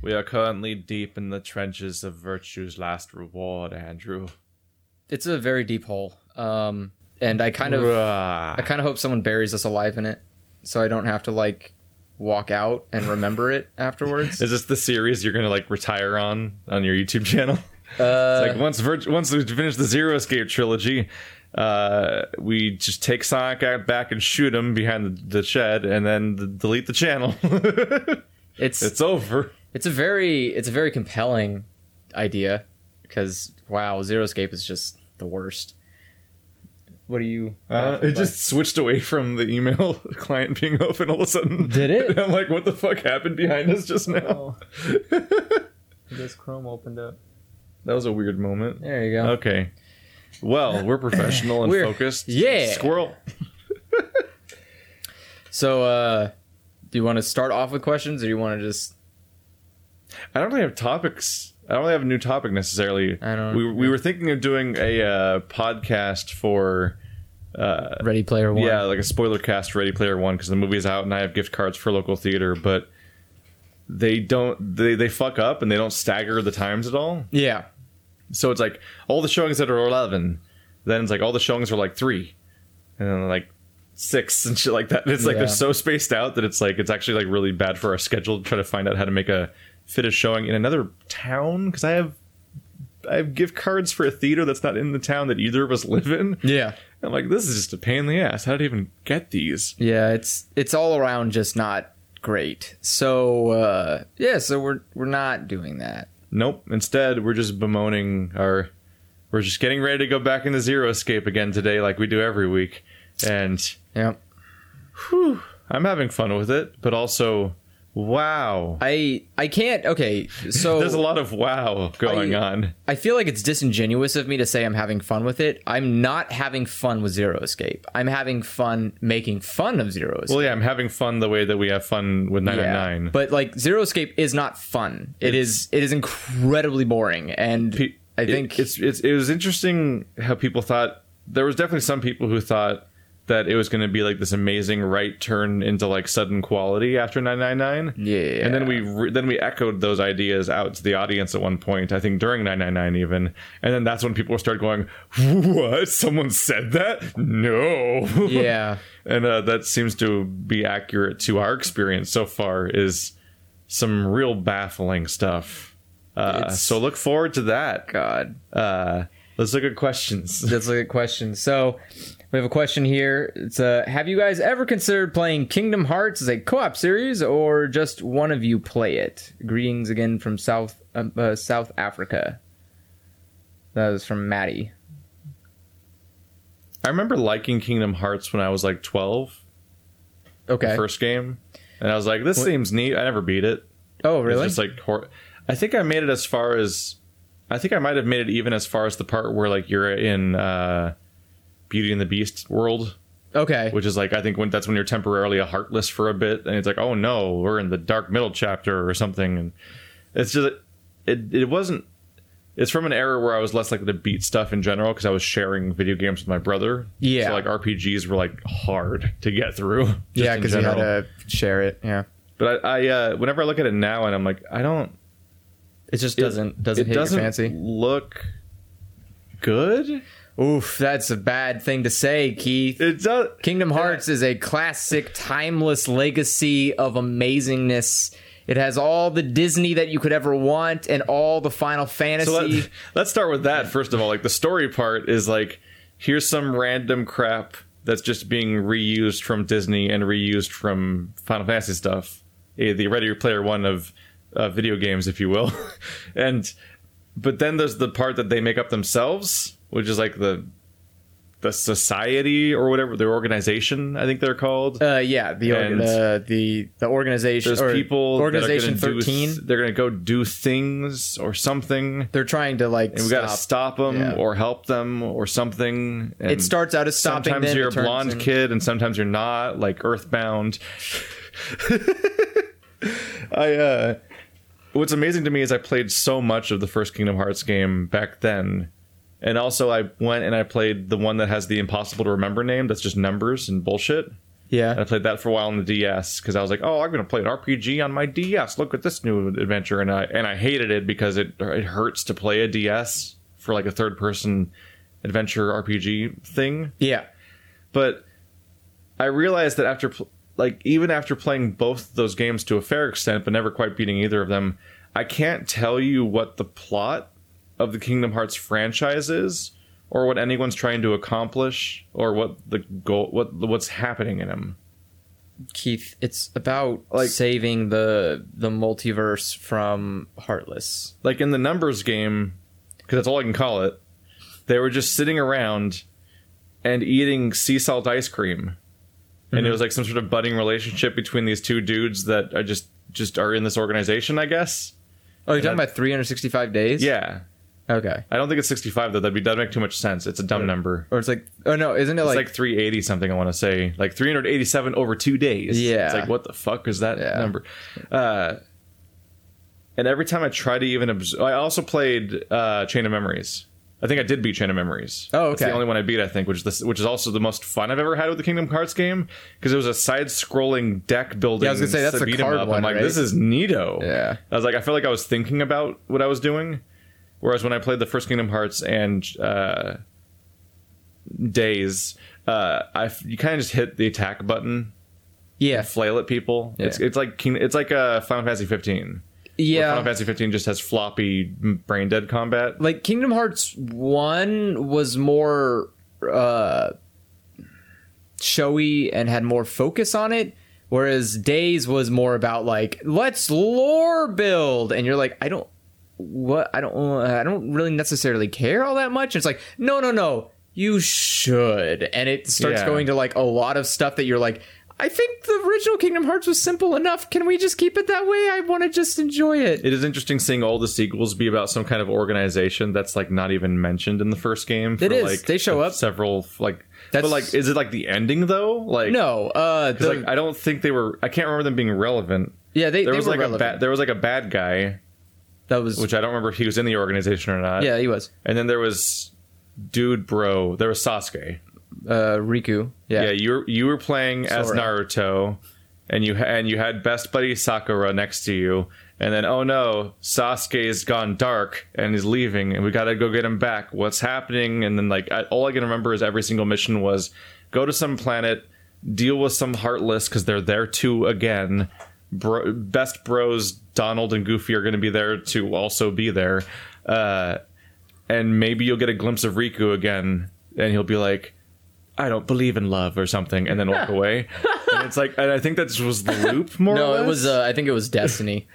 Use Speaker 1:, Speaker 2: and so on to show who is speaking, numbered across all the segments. Speaker 1: We are currently deep in the trenches of virtue's last reward, Andrew.
Speaker 2: It's a very deep hole. Um, and I kind of
Speaker 1: Rah.
Speaker 2: I kind of hope someone buries us alive in it, so I don't have to like walk out and remember it afterwards.
Speaker 1: Is this the series you're gonna like retire on on your YouTube channel?
Speaker 2: Uh,
Speaker 1: It's like once Vir- once we finish the Zero Escape trilogy, uh, we just take Sonic out back and shoot him behind the, the shed, and then d- delete the channel.
Speaker 2: it's
Speaker 1: it's over.
Speaker 2: it's a very it's a very compelling idea because wow, Zeroscape is just the worst. What do you?
Speaker 1: Uh, it just switched away from the email client being open all of a sudden.
Speaker 2: Did it?
Speaker 1: And I'm like, what the fuck happened behind us just now?
Speaker 3: Oh, this Chrome opened up.
Speaker 1: That was a weird moment.
Speaker 2: there you go.
Speaker 1: Okay. Well, we're professional and
Speaker 2: We're-
Speaker 1: focused.
Speaker 2: yeah.
Speaker 1: Squirrel.
Speaker 2: So, uh, do you want to start off with questions, or do you want to just?
Speaker 1: I don't really have topics. I don't really have a new topic necessarily.
Speaker 2: I don't-
Speaker 1: We, we were thinking of doing a uh, podcast for. Uh,
Speaker 2: Ready Player One.
Speaker 1: yeah, like a spoiler cast for Ready Player One because the movie's out and I have gift cards for local theater, but they don't they they fuck up and they don't stagger the times at all.
Speaker 2: Yeah.
Speaker 1: So it's like all the showings that are eleven, then it's like all the showings are like three, and then like six and shit like that. It's like
Speaker 2: Yeah.
Speaker 1: they're so spaced out that it's like it's actually like really bad for our schedule to try to find out how to make a fit a showing in another town because I have I have gift cards for a theater that's not in the town that either of us live in.
Speaker 2: Yeah.
Speaker 1: I'm like, this is just a pain in the ass. How did I even get these?
Speaker 2: Yeah, it's it's all around just not great. So uh yeah, so we're we're not doing that.
Speaker 1: Nope. Instead, we're just bemoaning our. We're just getting ready to go back into Zero Escape again today, like we do every week. And
Speaker 2: Yeah.
Speaker 1: I'm having fun with it, but also, wow.
Speaker 2: I I can't okay,
Speaker 1: There's a
Speaker 2: so
Speaker 1: lot of wow going
Speaker 2: Oh. I-
Speaker 1: on.
Speaker 2: I feel like it's disingenuous of me to say I'm having fun with it. I'm not having fun with Zero Escape. I'm having fun making fun of Zero Escape.
Speaker 1: Well, yeah, I'm having fun the way that we have fun with 909.
Speaker 2: But like Zero Escape is not fun. It is it is incredibly boring and
Speaker 1: Pe-
Speaker 2: I think
Speaker 1: it, it's, it's it was interesting how people thought there was definitely some people who thought that it was going to be like this amazing right turn into like sudden quality after 999.
Speaker 2: Yeah.
Speaker 1: And then we re- then we echoed those ideas out to the audience at one point, I think during 999 even. And then that's when people started going, "What? Someone said that?" No.
Speaker 2: yeah.
Speaker 1: and uh, that seems to be accurate to our experience so far is some real baffling stuff uh,
Speaker 2: It's-
Speaker 1: so look forward to that
Speaker 2: God.
Speaker 1: uh, let's look at questions
Speaker 2: Let's look at questions. So we have a question here. It's uh, have you guys ever considered playing Kingdom Hearts as a co-op series, or just one of you play it? Greetings again from South um, uh, South Africa. That was from Maddie.
Speaker 1: i remember liking kingdom hearts when i was like 12
Speaker 2: Okay.
Speaker 1: the first game and i was like this
Speaker 2: What-
Speaker 1: seems neat i never beat it
Speaker 2: oh, really?
Speaker 1: It's just like hor- I think I made it as far as I think I might have made it even as far as the part where like you're in uh Beauty and the Beast world,
Speaker 2: okay.
Speaker 1: which is like I think when that's when you're temporarily a heartless for a bit and it's like, "Oh no, we're in the dark middle chapter or something." And it's just it it wasn't it's from an era where I was less likely to beat stuff in general because I was sharing video games with my brother.
Speaker 2: Yeah.
Speaker 1: So like RPGs were like hard to get through. just
Speaker 2: yeah,
Speaker 1: in
Speaker 2: because you had
Speaker 1: general.
Speaker 2: to share it. Yeah.
Speaker 1: But I, I uh, whenever I look at it now and I'm like, I don't
Speaker 2: It just
Speaker 1: it-
Speaker 2: doesn't doesn't
Speaker 1: it
Speaker 2: hit
Speaker 1: doesn't
Speaker 2: your fancy.
Speaker 1: Look good.
Speaker 2: Oof, that's a bad thing to say, Keith.
Speaker 1: It does.
Speaker 2: Kingdom Hearts is a classic, timeless legacy of amazingness. It has all the Disney that you could ever want and all the Final Fantasy.
Speaker 1: So let, let's start with that first of all. Like the story part is like here's some random crap that's just being reused from Disney and reused from Final Fantasy stuff, eh, the Ready Player One of uh, video games, if you will. and but then there's the part that they make up themselves, which is like the the society or whatever their organization. I think they're called.
Speaker 2: uh, yeah, the, org-
Speaker 1: And
Speaker 2: the the the organization
Speaker 1: there's
Speaker 2: or
Speaker 1: people
Speaker 2: organization
Speaker 1: that are gonna do
Speaker 2: thirteen.
Speaker 1: th- they're gonna go do things or something
Speaker 2: they're trying to like
Speaker 1: and we
Speaker 2: stop.
Speaker 1: gotta stop them
Speaker 2: Yeah.
Speaker 1: or help them or something and
Speaker 2: It starts out as stopping.
Speaker 1: sometimes
Speaker 2: then
Speaker 1: you're
Speaker 2: it
Speaker 1: a
Speaker 2: turns
Speaker 1: blonde
Speaker 2: in-
Speaker 1: kid and sometimes you're not like earthbound i uh what's amazing to me is i played so much of the first kingdom hearts game back then and also i went and i played the one that has the impossible to remember name that's just numbers and bullshit And
Speaker 2: Yeah.
Speaker 1: I played that for a while on the DS because I was like, "Oh, I'm going to play an RPG on my DS. Look at this new adventure!" And I and I hated it because it it hurts to play a DS for like a third person adventure RPG thing.
Speaker 2: Yeah.
Speaker 1: But I realized that after pl- like even after playing both those games to a fair extent, but never quite beating either of them, I can't tell you what the plot of the Kingdom Hearts franchise is, or what anyone's trying to accomplish, or what the goal, what what's happening in them.
Speaker 2: Keith, it's about
Speaker 1: Like-
Speaker 2: saving the the multiverse from Heartless.
Speaker 1: like in the numbers game, because that's all I can call it, they were just sitting around and eating sea salt ice cream, and it was like some sort of budding relationship between these two dudes that are just just are in this organization, I guess.
Speaker 2: Oh, you're talking
Speaker 1: I-
Speaker 2: about 365 days?
Speaker 1: Yeah,
Speaker 2: Okay.
Speaker 1: I don't think it's sixty five though. That'd be that'd make too much sense. It's a dumb number.
Speaker 2: Or it's like, oh no, isn't it
Speaker 1: It's
Speaker 2: like,
Speaker 1: like, 380 something, I want to say. Like 387 over two days.
Speaker 2: Yeah.
Speaker 1: It's like, what the fuck is that
Speaker 2: Yeah.
Speaker 1: number? Uh, and every time I try to even obs- I also played uh, Chain of Memories. I think I did beat Chain of Memories.
Speaker 2: Oh,
Speaker 1: It's the
Speaker 2: okay.
Speaker 1: only one I beat, I think, which is this, which is also the most fun I've ever had with the Kingdom Hearts game because it was a side-scrolling deck building.
Speaker 2: Yeah, I was gonna say, that's the
Speaker 1: beat 'em
Speaker 2: card
Speaker 1: up.
Speaker 2: one,
Speaker 1: I'm like,
Speaker 2: right?
Speaker 1: this is neato.
Speaker 2: Yeah.
Speaker 1: I was like, I felt like I was thinking about what I was doing, whereas when I played the first Kingdom Hearts and uh, days, uh, I f- you kind of just hit the attack button,
Speaker 2: yeah,
Speaker 1: flail at people. It's
Speaker 2: Yeah.
Speaker 1: it's like King, it's like uh, Final Fantasy 15. where Final
Speaker 2: yeah.
Speaker 1: Fantasy 15 just has floppy, brain dead combat.
Speaker 2: Like Kingdom Hearts One was more uh showy and had more focus on it, whereas Days was more about like let's lore build, and you're like, I don't what I don't uh, I don't really necessarily care all that much. It's like no no no you should, and it starts
Speaker 1: Yeah.
Speaker 2: going to like a lot of stuff that you're like. I think the original Kingdom Hearts was simple enough. Can we just keep it that way? I want to just enjoy it.
Speaker 1: It is interesting seeing all the sequels be about some kind of organization that's like not even mentioned in the first game. For
Speaker 2: It is.
Speaker 1: Like
Speaker 2: They show up.
Speaker 1: several like.
Speaker 2: That's-
Speaker 1: but like, is it like the ending though? Like
Speaker 2: No, uh,
Speaker 1: 'cause,
Speaker 2: the-
Speaker 1: like I don't think they were. I can't remember them being relevant.
Speaker 2: yeah, they,
Speaker 1: There
Speaker 2: they
Speaker 1: was
Speaker 2: were
Speaker 1: like a
Speaker 2: relevant.
Speaker 1: bad. There was like a bad guy,
Speaker 2: That was
Speaker 1: which I don't remember if he was in the organization or not.
Speaker 2: yeah, he was
Speaker 1: And then there was Dude Bro. There was Sasuke.
Speaker 2: uh, Riku. Yeah,
Speaker 1: Yeah, you were you were playing as
Speaker 2: Sora.
Speaker 1: Naruto, and you ha- and you had best buddy Sakura next to you, and then oh no, Sasuke's gone dark and he's leaving, and we gotta go get him back. What's happening? And then like I, all I can remember is every single mission was go to some planet, deal with some heartless because they're there too again. Bro, best bros Donald and Goofy are gonna be there to also be there. Uh, and maybe you'll get a glimpse of Riku again, and he'll be like, "I don't believe in love" or something, and then walk away. and it's like, and I think that just was the loop more.
Speaker 2: no,
Speaker 1: or less.
Speaker 2: it was. Uh, I think it was Destiny.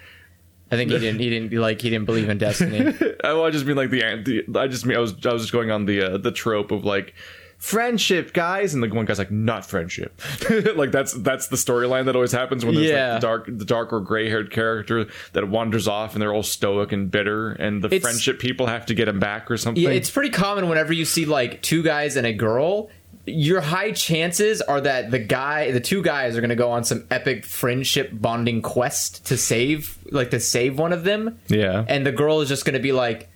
Speaker 2: I think he didn't. He didn't like. He didn't believe in Destiny.
Speaker 1: I, well, Oh, I just mean like the, the. I just mean I was I was just going on the uh, the trope of like friendship guys and the one guy's like not friendship like that's that's the storyline that always happens when there's
Speaker 2: Yeah.
Speaker 1: like the dark the dark or gray-haired character that wanders off and they're all stoic and bitter and the
Speaker 2: It's-
Speaker 1: friendship people have to get him back or something
Speaker 2: yeah, it's pretty common whenever you see like two guys and a girl. Your high chances are that the guy, the two guys, are going to go on some epic friendship bonding quest to save, like to save one of them.
Speaker 1: Yeah.
Speaker 2: and the girl is just going to be like,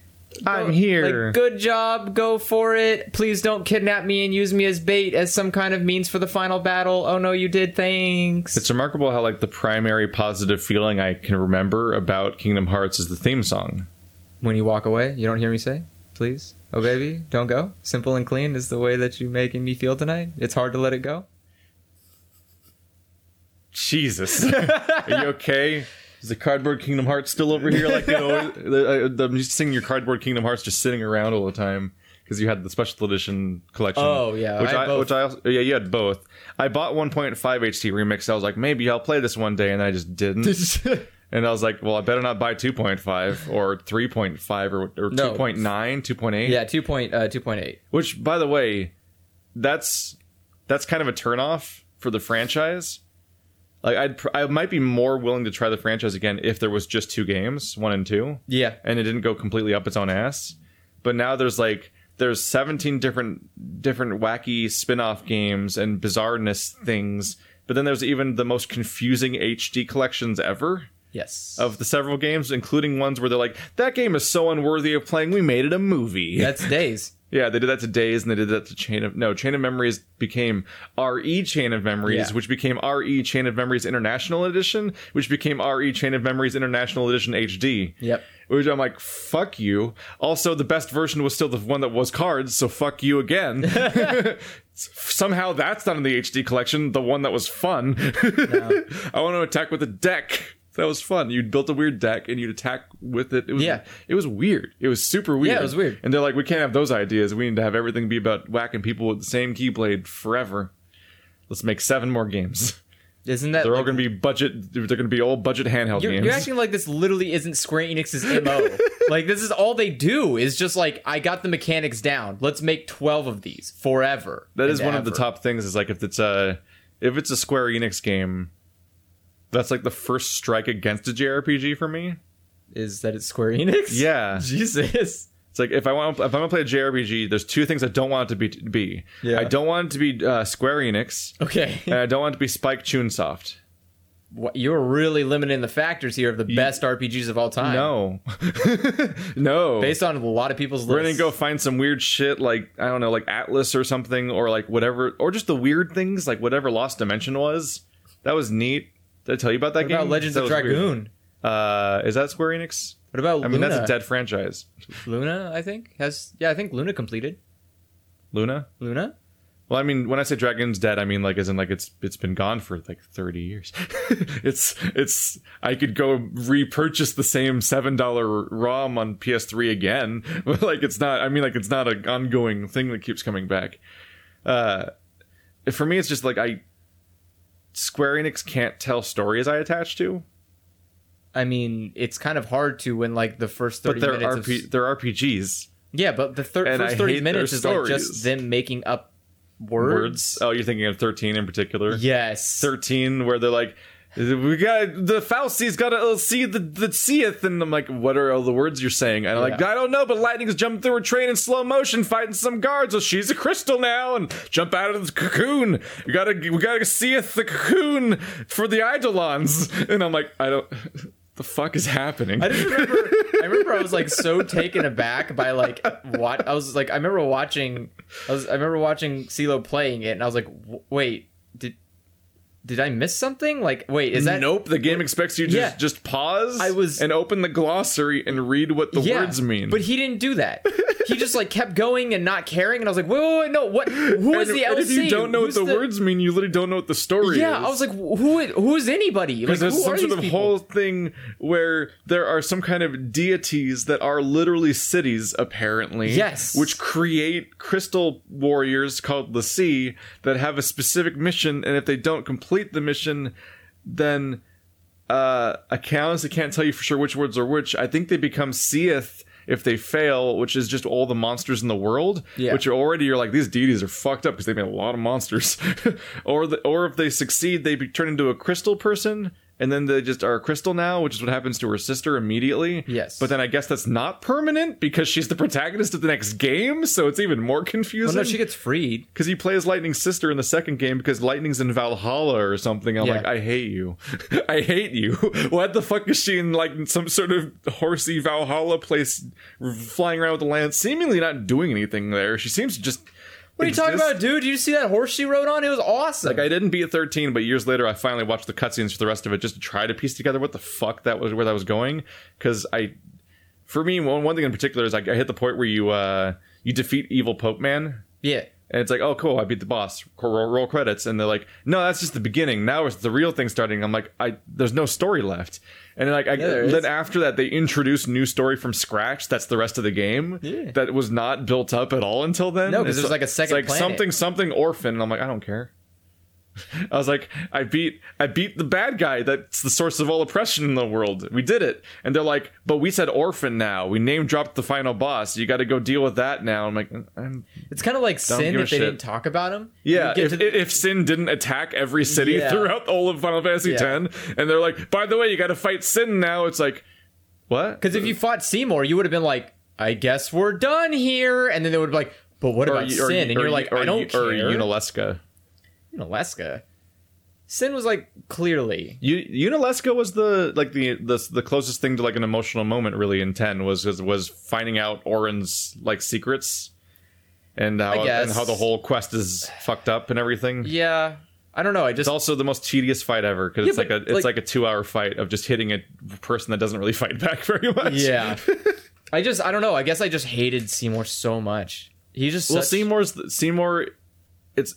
Speaker 1: I'm
Speaker 2: Go-
Speaker 1: here.
Speaker 2: Like, good job. Go for it. Please don't kidnap me and use me as bait as some kind of means for the final battle. Oh no, you did. Thanks.
Speaker 1: It's remarkable how like the primary positive feeling I can remember about Kingdom Hearts is the theme song.
Speaker 2: when you walk away, you don't hear me say, please, oh baby, don't go. Simple and clean is the way that you're making me feel tonight. It's hard to let it go.
Speaker 1: Jesus, are you okay? Is the cardboard Kingdom Hearts still over here? Like you know, the, uh, the, I'm just seeing your cardboard Kingdom Hearts just sitting around all the time because you had the special edition collection.
Speaker 2: Oh, yeah,
Speaker 1: which
Speaker 2: I had
Speaker 1: I,
Speaker 2: both.
Speaker 1: which I also, yeah, you had both. I bought 1.5 HD remix. I was like, maybe I'll play this one day, and I just didn't. And I was like, well, I better not buy 2.5 or 3.5 or, or
Speaker 2: No.
Speaker 1: 2.9, 2.8.
Speaker 2: yeah, 2 point, uh, 2.8.
Speaker 1: Which, by the way, that's that's kind of a turnoff for the franchise. Like, I'd pr- I might be more willing to try the franchise again if there was just two games, one and two,
Speaker 2: Yeah.
Speaker 1: and it didn't go completely up its own ass. But now there's like there's 17 different different wacky spin-off games and bizarreness things. But then there's even the most confusing HD collections ever
Speaker 2: Yes.
Speaker 1: of the several games, including ones where they're like, "That game is so unworthy of playing. We made it a movie."
Speaker 2: That's days.
Speaker 1: Yeah, they did that to Days, and they did that to Chain of No. Chain of Memories became RE Chain of Memories,
Speaker 2: Yeah.
Speaker 1: which became RE Chain of Memories International Edition, which became RE Chain of Memories International Edition HD.
Speaker 2: Yep.
Speaker 1: Which I'm like, fuck you. Also, the best version was still the one that was cards, so fuck you again. Somehow that's not in the HD collection, the one that was fun. I want to attack with a deck. That was fun. You built a weird deck and you'd attack with it. It was,
Speaker 2: Yeah.
Speaker 1: it was weird. It was super weird.
Speaker 2: Yeah, it was weird.
Speaker 1: And they're like, we can't have those ideas. We need to have everything be about whacking people with the same keyblade forever. Let's make seven more games.
Speaker 2: Isn't that
Speaker 1: They're all
Speaker 2: like-
Speaker 1: going to be budget. They're going to be all budget handheld
Speaker 2: You're,
Speaker 1: games.
Speaker 2: you're acting like this literally isn't Square Enix's MO. like, this is all they do is just like, I got the mechanics down. Let's make 12 of these forever.
Speaker 1: That
Speaker 2: and
Speaker 1: is one of the
Speaker 2: ever.
Speaker 1: top things. Is like if it's a if it's a Square Enix game, that's like the first strike against a JRPG for me.
Speaker 2: Is that it's Square Enix?
Speaker 1: Yeah,
Speaker 2: Jesus.
Speaker 1: it's like if I want if I'm gonna play a JRPG, there's two things I don't want it to be. be.
Speaker 2: Yeah.
Speaker 1: I don't want it to be uh, Square Enix, and
Speaker 2: Okay.
Speaker 1: I don't want it to be Spike Chunsoft.
Speaker 2: What- You're really limiting the factors here of the best RPGs of all time.
Speaker 1: No, no.
Speaker 2: Based on a lot of people's
Speaker 1: We're gonna
Speaker 2: lists.
Speaker 1: go find some weird shit like I don't know, like Atlas or something, or like whatever, or just the weird things like whatever Lost Dimension was. That was neat. Did I tell you about that
Speaker 2: What
Speaker 1: game?
Speaker 2: about Legends
Speaker 1: That
Speaker 2: of
Speaker 1: was weird.
Speaker 2: Dragoon?
Speaker 1: Uh, is that Square Enix?
Speaker 2: What about
Speaker 1: I
Speaker 2: Luna?
Speaker 1: mean, that's a dead franchise.
Speaker 2: Luna, I think has. Yeah, I think Luna completed.
Speaker 1: Luna.
Speaker 2: Luna.
Speaker 1: Well, I mean, when I say Dragon's dead, I mean like as in like it's it's been gone for like thirty years. it's it's I could go repurchase the same seven dollar ROM on PS3 again. like it's not. I mean, like it's not an ongoing thing that keeps coming back. Uh, for me, it's just like I Square Enix can't tell stories I attach to,
Speaker 2: I mean, it's kind of hard to when like the first
Speaker 1: but
Speaker 2: thirty
Speaker 1: they're
Speaker 2: minutes.
Speaker 1: RP,
Speaker 2: Of,
Speaker 1: they're RPGs.
Speaker 2: yeah, but the thir-
Speaker 1: and
Speaker 2: first
Speaker 1: I
Speaker 2: thirty
Speaker 1: hate their
Speaker 2: minutes is like
Speaker 1: stories.
Speaker 2: just them making up
Speaker 1: Words.
Speaker 2: words.
Speaker 1: Oh, you're thinking of thirteen in particular.
Speaker 2: Yes.
Speaker 1: 13 where they're like we got the Fauci's got to see the the seeth, and I'm like, what are all the words you're saying? And I'm like,
Speaker 2: Yeah.
Speaker 1: I don't know, but lightning's jumping through a train in slow motion, fighting some guards. Well, she's a crystal now, and jump out of the cocoon. We gotta we gotta seeth the cocoon for the eidolons. And I'm like, I don't. The fuck is happening?
Speaker 2: I just remember. I remember I was like so taken aback by like what I was like. I remember watching. I was. I remember watching CeeLo playing it, and I was like, w- wait, did did I miss something? Like, wait, is that
Speaker 1: nope. The game expects you to
Speaker 2: Yeah.
Speaker 1: just, just pause.
Speaker 2: I was-
Speaker 1: and open the glossary and read what the
Speaker 2: Yeah,
Speaker 1: words mean.
Speaker 2: But he didn't do that. He just like kept going and not caring, and I was like, wait, wait, wait no, what? Who is
Speaker 1: and,
Speaker 2: the LC?
Speaker 1: and if you don't know
Speaker 2: Who's
Speaker 1: what the, words mean, you literally don't know what the story is.
Speaker 2: Yeah, I was like, who? i- Who is anybody? Like,
Speaker 1: Because
Speaker 2: who
Speaker 1: there's some
Speaker 2: are
Speaker 1: sort
Speaker 2: these
Speaker 1: of
Speaker 2: people?
Speaker 1: whole thing where there are some kind of deities that are literally cities, apparently.
Speaker 2: Yes.
Speaker 1: Which create crystal warriors called the Sea that have a specific mission, and if they don't complete the mission, then uh accounts I can't tell you for sure which words are which. I think they become seeth if they fail, which is just all the monsters in the world,
Speaker 2: Yeah.
Speaker 1: which are already you're like these deities are fucked up because they made a lot of monsters, or the, or if they succeed, they be, turn into a crystal person, and then they just are a crystal now, which is what happens to her sister immediately.
Speaker 2: Yes.
Speaker 1: but then I guess that's not permanent because she's the protagonist of the next game, so it's even more
Speaker 2: Well,
Speaker 1: confusing.
Speaker 2: no, she gets freed.
Speaker 1: because he plays Lightning's sister in the second game because Lightning's in Valhalla or something. I'm
Speaker 2: Yeah.
Speaker 1: like, I hate you, I hate you. what the fuck is she in like some sort of horsey Valhalla place, flying around with the lance, seemingly not doing anything there? She seems to just.
Speaker 2: What are you talking about, dude? Did you see that horse she rode on? It was awesome.
Speaker 1: Like I didn't beat 13, but years later I finally watched the cutscenes for the rest of it just to try to piece together what the fuck that was where that was going. Because I, for me, one one thing in particular is I, I hit the point where you uh you defeat evil Pope Man.
Speaker 2: yeah,
Speaker 1: And it's like, oh, cool, I beat the boss. Co- Roll, roll credits, and they're like, no, that's just the beginning. Now it's the real thing starting. I'm like, I there's no story left. And then, like, I,
Speaker 2: there is.
Speaker 1: then after that, they introduce new story from scratch. That's the rest of the game
Speaker 2: Yeah.
Speaker 1: that was not built up at all until then.
Speaker 2: No, 'cause
Speaker 1: It's
Speaker 2: there's, like, a
Speaker 1: it's
Speaker 2: second
Speaker 1: like
Speaker 2: planet.
Speaker 1: something something orphan, and I'm like, I don't care. I was like, I beat I beat the bad guy that's the source of all oppression in the world. We did it. And they're like, but we said orphan now. We name dropped the final boss. You gotta go deal with that now. I'm like, "Mm, I'm
Speaker 2: it's kind of like sin
Speaker 1: give a
Speaker 2: if they
Speaker 1: shit.
Speaker 2: didn't talk about him.
Speaker 1: yeah,
Speaker 2: You get
Speaker 1: if,
Speaker 2: to the-
Speaker 1: if Sin didn't attack every city
Speaker 2: Yeah.
Speaker 1: throughout all of Final Fantasy X,
Speaker 2: Yeah.
Speaker 1: and they're like, by the way, you got to fight Sin now. It's like, what?
Speaker 2: Because if you fought Seymour, you would have been like, I guess we're done here. And then they would be like, but what about
Speaker 1: you-
Speaker 2: Sin?
Speaker 1: you-
Speaker 2: and you're like,
Speaker 1: you-
Speaker 2: I don't
Speaker 1: you-
Speaker 2: care.
Speaker 1: Or Unalesca.
Speaker 2: Unalesca. Sin was like, clearly.
Speaker 1: U- Unalesca was the like the, the the closest thing to like an emotional moment really in ten was was, was finding out Orin's like secrets and how
Speaker 2: guess.
Speaker 1: and how the whole quest is fucked up and everything.
Speaker 2: Yeah, I don't know. I
Speaker 1: It's
Speaker 2: just
Speaker 1: also the most tedious fight ever because
Speaker 2: Yeah,
Speaker 1: it's like a
Speaker 2: but,
Speaker 1: it's like,
Speaker 2: like-
Speaker 1: a two hour fight of just hitting a person that doesn't really fight back very much.
Speaker 2: yeah. I just I don't know. I guess I just hated Seymour so much. He's just
Speaker 1: Well,
Speaker 2: such,
Speaker 1: Seymour's Seymour, it's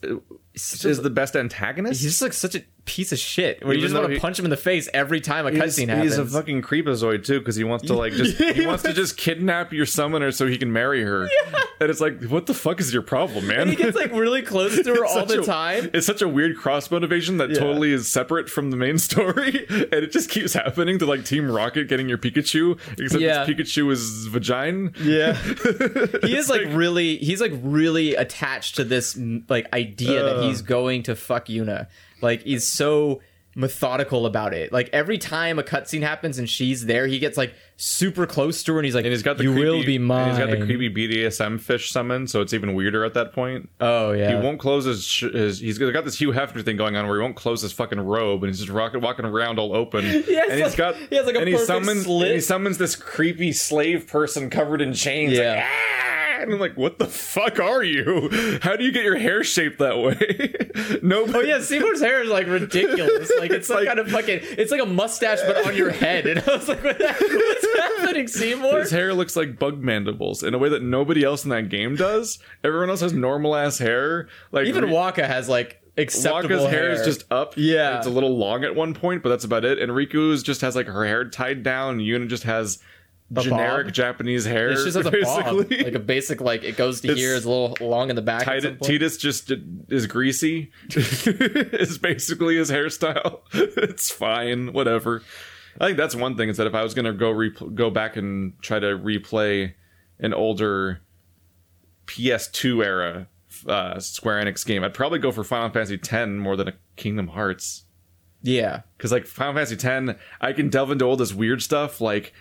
Speaker 1: is the best antagonist.
Speaker 2: He's just like such a piece of shit. Where
Speaker 1: Even
Speaker 2: you just
Speaker 1: though
Speaker 2: want to
Speaker 1: he-
Speaker 2: punch him in the face every time a cutscene happens.
Speaker 1: he's a fucking creepazoid too because he wants to like just he wants to just kidnap your summoner so he can marry her. And it's like, what the fuck is your problem, man?
Speaker 2: and he gets like really close to her
Speaker 1: It's
Speaker 2: all
Speaker 1: such
Speaker 2: the
Speaker 1: a-
Speaker 2: time.
Speaker 1: It's such a weird cross motivation that totally is separate from the main story, and it just keeps happening to like Team Rocket getting your Pikachu, except
Speaker 2: Yeah.
Speaker 1: it's Pikachu is vagina.
Speaker 2: Yeah. he is like really he's like really attached to this m- like idea that
Speaker 1: Uh.
Speaker 2: he's going to fuck Yuna. Like he's so methodical about it. Like every time a cutscene happens and she's there, he gets like super close to her and he's like
Speaker 1: And he's got the
Speaker 2: you
Speaker 1: creepy,
Speaker 2: will be mine.
Speaker 1: and He's got the creepy BDSM fish summon, so it's even weirder at that point.
Speaker 2: Oh yeah.
Speaker 1: He won't close his, sh- his. He's got this Hugh Hefner thing going on where he won't close his fucking robe, and he's just rocket walking around all open. and
Speaker 2: has
Speaker 1: he's
Speaker 2: like-
Speaker 1: got.
Speaker 2: he has like a
Speaker 1: and he
Speaker 2: perfect
Speaker 1: summons.
Speaker 2: slit.
Speaker 1: And he summons this creepy slave person covered in chains.
Speaker 2: Yeah.
Speaker 1: Like, "Ah!" and I'm like, what the fuck are you? How do you get your hair shaped that way? no.
Speaker 2: Oh yeah, Seymour's hair is like ridiculous. Like it's, some
Speaker 1: like-
Speaker 2: kind of fucking it's like a mustache but on your head. And I was like, what, what's happening, Seymour?
Speaker 1: His hair looks like bug mandibles in a way that nobody else in that game does. Everyone else has normal ass hair. Like
Speaker 2: Even
Speaker 1: re-
Speaker 2: Waka has like acceptable
Speaker 1: Waka's hair. is just up.
Speaker 2: Yeah.
Speaker 1: and It's a little long at one point, but that's about it. And Riku's just has like her hair tied down. Yuna just has generic
Speaker 2: bob.
Speaker 1: Japanese hair.
Speaker 2: It's just as a bob,
Speaker 1: basically.
Speaker 2: like a basic like it goes to
Speaker 1: It's-
Speaker 2: here, is a little long in the back. at some
Speaker 1: Titus,
Speaker 2: point.
Speaker 1: Titus just is greasy. is basically his hairstyle. it's fine, whatever. I think that's one thing is that if I was gonna go repl go back and try to replay an older PS2 era uh, Square Enix game, I'd probably go for Final Fantasy X more than a Kingdom Hearts.
Speaker 2: yeah,
Speaker 1: because like Final Fantasy X, I can delve into all this weird stuff, like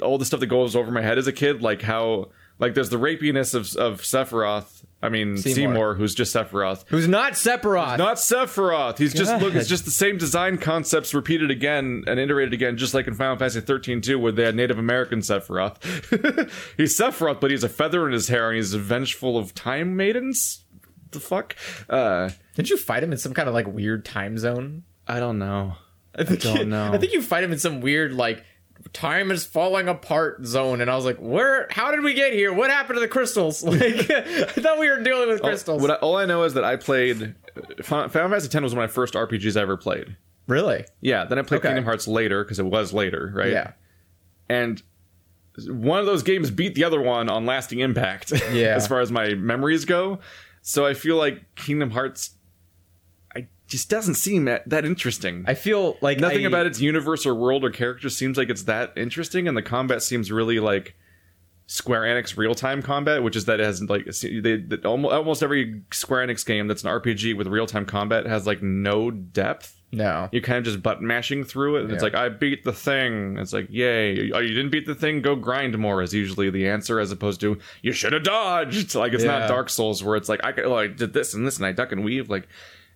Speaker 1: all the stuff that goes over my head as a kid, like how like there's the rapiness of of Sephiroth. I mean Seymour,
Speaker 2: Seymour.
Speaker 1: who's just Sephiroth.
Speaker 2: who's not Sephiroth?
Speaker 1: Not Sephiroth. He's just look. It's
Speaker 2: God.
Speaker 1: just the same design concepts repeated again and iterated again, just like in Final Fantasy 13 too, where they had Native American Sephiroth. he's Sephiroth, but he's a feather in his hair and he's vengeful of time maidens. The fuck? Uh,
Speaker 2: Didn't you fight him in some kind of like weird time zone?
Speaker 1: I don't know.
Speaker 2: I, think
Speaker 1: don't know.
Speaker 2: I think you fight him in some weird like time is falling apart zone, and I was like, where? How did we get here? What happened to the crystals? Like I thought we were dealing with crystals.
Speaker 1: Oh, What I, all I know is that I played Final Final Fantasy X was one of my first RPGs I ever played.
Speaker 2: really?
Speaker 1: Yeah, then I played
Speaker 2: Okay.
Speaker 1: Kingdom Hearts later because it was later, right?
Speaker 2: Yeah.
Speaker 1: and one of those games beat the other one on lasting impact.
Speaker 2: Yeah.
Speaker 1: as far as my memories go, so I feel like Kingdom Hearts, I just doesn't seem that, that interesting.
Speaker 2: I feel like
Speaker 1: Nothing
Speaker 2: I-
Speaker 1: about its universe or world or character seems like it's that interesting, and the combat seems really like Square Enix real time combat, which is that it has like se- they, that almost almost every Square Enix game that's an RPG with real time combat has like no depth.
Speaker 2: No.
Speaker 1: You're kind of just button mashing through it, and it's
Speaker 2: Yeah.
Speaker 1: like I beat the thing. It's like yay! Oh, you didn't beat the thing. Go grind more is usually the answer, as opposed to you should have dodged. Like it's
Speaker 2: Yeah.
Speaker 1: not Dark Souls where it's like I could, oh, I did this and this and I duck and weave. Like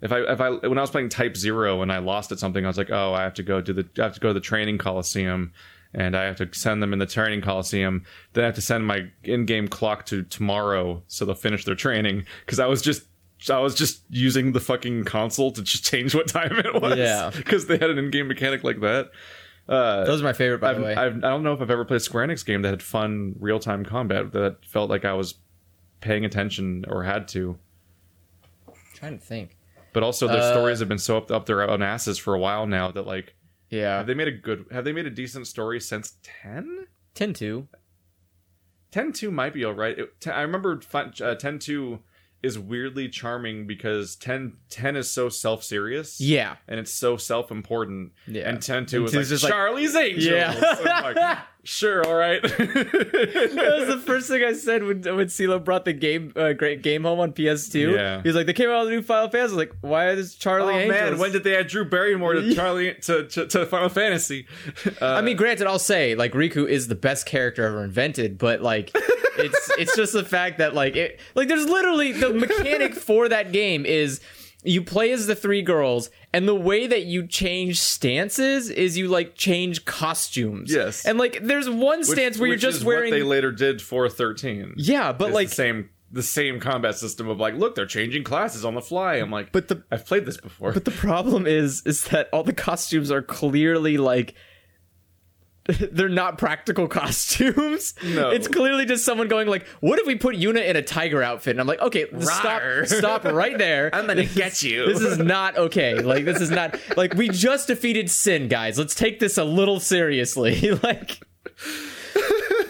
Speaker 1: if I if I when I was playing Type Zero and I lost at something, I was like oh I have to go do the I have to go to the training coliseum. And I have to send them in the training coliseum. Then I have to send my in-game clock to tomorrow, so they'll finish their training. Because I was just, I was just using the fucking console to just change what time it was
Speaker 2: Yeah.
Speaker 1: because they had an in-game mechanic like that. Uh,
Speaker 2: Those are my favorite, by
Speaker 1: I've,
Speaker 2: the way.
Speaker 1: I've, I don't know if I've ever played a Square Enix game that had fun real-time combat that felt like I was paying attention or had to.
Speaker 2: trying to think.
Speaker 1: But also, their
Speaker 2: Uh,
Speaker 1: stories have been so up, up their own asses for a while now that like,
Speaker 2: Yeah.
Speaker 1: have they made a good? Have they made a decent story since ten?
Speaker 2: Ten two.
Speaker 1: Ten two might be all right. It, t- I remember fi- uh, ten two is weirdly charming because 10, 10 is so self-serious.
Speaker 2: Yeah.
Speaker 1: and it's so self-important.
Speaker 2: Yeah.
Speaker 1: And Tentu was
Speaker 2: Tentu's
Speaker 1: like,
Speaker 2: just like-
Speaker 1: Charlie's Angels.
Speaker 2: Yeah.
Speaker 1: So I'm like, sure, all right.
Speaker 2: that was the first thing I said when when CeeLo brought the game uh, great game home on PS2.
Speaker 1: Yeah.
Speaker 2: He was like, they came out with a new Final Fantasy. I was like, why is
Speaker 1: oh
Speaker 2: Charlie Angels?
Speaker 1: man, when did they add Drew Barrymore to Charlie to, to, to Final Fantasy? Uh,
Speaker 2: I mean, granted, I'll say like Riku is the best character ever invented, but like it's it's just the fact that like it like there's literally the mechanic for that game is you play as the three girls and the way that you change stances is you like change costumes.
Speaker 1: Yes.
Speaker 2: And like there's one
Speaker 1: which-
Speaker 2: stance where you're
Speaker 1: which
Speaker 2: just
Speaker 1: is
Speaker 2: wearing
Speaker 1: what they later did for thirteen.
Speaker 2: Yeah, but
Speaker 1: It's
Speaker 2: like
Speaker 1: the same the same combat system of like, look, they're changing classes on the fly. I'm like,
Speaker 2: But the
Speaker 1: I've played this before.
Speaker 2: But the problem is, is that all the costumes are clearly like they're not practical costumes.
Speaker 1: No.
Speaker 2: It's clearly just someone going like, "What if we put Yuna in a tiger outfit?" And I'm like, "Okay, stop,
Speaker 1: Rawr.
Speaker 2: stop right there.
Speaker 1: I'm gonna
Speaker 2: This is-
Speaker 1: get you."
Speaker 2: This is not okay. Like, this is not like we just defeated Sin, guys. Let's take this a little seriously. like,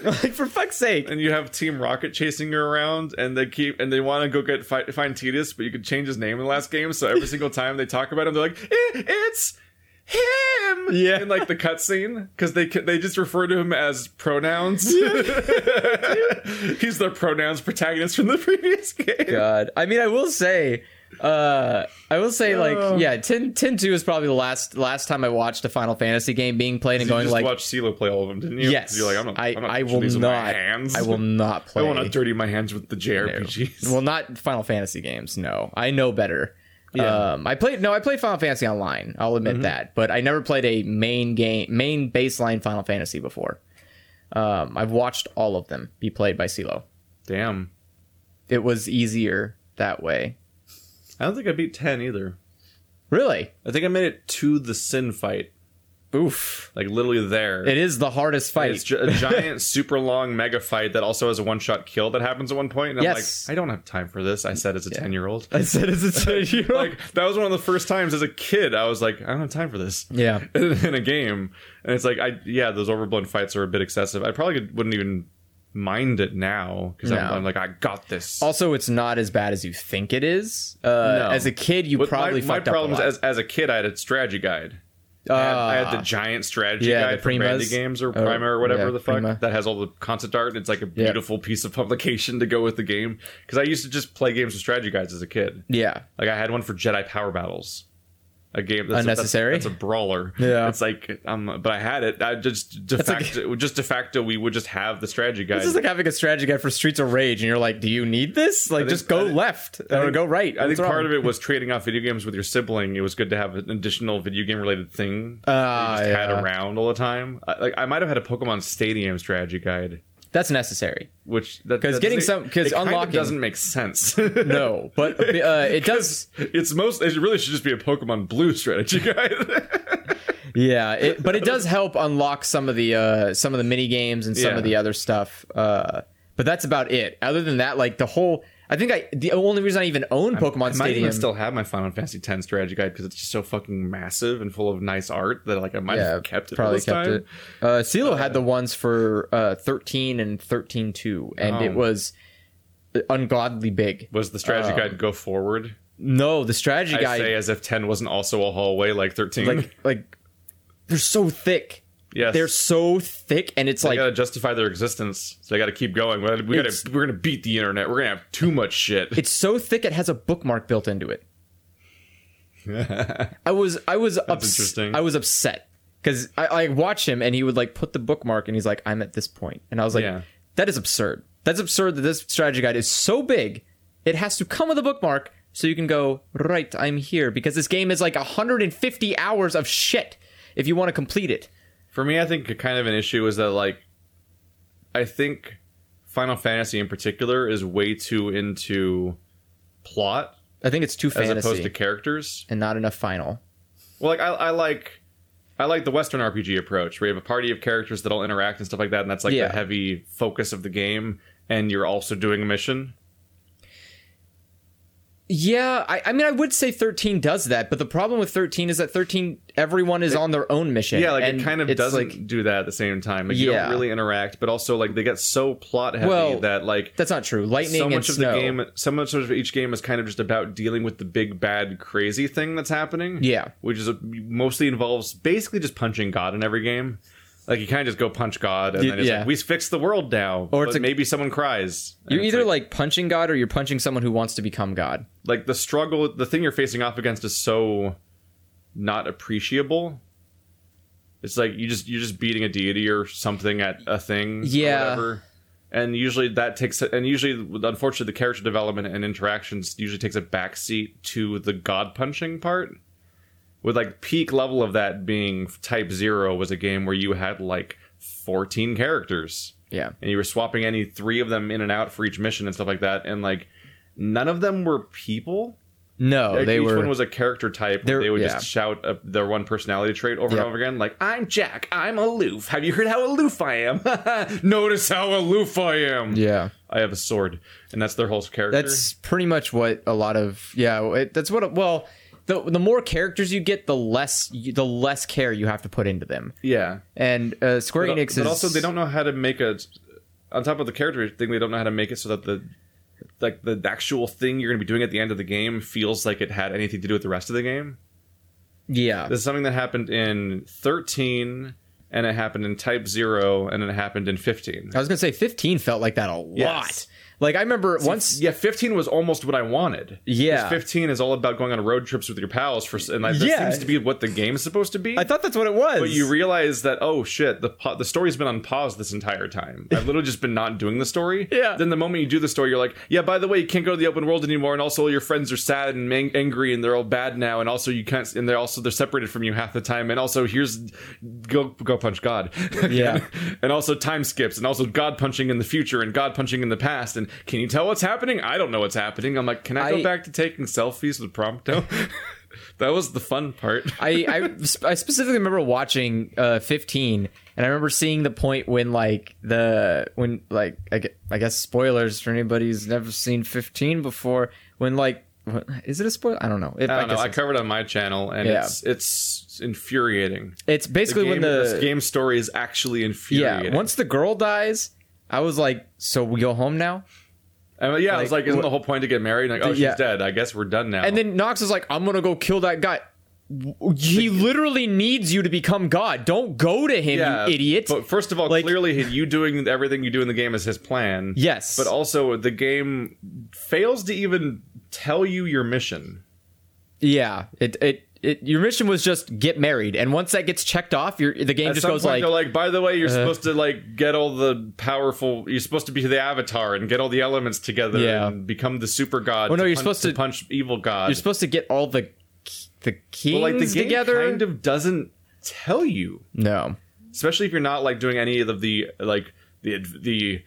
Speaker 2: like for fuck's sake.
Speaker 1: and you have Team Rocket chasing you around, and they keep and they want to go get fi- find Titus, but you could change his name in the last game. So every single time they talk about him, they're like, "I- "It's him!"
Speaker 2: Yeah.
Speaker 1: in like the cutscene because they ca- they just refer to him as pronouns. He's the pronouns protagonist from the previous game.
Speaker 2: God. I mean, I will say, uh, I will say, like, yeah, 10, 10 2 is probably the last last time I watched a Final Fantasy game being played and
Speaker 1: You
Speaker 2: going
Speaker 1: just
Speaker 2: like,
Speaker 1: watched CeeLo play all of them, didn't you?
Speaker 2: yes,
Speaker 1: You're like, I'm not,
Speaker 2: I,
Speaker 1: I'm not
Speaker 2: I
Speaker 1: touching
Speaker 2: will
Speaker 1: these with
Speaker 2: not,
Speaker 1: my hands.
Speaker 2: I will not
Speaker 1: I
Speaker 2: play.
Speaker 1: want to dirty my hands with the JRPGs.
Speaker 2: well, not Final Fantasy games. No, I know better.
Speaker 1: Yeah.
Speaker 2: Um, I played no, I played Final Fantasy Online. I'll admit that, but I never played a main game, main baseline Final Fantasy before. Um, I've watched all of them be played by CeeLo.
Speaker 1: Damn,
Speaker 2: It was easier that way.
Speaker 1: I don't think I beat ten either.
Speaker 2: Really?
Speaker 1: I think I made it to the sin fight,
Speaker 2: Oof.
Speaker 1: like literally there.
Speaker 2: It is the hardest fight.
Speaker 1: It's ju- a giant, super long mega fight that also has a one shot kill that happens at one point. And
Speaker 2: Yes.
Speaker 1: I'm like, I don't have time for this. I said as a 10 year old.
Speaker 2: I said it's a ten-year-old.
Speaker 1: Like, that was one of the first times as a kid I was like, I don't have time for this.
Speaker 2: yeah,
Speaker 1: in a game. And it's like, I yeah, those overblown fights are a bit excessive. I probably could, wouldn't even mind it now because I'm,
Speaker 2: No.
Speaker 1: I'm like, I got this.
Speaker 2: Also, it's not as bad as you think it is. Uh, As a kid, you
Speaker 1: But my-
Speaker 2: probably
Speaker 1: my,
Speaker 2: fucked
Speaker 1: problem is
Speaker 2: up. a lot. Ah.
Speaker 1: as, as a kid, I had a strategy guide. I had, I had the giant strategy
Speaker 2: Yeah,
Speaker 1: guide
Speaker 2: the
Speaker 1: for Brandy
Speaker 2: Primas.
Speaker 1: Games or Prima or whatever
Speaker 2: yeah,
Speaker 1: the fuck
Speaker 2: Prima.
Speaker 1: that has all the concept art. And it's like a beautiful piece of publication to go with the game. Because I used to just play games with strategy guides as a kid.
Speaker 2: yeah,
Speaker 1: Like I had one for Jedi Power Battles, a game that's
Speaker 2: Unnecessary?
Speaker 1: A, that's, that's a brawler.
Speaker 2: Yeah.
Speaker 1: it's like um, but I had it. I just de
Speaker 2: like-
Speaker 1: facto, just de facto, we would just have the strategy guide.
Speaker 2: this is like having a strategy guide for Streets of Rage, and you're like, do you need this? Like,
Speaker 1: think-
Speaker 2: just go
Speaker 1: I think-
Speaker 2: left
Speaker 1: I
Speaker 2: or
Speaker 1: think-
Speaker 2: go right.
Speaker 1: I think part of it was trading off video games with your sibling. It was good to have an additional video game related thing
Speaker 2: Ah,
Speaker 1: that you just
Speaker 2: yeah.
Speaker 1: had around all the time. I, like I might have had a Pokemon Stadium strategy guide,
Speaker 2: that's necessary.
Speaker 1: which that
Speaker 2: 'Cause
Speaker 1: that
Speaker 2: getting
Speaker 1: doesn't-
Speaker 2: some- 'cause
Speaker 1: it kind of
Speaker 2: unlocking-
Speaker 1: doesn't make sense.
Speaker 2: No, but uh, it does.
Speaker 1: it's most. It really should just be a Pokemon Blue strategy guide.
Speaker 2: Yeah, it, but it does help unlock some of the uh, some of the mini games and some
Speaker 1: Yeah.
Speaker 2: of the other stuff. Uh, but that's about it. Other than that, like the whole. I think I the only reason I even own Pokemon
Speaker 1: I might
Speaker 2: Stadium
Speaker 1: even still have my Final Fantasy X strategy guide because it's just so fucking massive and full of nice art that like I might have kept it. Probably this time.
Speaker 2: it. Uh, CeeLo had the ones for uh, 13 and 13 2, and
Speaker 1: Oh.
Speaker 2: it was ungodly big.
Speaker 1: Was the strategy guide go forward?
Speaker 2: No, Um, the strategy
Speaker 1: I
Speaker 2: guide,
Speaker 1: say as if ten wasn't also a hallway like thirteen.
Speaker 2: like, like they're so thick.
Speaker 1: yes,
Speaker 2: They're so thick, and it's
Speaker 1: They
Speaker 2: like
Speaker 1: gotta justify their existence, so they gotta keep going. We gotta, we
Speaker 2: It's-
Speaker 1: gotta we're gonna beat the internet. We're gonna have too much shit.
Speaker 2: it's so thick it has a bookmark built into it. I was I was ups-
Speaker 1: interesting.
Speaker 2: I was upset because I, I watched him and he would like put the bookmark and he's like I'm at this point and I was like
Speaker 1: Yeah.
Speaker 2: that is absurd. That's absurd that this strategy guide is so big. It has to come with a bookmark so you can go right. I'm here because this game is like 150 hours of shit if you want to complete it.
Speaker 1: For me, I think a kind of an issue is that like, I think Final Fantasy in particular is way too into plot
Speaker 2: I think it's too
Speaker 1: as opposed
Speaker 2: fantasy
Speaker 1: to characters.
Speaker 2: and not enough final.
Speaker 1: Well, like I, I like I like the Western RPG approach where you have a party of characters that all interact and stuff like that, and that's like
Speaker 2: Yeah.
Speaker 1: the heavy focus of the game. And you're also doing a mission.
Speaker 2: Yeah, I, I mean, I would say 13 does that, but the problem with 13 is that 13, everyone is on their own mission.
Speaker 1: Yeah, like
Speaker 2: and
Speaker 1: it kind of
Speaker 2: it's
Speaker 1: doesn't
Speaker 2: like-
Speaker 1: do that at the same time. Like you
Speaker 2: Yeah.
Speaker 1: don't really interact, but also like they get so plot heavy
Speaker 2: Well,
Speaker 1: that like
Speaker 2: that's not true. Lightning
Speaker 1: so much
Speaker 2: and
Speaker 1: of
Speaker 2: snow.
Speaker 1: the game, so much of each game is kind of just about dealing with the big bad crazy thing that's happening.
Speaker 2: Yeah.
Speaker 1: which is mostly involves basically just punching God in every game. Like you kind of just go punch God, and
Speaker 2: Y-
Speaker 1: then it's
Speaker 2: yeah.
Speaker 1: like we fixed the world now, or
Speaker 2: Or it's
Speaker 1: it's
Speaker 2: a-
Speaker 1: maybe someone cries. And
Speaker 2: You're
Speaker 1: it's
Speaker 2: either like, punching God or you're punching someone who wants to become God.
Speaker 1: like the struggle the thing you're facing off against is so not appreciable it's like you just you're just beating a deity or something at a thing or
Speaker 2: Yeah.
Speaker 1: whatever and usually that takes and usually unfortunately the character development and interactions usually takes a backseat to the god punching part with like peak level of that being type zero was a game where you had like 14 characters
Speaker 2: Yeah.
Speaker 1: and you were swapping any three of them in and out for each mission and stuff like that, and like none of them were people.
Speaker 2: No,
Speaker 1: Like,
Speaker 2: Oh, they
Speaker 1: each
Speaker 2: were.
Speaker 1: one was a character type.
Speaker 2: They're-
Speaker 1: They would
Speaker 2: yeah.
Speaker 1: just shout uh, their one personality trait over
Speaker 2: Yep.
Speaker 1: and over again, like "I'm Jack. I'm aloof. Have you heard how aloof I am? Notice how aloof I am.
Speaker 2: yeah.
Speaker 1: I have a sword, and that's their whole character.
Speaker 2: That's pretty much what a lot of yeah. It, that's what well, the the more characters you get, the less you, the less care you have to put into them.
Speaker 1: yeah.
Speaker 2: And uh, Square
Speaker 1: But,
Speaker 2: Enix is
Speaker 1: but also, they don't know how to make a. On top of the character thing, they don't know how to make it so that the like the actual thing you're going to be doing at the end of the game feels like it had anything to do with the rest of the game.
Speaker 2: yeah
Speaker 1: This is something that happened in 13, and it happened in Type Zero, and it happened in 15.
Speaker 2: I was gonna say 15 felt like that a lot.
Speaker 1: Yes.
Speaker 2: Like I remember once.
Speaker 1: yeah, 15 was almost what I wanted.
Speaker 2: Yeah.
Speaker 1: 'Cause 15 is all about going on road trips with your pals for, and like, that
Speaker 2: Yeah.
Speaker 1: seems to be what the game is supposed to be.
Speaker 2: I thought that's what it was.
Speaker 1: But you realize that oh shit, the po- the story's been on pause this entire time. I've literally just been not doing the story.
Speaker 2: Yeah.
Speaker 1: Then the moment you do the story, you're like, yeah. By the way, you can't go to the open world anymore, and also all your friends are sad and man- angry, and they're all bad now, and also you can't, and they're also they're separated from you half the time, and also here's go go punch God.
Speaker 2: Yeah.
Speaker 1: and also time skips, and also God punching in the future, and God punching in the past, and can you tell what's happening? I don't know what's happening. I'm like, can I,
Speaker 2: I-
Speaker 1: go back to taking selfies with Prompto? that was the fun part.
Speaker 2: I, I sp- I specifically remember watching uh 15 and I remember seeing the point when like the when like I gue- I guess spoilers for anybody who's never seen 15 before when like what- is it a spoiler? I don't know. It,
Speaker 1: I don't know.
Speaker 2: guess
Speaker 1: I
Speaker 2: it's-
Speaker 1: covered it on my channel, and
Speaker 2: Yeah.
Speaker 1: it's it's infuriating.
Speaker 2: it's
Speaker 1: The
Speaker 2: basically
Speaker 1: game,
Speaker 2: when the
Speaker 1: this game story is actually
Speaker 2: yeah
Speaker 1: infuriating.
Speaker 2: once the girl dies, I was like, so we go home now.
Speaker 1: I mean, uh, yeah, I was
Speaker 2: like,
Speaker 1: like, isn't
Speaker 2: wh-
Speaker 1: the whole point to get married? Like, oh, she's
Speaker 2: yeah.
Speaker 1: dead. I guess we're done now.
Speaker 2: And then Knox is like, I'm gonna go kill that guy. W- He literally needs you to become God. Don't go to him,
Speaker 1: yeah,
Speaker 2: you idiot.
Speaker 1: But first of all,
Speaker 2: Like-
Speaker 1: clearly you doing everything you do in the game is his plan.
Speaker 2: Yes.
Speaker 1: but also the game fails to even tell you your mission.
Speaker 2: Yeah, it it. It, your mission was just get married, and once that gets checked off, your the game
Speaker 1: At
Speaker 2: just
Speaker 1: some
Speaker 2: goes
Speaker 1: point,
Speaker 2: like, uh-huh.
Speaker 1: they're like, by the way, you're supposed to like get all the powerful. You're supposed to be the avatar and get all the elements together
Speaker 2: Yeah.
Speaker 1: and become the super god.
Speaker 2: Oh, no,
Speaker 1: to
Speaker 2: you're
Speaker 1: punch-
Speaker 2: supposed to-
Speaker 1: punch evil god.
Speaker 2: you're supposed to get all the the kings
Speaker 1: Well, like the game
Speaker 2: together.
Speaker 1: kind of doesn't tell you,
Speaker 2: no,
Speaker 1: especially if you're not like doing any of the like the the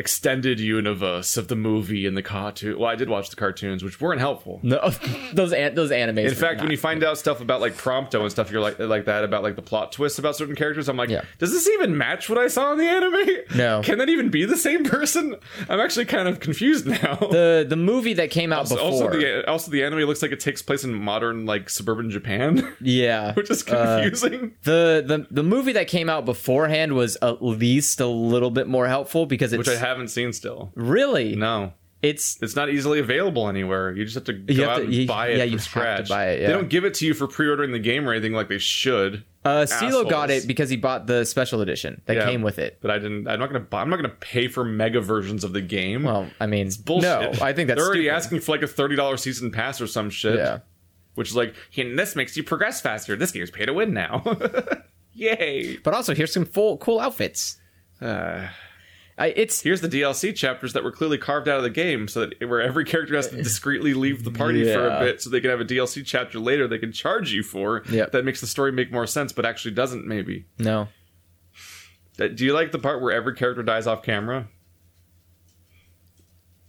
Speaker 1: extended universe of the movie and the cartoon. Well, I did watch the cartoons, which weren't helpful.
Speaker 2: no, those an, those animes.
Speaker 1: In fact, when you find out stuff about like Prompto and stuff, you're like like that about like the plot twists about certain characters. I'm like,
Speaker 2: Yeah.
Speaker 1: does this even match what I saw in the anime?
Speaker 2: No.
Speaker 1: can that even be the same person? I'm actually kind of confused now.
Speaker 2: the the movie that came out before,
Speaker 1: also, the also the anime looks like it takes place in modern like suburban Japan,
Speaker 2: yeah,
Speaker 1: which is
Speaker 2: Uh,
Speaker 1: confusing.
Speaker 2: the the the movie that came out beforehand was at least a little bit more helpful because it's
Speaker 1: which I haven't seen still.
Speaker 2: really
Speaker 1: No,
Speaker 2: it's
Speaker 1: it's not easily available anywhere. You just have to go
Speaker 2: You have
Speaker 1: out
Speaker 2: to-
Speaker 1: and
Speaker 2: you-
Speaker 1: buy it
Speaker 2: yeah,
Speaker 1: from
Speaker 2: you have to
Speaker 1: scratch.
Speaker 2: buy it, yeah.
Speaker 1: They don't give it to you for pre-ordering the game or anything like they should.
Speaker 2: uh CeeLo got
Speaker 1: Assholes.
Speaker 2: it because he bought the special edition that
Speaker 1: Yeah.
Speaker 2: came with it.
Speaker 1: But I didn't. I'm not gonna. Buy, I'm not gonna pay for mega versions of the game.
Speaker 2: Well, I mean, no,
Speaker 1: bullshit.
Speaker 2: I think that's
Speaker 1: they're already
Speaker 2: stupid.
Speaker 1: asking for like a thirty dollars season pass or some shit.
Speaker 2: Yeah.
Speaker 1: Which is like, and this makes you progress faster. This game's pay to win now. Yay!
Speaker 2: But also, here's some full cool outfits.
Speaker 1: Uh,
Speaker 2: I, it's
Speaker 1: here's the DLC chapters that were clearly carved out of the game, so that where every character has to discreetly leave the party for a
Speaker 2: Yeah.
Speaker 1: bit, so they can have a DLC chapter later they can charge you for.
Speaker 2: Yep.
Speaker 1: that makes the story make more sense, but actually doesn't. Maybe.
Speaker 2: no.
Speaker 1: Uh, Do you like the part where every character dies off camera?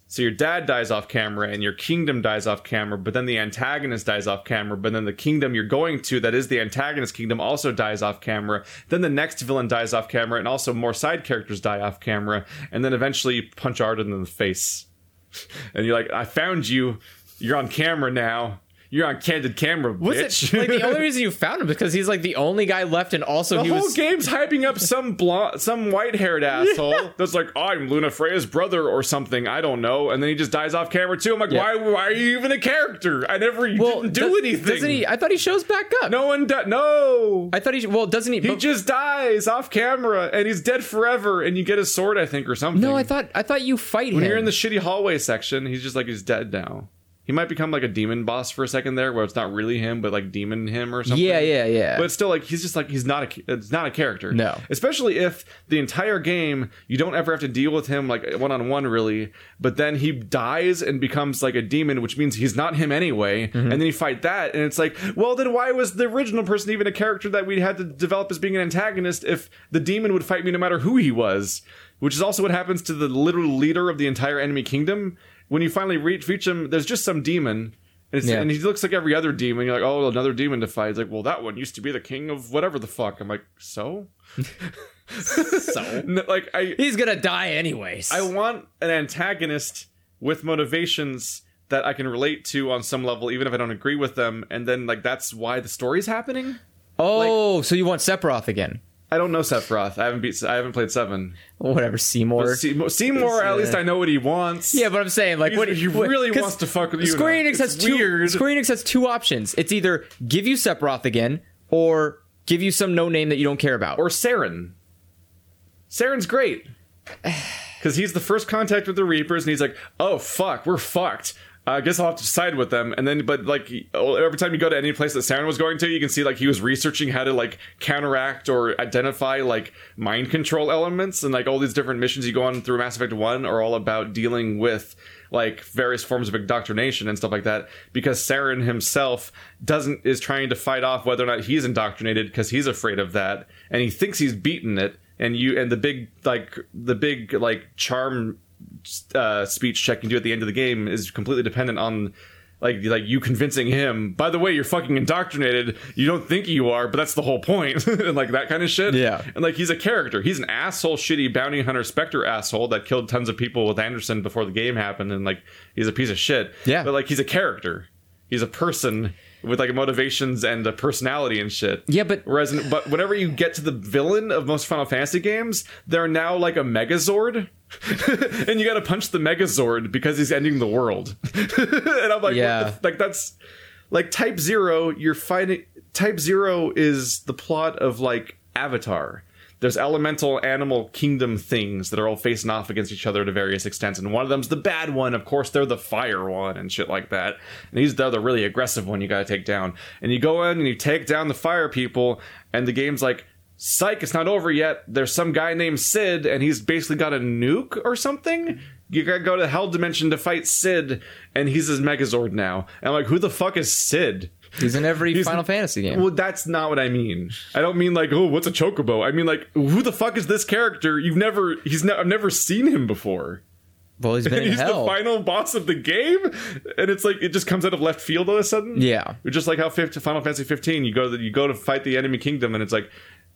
Speaker 1: So your dad dies off camera and your kingdom dies off camera, but then the antagonist dies off camera, but then the kingdom you're going to, that is the antagonist kingdom, also dies off camera. Then the next villain dies off camera, and also more side characters die off camera, and then eventually you punch Arden in the face. And you're like, I found you. You're on camera now. You're on candid camera.
Speaker 2: Was
Speaker 1: bitch.
Speaker 2: it like the only reason you found him because he's like the only guy left, and also
Speaker 1: The
Speaker 2: he
Speaker 1: whole
Speaker 2: was
Speaker 1: game's hyping up some blonde, some white-haired asshole that's like, "I'm Luna Freya's brother" or something. I don't know. And then he just dies off camera too. I'm like,
Speaker 2: Yeah.
Speaker 1: "Why? Why are you even a character? I never you
Speaker 2: well
Speaker 1: didn't
Speaker 2: does-
Speaker 1: do anything.
Speaker 2: Doesn't he? I thought he shows back up.
Speaker 1: no one. Di- no.
Speaker 2: I thought he. Well, doesn't he?
Speaker 1: he
Speaker 2: but-
Speaker 1: just dies off camera, and he's dead forever. And you get his sword, I think, or something.
Speaker 2: no, I thought I thought you fight
Speaker 1: when
Speaker 2: him.
Speaker 1: you're in the shitty hallway section, he's just like he's dead now. He might become like a demon boss for a second there, where it's not really him, but like demon him or something.
Speaker 2: Yeah, yeah, yeah.
Speaker 1: But it's still like he's just like he's not a it's not a character.
Speaker 2: No.
Speaker 1: especially if the entire game you don't ever have to deal with him like one on one really. But then he dies and becomes like a demon, which means he's not him anyway. And then you fight that, and it's like, well, then why was the original person even a character that we had to develop as being an antagonist if the demon would fight me no matter who he was? Which is also what happens to the literal leader of the entire enemy kingdom when you finally reach reach him. There's just some demon. And, it's,
Speaker 4: Yeah.
Speaker 1: and he looks like every other demon. You're like, oh, another demon to fight. It's like, well, that one used to be the king of whatever the fuck. I'm like, so? so? like, I,
Speaker 2: He's gonna die anyways.
Speaker 1: I want an antagonist with motivations that I can relate to on some level, even if I don't agree with them. And then, like, that's why the story's happening.
Speaker 2: oh, so you want Sephiroth again?
Speaker 1: I don't know Sephiroth. I haven't beat. I haven't played seven.
Speaker 2: Whatever, Seymour.
Speaker 1: Seymour, Seymour at least I know what he wants.
Speaker 2: yeah, but I'm saying like
Speaker 1: He's-
Speaker 2: what
Speaker 1: he
Speaker 2: what-
Speaker 1: really
Speaker 2: 'cause
Speaker 1: wants to fuck with you
Speaker 2: Square
Speaker 1: now.
Speaker 2: Enix has
Speaker 1: It's
Speaker 2: two.
Speaker 1: weird.
Speaker 2: Square Enix has two options. It's either give you Sephiroth again, or give you some no name that you don't care about.
Speaker 1: or Saren. Saren's great because he's the first contact with the Reapers, and he's like, "Oh fuck, we're fucked." I guess I'll have to side with them, and then, but like he- oh, every time you go to any place that Saren was going to, you can see like he was researching how to like counteract or identify like mind control elements, and like all these different missions you go on through Mass Effect One are all about dealing with like various forms of indoctrination and stuff like that. Because Saren himself doesn't is trying to fight off whether or not he's indoctrinated because he's afraid of that, and he thinks he's beaten it, and you and the big like the big like charm uh, speech check you do at the end of the game is completely dependent on like like you convincing him. By the way, you're fucking indoctrinated. You don't think you are, but that's the whole point, and like that kind of shit.
Speaker 2: Yeah.
Speaker 1: and like he's a character. He's an asshole, shitty bounty hunter, specter asshole that killed tons of people with Anderson before the game happened, and like he's a piece of shit.
Speaker 2: Yeah.
Speaker 1: but like he's a character. He's a person with like motivations and a personality and shit.
Speaker 2: Yeah, but-
Speaker 1: whereas but whenever you get to the villain of most Final Fantasy games, they're now like a Megazord, and you got to punch the Megazord because he's ending the world. and I'm like,
Speaker 2: Yeah.
Speaker 1: what the- like that's like Type Zero. You're fighting Type Zero is the plot of like Avatar. There's elemental animal kingdom things that are all facing off against each other to various extents, and one of them's the bad one. Of course, they're the fire one and shit like that. And he's they're the really aggressive one you got to take down. And you go in and you take down the fire people, and the game's like, psych, it's not over yet. There's some guy named Sid, and he's basically got a nuke or something. You gotta go to Hell Dimension to fight Sid, and he's his Megazord now. And I'm like, who the fuck is Sid?
Speaker 2: He's in every
Speaker 1: He's-
Speaker 2: Final Fantasy game.
Speaker 1: Well, that's not what I mean. I don't mean like, oh, what's a chocobo? I mean like, who the fuck is this character? You've never, he's not, I've never seen him before.
Speaker 2: Well, he's been
Speaker 1: And
Speaker 2: in
Speaker 1: he's
Speaker 2: hell.
Speaker 1: the final boss of the game, and it's like it just comes out of left field all of a sudden.
Speaker 2: Yeah.
Speaker 1: just like how 50, Final Fantasy 15, you go to the, you go to fight the enemy kingdom, and it's like.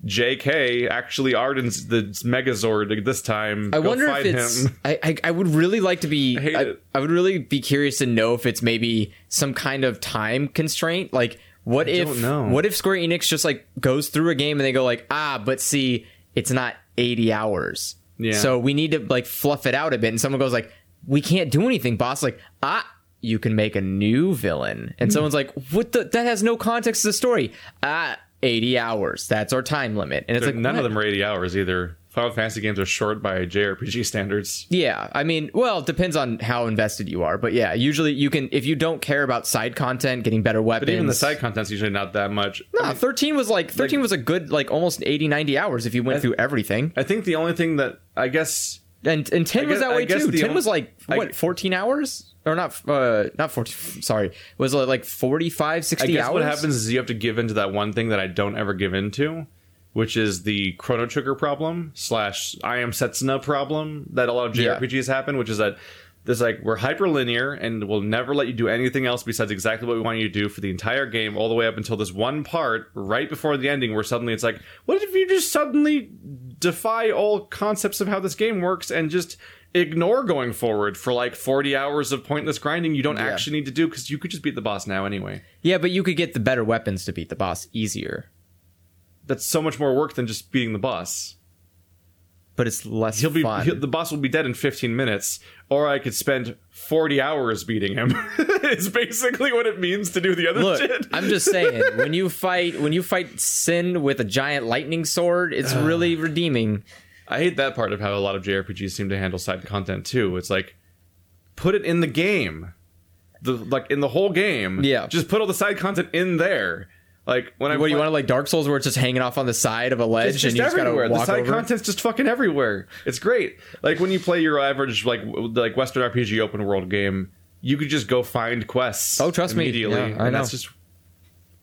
Speaker 1: J.K. actually Arden's the Megazord this time.
Speaker 2: I
Speaker 1: Go
Speaker 2: wonder if
Speaker 1: fight
Speaker 2: it's.
Speaker 1: him.
Speaker 2: I, I I would really like to be. I,
Speaker 1: hate
Speaker 2: I,
Speaker 1: it.
Speaker 2: would really be curious to know if it's maybe some kind of time constraint. Like, what if?
Speaker 1: don't know.
Speaker 2: What if Square Enix just like goes through a game and they go like, ah, but see, it's not eighty hours.
Speaker 1: Yeah.
Speaker 2: So we need to like fluff it out a bit, and someone goes like, we can't do anything, boss. Like, ah. You can make a new villain,
Speaker 1: Hmm.
Speaker 2: and someone's like, "What the? That has no context to the story." Ah, eighty hours. That's our time limit, and it's like
Speaker 1: none
Speaker 2: what?
Speaker 1: of them are 80 hours either. Final Fantasy games are short by JRPG standards.
Speaker 2: Yeah, I mean, well, it depends on how invested you are, but yeah, usually you can if you don't care about side content, getting better weapons.
Speaker 1: But even the side content's usually not that much.
Speaker 2: Nah, 13 was like 13 was a good like almost 80 90 hours if you went through everything.
Speaker 1: I think the only thing that I guess
Speaker 2: And and 10 was
Speaker 1: guess-
Speaker 2: that
Speaker 1: I
Speaker 2: way
Speaker 1: guess
Speaker 2: too.
Speaker 1: the
Speaker 2: 10
Speaker 1: on-
Speaker 2: was like
Speaker 1: I-
Speaker 2: what 14 hours or not uh not 14 sorry. Was it like 45
Speaker 1: I
Speaker 2: 60
Speaker 1: guess
Speaker 2: hours?
Speaker 1: what happens is you have to give into that one thing that I don't ever give into, which is the Chrono Trigger problem slash I am Setsuna problem that a lot of
Speaker 2: Yeah.
Speaker 1: JRPGs happen, which is that there's like we're hyperlinear and we'll never let you do anything else besides exactly what we want you to do for the entire game, all the way up until this one part right before the ending, where suddenly it's like, what if you just suddenly defy all concepts of how this game works and just ignore going forward for like 40 hours of pointless grinding you don't actually need to do because you could just beat the boss now anyway
Speaker 2: Yeah, but you could get the better weapons to beat the boss easier,
Speaker 1: that's so much more work than just beating the boss.
Speaker 2: but it's less
Speaker 1: He'll be
Speaker 2: fun.
Speaker 1: he'll- the boss will be dead in 15 minutes, or I could spend 40 hours beating him. it's basically what it means to do the other
Speaker 2: Look,
Speaker 1: shit.
Speaker 2: I'm just saying when you fight when you fight Sin with a giant lightning sword, it's really redeeming.
Speaker 1: I hate that part of how a lot of JRPGs seem to handle side content too. It's like put it in the game. the like in the whole game.
Speaker 2: Yeah.
Speaker 1: just put all the side content in there. Like when I
Speaker 2: What do you
Speaker 1: play-
Speaker 2: want to like Dark Souls where it's just hanging off on the side of a ledge
Speaker 1: It's just
Speaker 2: and you just
Speaker 1: everywhere.
Speaker 2: gotta walk
Speaker 1: the side
Speaker 2: over? it?
Speaker 1: content's just fucking everywhere. It's great. Like when you play your average like w- like Western RPG open world game, you could just go find quests.
Speaker 2: Oh, trust me.
Speaker 1: immediately,
Speaker 2: Yeah, I
Speaker 1: and that's
Speaker 2: know.
Speaker 1: just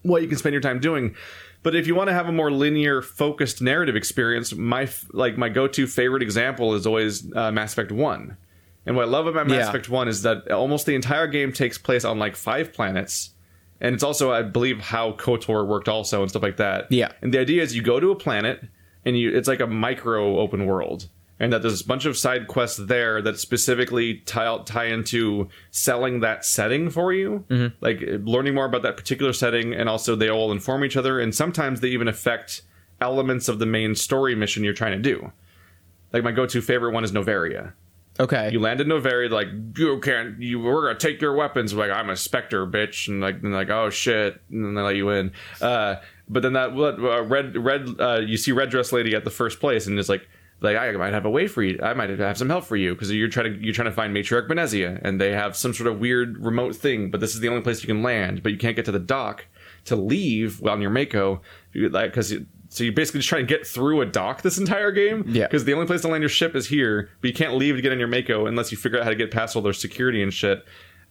Speaker 1: what you can spend your time doing. But if you want to have a more linear, focused narrative experience, my f- like my go to favorite example is always uh, Mass Effect One. And what I love about Mass
Speaker 2: Yeah.
Speaker 1: Effect One is that almost the entire game takes place on like five planets. And it's also, I believe, how KOTOR worked also and stuff like that.
Speaker 2: Yeah.
Speaker 1: And the idea is you go to a planet and you it's like a micro open world. And that there's a bunch of side quests there that specifically tie, tie into selling that setting for you, like learning more about that particular setting, and also they all inform each other, and sometimes they even affect elements of the main story mission you're trying to do. Like my go-to favorite one is Novaria.
Speaker 2: Okay.
Speaker 1: You land in Novaria, like you can't. You we're gonna take your weapons. Like I'm a specter, bitch, and like and like oh shit, and then they let you in. Uh, but then that what uh, red red uh, you see red dress lady at the first place, and it's like like I might have a way for you. I might have some help for you because you're trying to you're trying to find matriarch Benezia, and they have some sort of weird remote thing. But this is the only place you can land. But you can't get to the dock to leave on your Mako, you- like because. So you basically just try and get through a dock this entire game,
Speaker 2: Yeah.
Speaker 1: Because the only place to land your ship is here, but you can't leave to get on your Mako unless you figure out how to get past all their security and shit.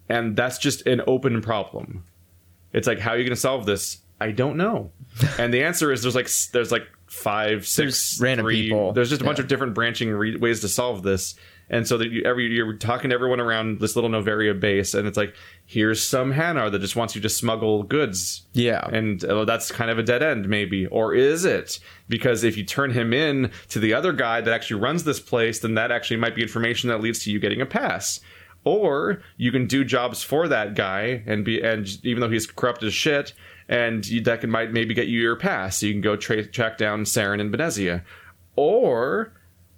Speaker 1: And that's just an open problem. It's like, how are you going to solve this? I don't know. and the answer is there's like s- there's like five, six
Speaker 2: There's random
Speaker 1: three-
Speaker 2: people.
Speaker 1: There's just a bunch of different branching re- ways to solve this. And so that you, every you're talking to everyone around this little Novaria base, and it's like, here's some Hanar that just wants you to smuggle goods.
Speaker 2: Yeah.
Speaker 1: And uh, that's kind of a dead end, maybe. Or is it? Because if you turn him in to the other guy that actually runs this place, then that actually might be information that leads to you getting a pass. Or you can do jobs for that guy and be, and even though he's corrupt as shit, and you, that can might maybe get you your pass. So you can go tra- track down Saren and Benezia. Or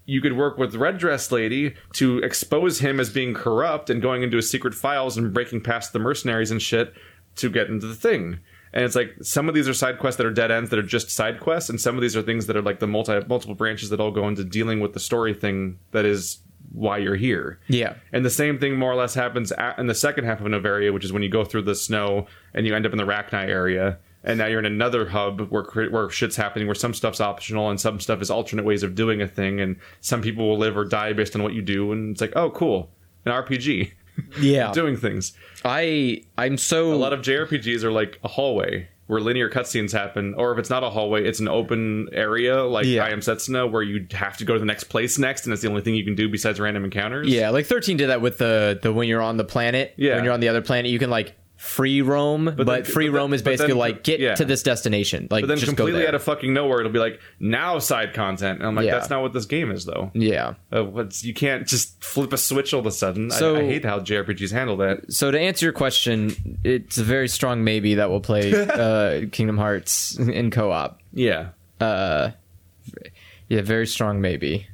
Speaker 1: you could work with Red Dress Lady to expose him as being corrupt and going into his secret files and breaking past the mercenaries and shit to get into the thing. And it's like some of these are side quests that are dead ends that are just side quests, and some of these are things that are like the multi multiple branches that all go into dealing with the story thing that is why you're here.
Speaker 2: Yeah.
Speaker 1: And the same thing more or less happens a in the second half of Novaria, which is when you go through the snow and you end up in the Rachni area. And now you're in another hub where cre- where shit's happening, where some stuff's optional and some stuff is alternate ways of doing a thing, and some people will live or die based on what you do. And it's like, oh, cool, an RPG,
Speaker 2: Yeah.
Speaker 1: doing things.
Speaker 2: I I'm so
Speaker 1: A lot of JRPGs are like a hallway where linear cutscenes happen, or if it's not a hallway, it's an open area like
Speaker 2: Yeah.
Speaker 1: I Am Setsuna, where you have to go to the next place next, and that's the only thing you can do besides random encounters.
Speaker 2: Yeah, like 13 did that with the the when you're on the planet.
Speaker 1: Yeah.
Speaker 2: When you're on the other planet, you can like free roam, but,
Speaker 1: then-
Speaker 2: free
Speaker 1: but then-
Speaker 2: roam is
Speaker 1: but then-
Speaker 2: basically like get
Speaker 1: yeah.
Speaker 2: to this destination. Like
Speaker 1: But then
Speaker 2: just go
Speaker 1: completely
Speaker 2: there.
Speaker 1: out of fucking nowhere, it'll be like now side content, and I'm like,
Speaker 2: Yeah.
Speaker 1: that's not what this game is though.
Speaker 2: yeah.
Speaker 1: Uh, what's, you can't just flip a switch all of a sudden.
Speaker 2: So-
Speaker 1: I, I hate how JRPGs handle that.
Speaker 2: So to answer your question, it's a very strong maybe that will play uh, Kingdom Hearts in co-op.
Speaker 1: Yeah,
Speaker 2: Yeah, very strong maybe.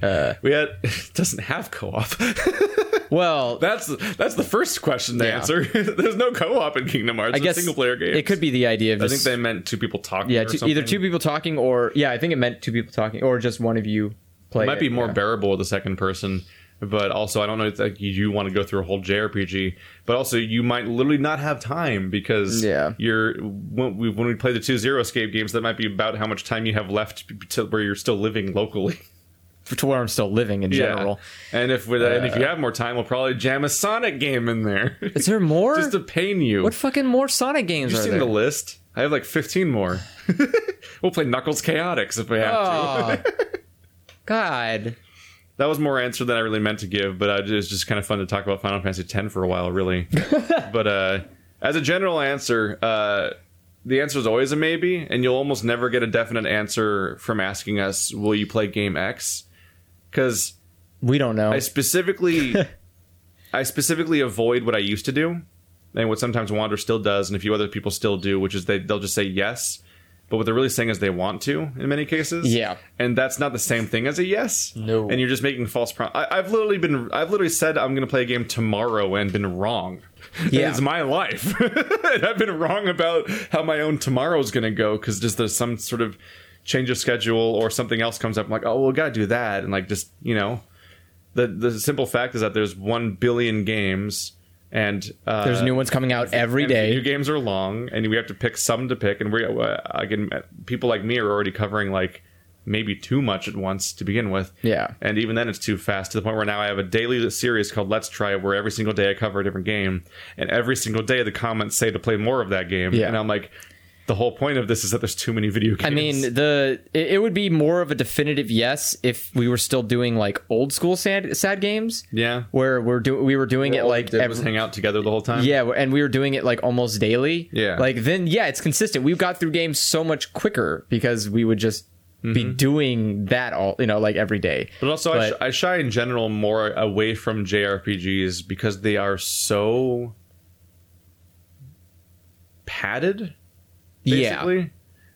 Speaker 1: we had it doesn't have co-op.
Speaker 2: Well,
Speaker 1: that's that's the first question to
Speaker 2: Yeah.
Speaker 1: answer. There's no co-op in Kingdom Hearts.
Speaker 2: I guess
Speaker 1: single player game.
Speaker 2: It could be the idea of
Speaker 1: I
Speaker 2: just
Speaker 1: think they meant two people talking.
Speaker 2: yeah,
Speaker 1: or
Speaker 2: two,
Speaker 1: something.
Speaker 2: either two people talking or yeah, I think it meant two people talking or just one of you play.
Speaker 1: It might be more
Speaker 2: yeah.
Speaker 1: bearable with the second person, but also I don't know. It's like you, you want to go through a whole JRPG, but also you might literally not have time because
Speaker 2: Yeah.
Speaker 1: you're when we, when we play the two zero escape games, that might be about how much time you have left to where you're still living locally.
Speaker 2: to where I'm still living in general.
Speaker 1: and if with, and
Speaker 2: Uh,
Speaker 1: if you have more time, we'll probably jam a Sonic game in there
Speaker 2: Is there more?
Speaker 1: just to pain you.
Speaker 2: what fucking more Sonic games
Speaker 1: You've
Speaker 2: are
Speaker 1: seen
Speaker 2: there?
Speaker 1: the list. I have like fifteen more. we'll play Knuckles Chaotix if we have to.
Speaker 2: Oh, Aw. God.
Speaker 1: That was more answer than I really meant to give, but I, it was just kind of fun to talk about Final Fantasy X for a while, really. but uh, as a general answer, uh, the answer is always a maybe, and you'll almost never get a definite answer from asking us, "Will you play game X?" Because
Speaker 2: We don't know.
Speaker 1: I specifically, I specifically avoid what I used to do, and what sometimes Wander still does, and a few other people still do, which is they they'll just say yes, but what they're really saying is they want to in many cases.
Speaker 2: Yeah.
Speaker 1: and that's not the same thing as a yes.
Speaker 2: No.
Speaker 1: and you're just making false prom. I, I've literally been, I've literally said I'm going to play a game tomorrow and been wrong. And
Speaker 2: Yeah.
Speaker 1: it's my life. And I've been wrong about how my own tomorrow's going to go because just there's some sort of change of schedule or something else comes up. I'm like, oh, well, we got to do that, and like just you know the the simple fact is that there's one billion games And uh,
Speaker 2: There's new ones coming out every
Speaker 1: and New
Speaker 2: day.
Speaker 1: games are long, and we have to pick some to pick. And we uh, again, people like me are already covering like maybe too much at once to begin with.
Speaker 2: Yeah.
Speaker 1: And even then, it's too fast to the point where now I have a daily series called Let's Try, where every single day I cover a different game, and every single day the comments say to play more of that game.
Speaker 2: Yeah.
Speaker 1: And I'm like, the whole point of this is that there's too many video games.
Speaker 2: I mean, the it, it would be more of a definitive yes if we were still doing like old school sad, sad games.
Speaker 1: yeah.
Speaker 2: Where we're do we were doing it
Speaker 1: All we
Speaker 2: like
Speaker 1: did was
Speaker 2: every,
Speaker 1: hang out together the whole time.
Speaker 2: yeah, and we were doing it like almost daily.
Speaker 1: Yeah.
Speaker 2: like then yeah, it's consistent. We got through games so much quicker because we would just be
Speaker 1: Mm-hmm.
Speaker 2: doing that all you know like every day.
Speaker 1: But also, I, sh- I shy in general more away from JRPGs because they are so padded. Basically.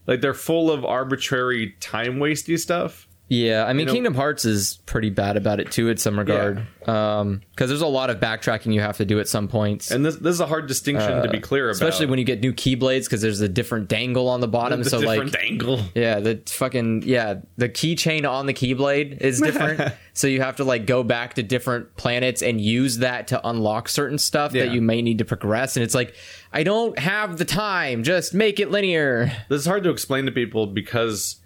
Speaker 1: Like they're full of arbitrary time wasty stuff.
Speaker 2: Yeah, I mean,
Speaker 1: know-
Speaker 2: Kingdom Hearts is pretty bad about it too, in some regard, because there's a lot of backtracking you have to do at some points,
Speaker 1: And this, this is a hard distinction to be clear about.
Speaker 2: Uh, especially when you get new keyblades, because there's a different dangle on the bottom.
Speaker 1: the
Speaker 2: so like,
Speaker 1: different angle.
Speaker 2: yeah, the fucking yeah, the keychain on the keyblade is different, so you have to like go back to different planets and use that to unlock certain stuff
Speaker 1: Yeah.
Speaker 2: that you may need to progress. And it's like, I don't have the time. Just make it linear.
Speaker 1: This is hard to explain to people because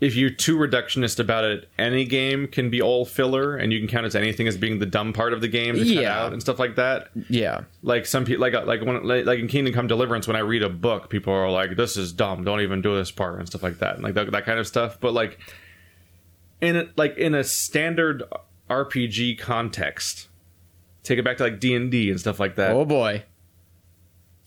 Speaker 1: if you're too reductionist about it, any game can be all filler and you can count as anything as being the dumb part of the game to cut
Speaker 2: Yeah.
Speaker 1: out and stuff like that.
Speaker 2: Yeah,
Speaker 1: like some people like uh, like when like, like in Kingdom Come Deliverance when I read a book people are like this is dumb don't even do this part and stuff like that and like that, that kind of stuff but like in a, like in a standard RPG context take it back to like D&D and stuff like that
Speaker 2: oh boy,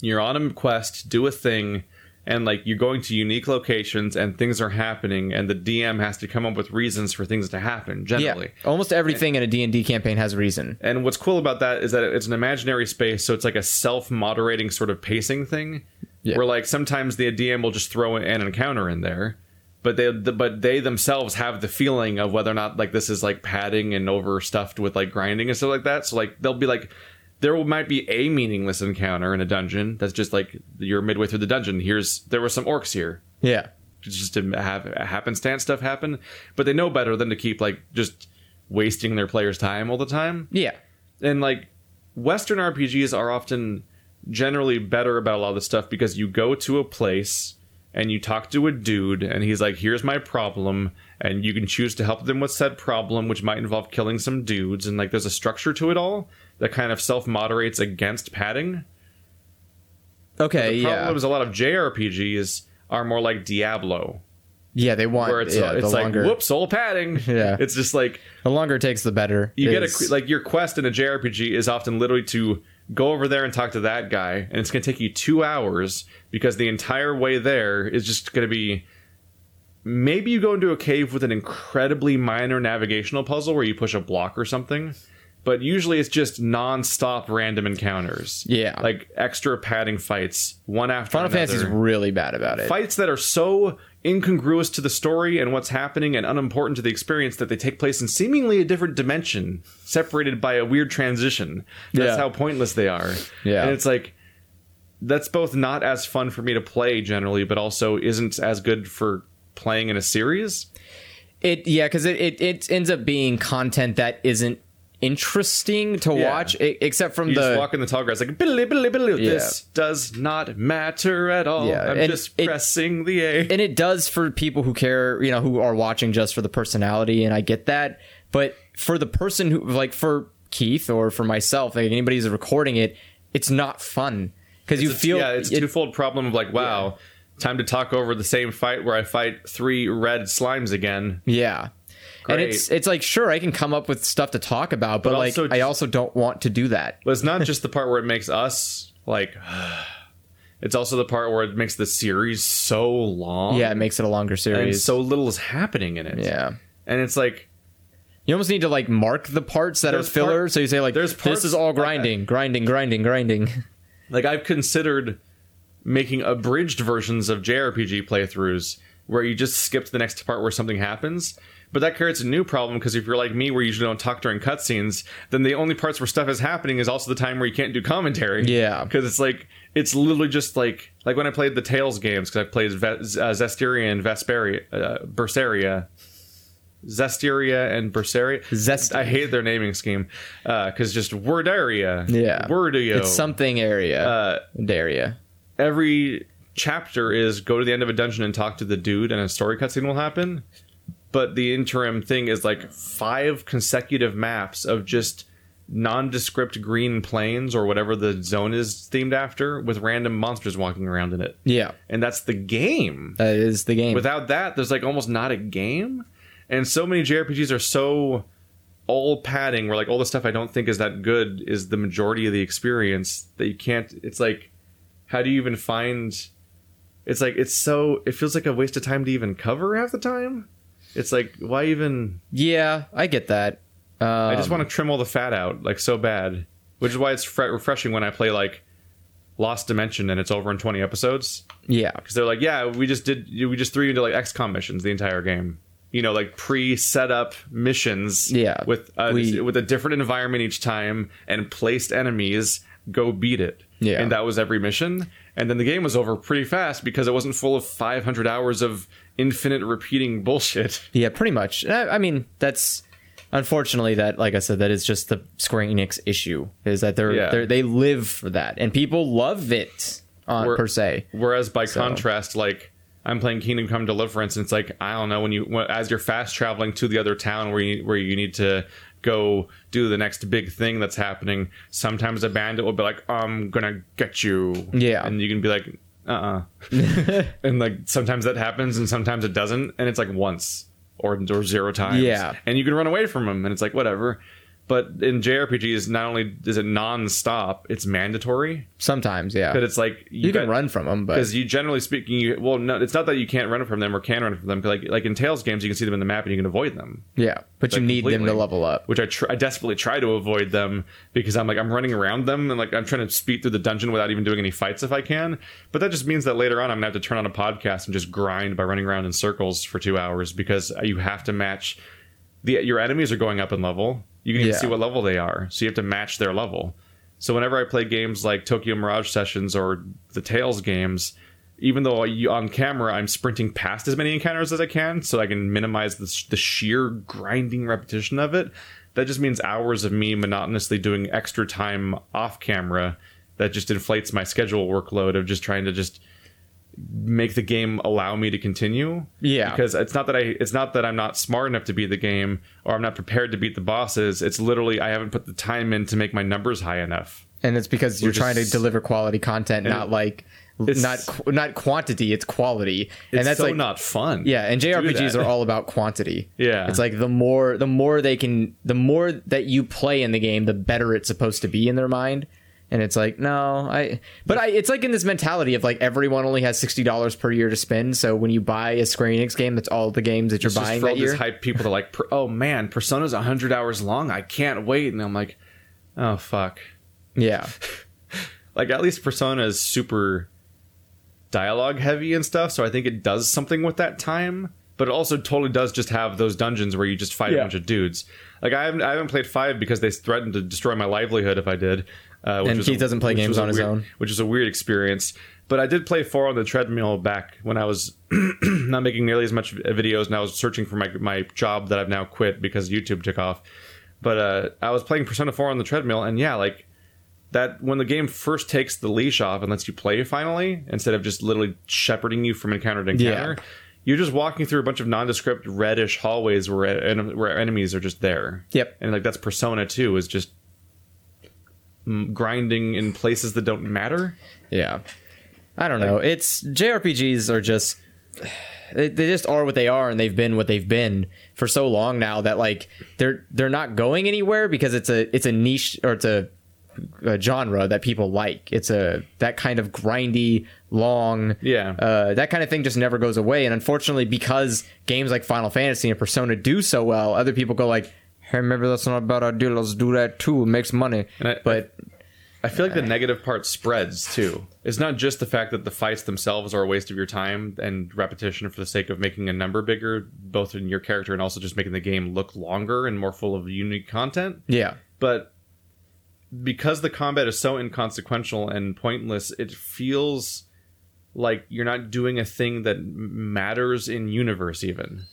Speaker 1: you're on a quest do a thing and like you're going to unique locations and things are happening and the DM has to come up with reasons for things to happen generally
Speaker 2: yeah, almost everything in a D and D campaign has a reason.
Speaker 1: and what's cool about that is that it's an imaginary space, so it's like a self-moderating sort of pacing thing,
Speaker 2: Yeah.
Speaker 1: where like sometimes the DM will just throw an encounter in there, but they but they themselves have the feeling of whether or not like this is like padding and overstuffed with like grinding and stuff like that. So like they'll be like. There will- might be a meaningless encounter in a dungeon that's just like you're midway through the dungeon. Here's there were some orcs here
Speaker 2: Yeah.
Speaker 1: just to have happenstance stuff happen, but they know better than to keep like just wasting their players' time all the time
Speaker 2: Yeah.
Speaker 1: and like western rpgs are often generally better about a lot of this stuff because you go to a place and you talk to a dude and he's like here's my problem and you can choose to help them with said problem which might involve killing some dudes and like there's a structure to it all that kind of self-moderates against padding
Speaker 2: Okay.
Speaker 1: the
Speaker 2: yeah.
Speaker 1: problem is a lot of jrpgs are more like diablo
Speaker 2: yeah. They want
Speaker 1: where it's, uh,
Speaker 2: yeah,
Speaker 1: it's
Speaker 2: the
Speaker 1: like
Speaker 2: longer
Speaker 1: whoops all padding
Speaker 2: Yeah.
Speaker 1: it's just like
Speaker 2: the longer it takes, the better.
Speaker 1: you get
Speaker 2: is-
Speaker 1: a like your quest in a JRPG is often literally to go over there and talk to that guy, and it's going to take you two hours because the entire way there is just going to be. Maybe you go into a cave with an incredibly minor navigational puzzle where you push a block or something, but usually it's just non-stop random encounters.
Speaker 2: Yeah.
Speaker 1: like extra padding fights, one after
Speaker 2: Final
Speaker 1: another
Speaker 2: Fantasy's really bad about it.
Speaker 1: fights that are so incongruous to the story and what's happening and unimportant to the experience that they take place in seemingly a different dimension separated by a weird transition that's
Speaker 2: Yeah.
Speaker 1: how pointless they are
Speaker 2: Yeah.
Speaker 1: and it's like that's both not as fun for me to play generally but also isn't as good for playing in a series
Speaker 2: It yeah, because it, it it ends up being content that isn't interesting to
Speaker 1: Yeah.
Speaker 2: watch, e- except from
Speaker 1: you
Speaker 2: the
Speaker 1: just walk in the tall grass like billy billy billy
Speaker 2: Yeah.
Speaker 1: this does not matter at all
Speaker 2: Yeah,
Speaker 1: i'm
Speaker 2: and
Speaker 1: just
Speaker 2: it-
Speaker 1: pressing the a
Speaker 2: and it does for people who care, you know, who are watching just for the personality, and I get that. But for the person who, like, for Keith or for myself, like anybody who's recording it, it's not fun because you
Speaker 1: It's-
Speaker 2: feel
Speaker 1: yeah it's a
Speaker 2: it-
Speaker 1: twofold problem of like wow time to talk over the same fight where i fight three red slimes again
Speaker 2: Yeah.
Speaker 1: Great.
Speaker 2: And it's it's like sure I can come up with stuff to talk about, but,
Speaker 1: But
Speaker 2: like
Speaker 1: also
Speaker 2: I
Speaker 1: just-
Speaker 2: also don't want to do that.
Speaker 1: but it's not just the part where it makes us like it's also the part where it makes the series so long
Speaker 2: Yeah, it makes it a longer
Speaker 1: and
Speaker 2: series.
Speaker 1: so little is happening in it
Speaker 2: yeah,
Speaker 1: and it's like
Speaker 2: you almost need to like mark the parts that
Speaker 1: There's
Speaker 2: are filler,
Speaker 1: part-
Speaker 2: so you say like
Speaker 1: there's parts
Speaker 2: this is all
Speaker 1: like that.
Speaker 2: grinding, grinding, grinding, grinding.
Speaker 1: like i've considered making abridged versions of jrpg playthroughs where you just skip to the next part where something happens but that creates a new problem because if you're like me where you usually don't talk during cutscenes then the only parts where stuff is happening is also the time where you can't do commentary
Speaker 2: Yeah.
Speaker 1: because it's like it's literally just like like when i played the tails games because i played Ve- uh, zestiria and vesperia uh, berseria Zestiria and Berseria.
Speaker 2: Zest-
Speaker 1: I hate their naming scheme because just Wordaria,
Speaker 2: Yeah.
Speaker 1: Wordio.
Speaker 2: It's something area.
Speaker 1: uh,
Speaker 2: area.
Speaker 1: every chapter is go to the end of a dungeon and talk to the dude, and a story cutscene will happen. But the interim thing is like five consecutive maps of just nondescript green plains or whatever the zone is themed after, with random monsters walking around in it,
Speaker 2: Yeah.
Speaker 1: and that's the game.
Speaker 2: That is the game.
Speaker 1: Without that, there's like almost not a game. And so many JRPGs are so all padding where like all the stuff I don't think is that good is the majority of the experience that you can't it's like how do you even find it's like it's so it feels like a waste of time to even cover half the time. It's like why even
Speaker 2: yeah, I get that. Um,
Speaker 1: I just want to trim all the fat out like so bad. Which is why it's fre- refreshing when I play like Lost Dimension and it's over in 20 episodes
Speaker 2: Um, Yeah.
Speaker 1: because they're like, yeah, we just did, we just threw you into like XCOM missions the entire game. You know, like pre-set up missions.
Speaker 2: Yeah.
Speaker 1: with uh,
Speaker 2: We-
Speaker 1: with a different environment each time and placed enemies. Go beat it.
Speaker 2: Yeah.
Speaker 1: and that was every mission. And then the game was over pretty fast because it wasn't full of 500 hours of infinite repeating bullshit.
Speaker 2: Yeah, pretty much. I, I mean, that's unfortunately that, like I said, that is just the Square Enix issue is that they're,
Speaker 1: Yeah.
Speaker 2: they're they live for that, and people love it on
Speaker 1: We're-
Speaker 2: per se.
Speaker 1: Whereas by contrast, like I'm playing Kingdom Come Deliverance, and it's like I don't know when you when, as you're fast traveling to the other town where you, where you need to go do the next big thing that's happening. Sometimes a bandit will be like, "I'm gonna get you,"
Speaker 2: Yeah.
Speaker 1: and you can be like, "Uh," uh and like sometimes that happens, and sometimes it doesn't, and it's like once or or zero times,
Speaker 2: Yeah.
Speaker 1: and you can run away from them, and it's like whatever. But in JRPGs, not only is it non-stop, it's mandatory.
Speaker 2: Sometimes, yeah,
Speaker 1: But it's like
Speaker 2: you can
Speaker 1: got-
Speaker 2: run from them, but
Speaker 1: because you generally speaking, you well, no, it's not that you can't run from them or can run from them. 'cause Like like in Tails games, you can see them in the map and you can avoid them,
Speaker 2: yeah, but you
Speaker 1: like,
Speaker 2: need them to
Speaker 1: completely.
Speaker 2: level up.
Speaker 1: which I, tr- I desperately try to avoid them because I'm like I'm running around them and like I'm trying to speed through the dungeon without even doing any fights if I can. But that just means that later on I'm gonna have to turn on a podcast and just grind by running around in circles for two hours because you have to match the your enemies are going up in level. You can even
Speaker 2: Yeah.
Speaker 1: see what level they are, so you have to match their level. So whenever I play games like Tokyo Mirage Sessions or the Tails games, even though I, on camera I'm sprinting past as many encounters as I can, so I can minimize the, sh- the sheer grinding repetition of it. That just means hours of me monotonously doing extra time off camera. That just inflates my schedule workload of just trying to just make the game allow me to continue.
Speaker 2: Yeah.
Speaker 1: Because it's not that I it's not that I'm not smart enough to beat the game or I'm not prepared to beat the bosses. It's literally I haven't put the time in to make my numbers high enough.
Speaker 2: And it's because you're
Speaker 1: Which
Speaker 2: trying to
Speaker 1: is-
Speaker 2: deliver quality content, not like
Speaker 1: it's-
Speaker 2: not qu- not quantity, it's quality,
Speaker 1: It's
Speaker 2: and that's
Speaker 1: so
Speaker 2: like
Speaker 1: not fun.
Speaker 2: Yeah, and
Speaker 1: to do
Speaker 2: JRPGs
Speaker 1: that.
Speaker 2: are all about quantity.
Speaker 1: Yeah.
Speaker 2: It's like the more the more they can the more that you play in the game, the better it's supposed to be in their mind. And it's like, no, I but I it's like in this mentality of like everyone only has sixty dollars per year to spend, so when you buy a Square Enix game, that's all the games that you're
Speaker 1: It's just
Speaker 2: buying
Speaker 1: for all
Speaker 2: that
Speaker 1: these
Speaker 2: year.
Speaker 1: hype people that are like, "Per- oh man, Persona's hundred hours long. I can't wait. And I'm like, oh fuck.
Speaker 2: yeah.
Speaker 1: Like at least Persona is super dialogue heavy and stuff, so I think it does something with that time. But it also totally does just have those dungeons where you just fight a bunch of dudes. Like I haven't, I haven't played five because they threatened to destroy my livelihood if I did. Uh, which
Speaker 2: And
Speaker 1: was a-
Speaker 2: Keith doesn't play
Speaker 1: which
Speaker 2: games
Speaker 1: was a
Speaker 2: on his
Speaker 1: weird-
Speaker 2: own.
Speaker 1: which is a weird experience. But I did play four on the treadmill back when I was not making nearly as much videos, and I was searching for my my job that I've now quit because YouTube took off. But uh, I was playing Persona Four on the treadmill, and yeah, like that when the game first takes the leash off and lets you play finally, instead of just literally shepherding you from encounter to
Speaker 2: Yeah.
Speaker 1: encounter, you're just walking through a bunch of nondescript reddish hallways where en- where enemies are just there.
Speaker 2: Yep.
Speaker 1: and like that's Persona Two is just mm, grinding in places that don't matter.
Speaker 2: Yeah. I don't know. It's JRPGs are just they, they just are what they are and they've been what they've been for so long now that like they're they're not going anywhere because it's a it's a niche or it's a, a genre that people like. It's a that kind of grindy long
Speaker 1: Yeah.
Speaker 2: uh, that kind of thing just never goes away and unfortunately because games like Final Fantasy and Persona do so well other people go like hey maybe that's not a bad idea let's do that too it makes money
Speaker 1: And I-
Speaker 2: but
Speaker 1: I feel like the negative part spreads too. It's not just the fact that the fights themselves are a waste of your time and repetition for the sake of making a number bigger, both in your character and also just making the game look longer and more full of unique content.
Speaker 2: yeah
Speaker 1: But because the combat is so inconsequential and pointless, it feels like you're not doing a thing that m- matters in universe even.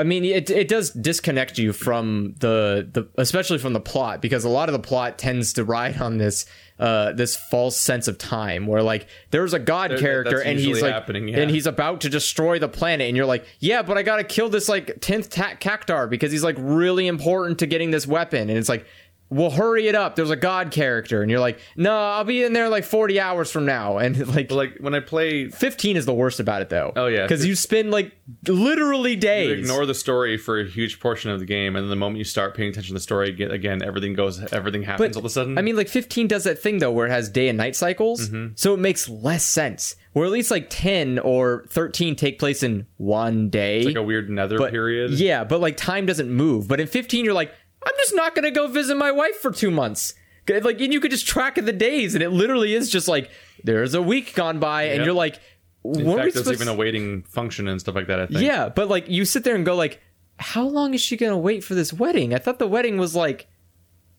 Speaker 2: I mean, it it does disconnect you from the the especially from the plot because a lot of the plot tends to ride on this uh this false sense of time where like there's a god
Speaker 1: There- that-
Speaker 2: character
Speaker 1: that's
Speaker 2: and he's
Speaker 1: usually
Speaker 2: like
Speaker 1: happening, yeah.
Speaker 2: and he's about to destroy the planet and you're like yeah but I gotta kill this like tenth ta- cactar because he's like really important to getting this weapon and it's like well hurry it up there's a god character and you're like no I'll be in there like 40 hours from now and like
Speaker 1: But like when I play,
Speaker 2: 15 is the worst about it though
Speaker 1: Oh, yeah.
Speaker 2: because you spend like literally
Speaker 1: you
Speaker 2: days
Speaker 1: ignore the story for a huge portion of the game, and then the moment you start paying attention to the story again, again everything goes, everything happens all of a sudden. Mm-hmm.
Speaker 2: I mean, like 15 does that thing though, where it has day and night cycles, so it makes less sense. Where at least like 10 or 13 take place in one day.
Speaker 1: like a weird nether
Speaker 2: but,
Speaker 1: period.
Speaker 2: Yeah, but like time doesn't move. But in 15, you're like, I'm just not gonna go visit my wife for two months. Good, Like, and you could just track the days, and it literally is just like there's a week gone by, and
Speaker 1: Yep.
Speaker 2: you're like,
Speaker 1: In
Speaker 2: weren't we
Speaker 1: fact, there's
Speaker 2: supposed-
Speaker 1: even a waiting function and stuff like that. I think.
Speaker 2: yeah, but like you sit there and go like, how long is she gonna wait for this wedding? I thought the wedding was like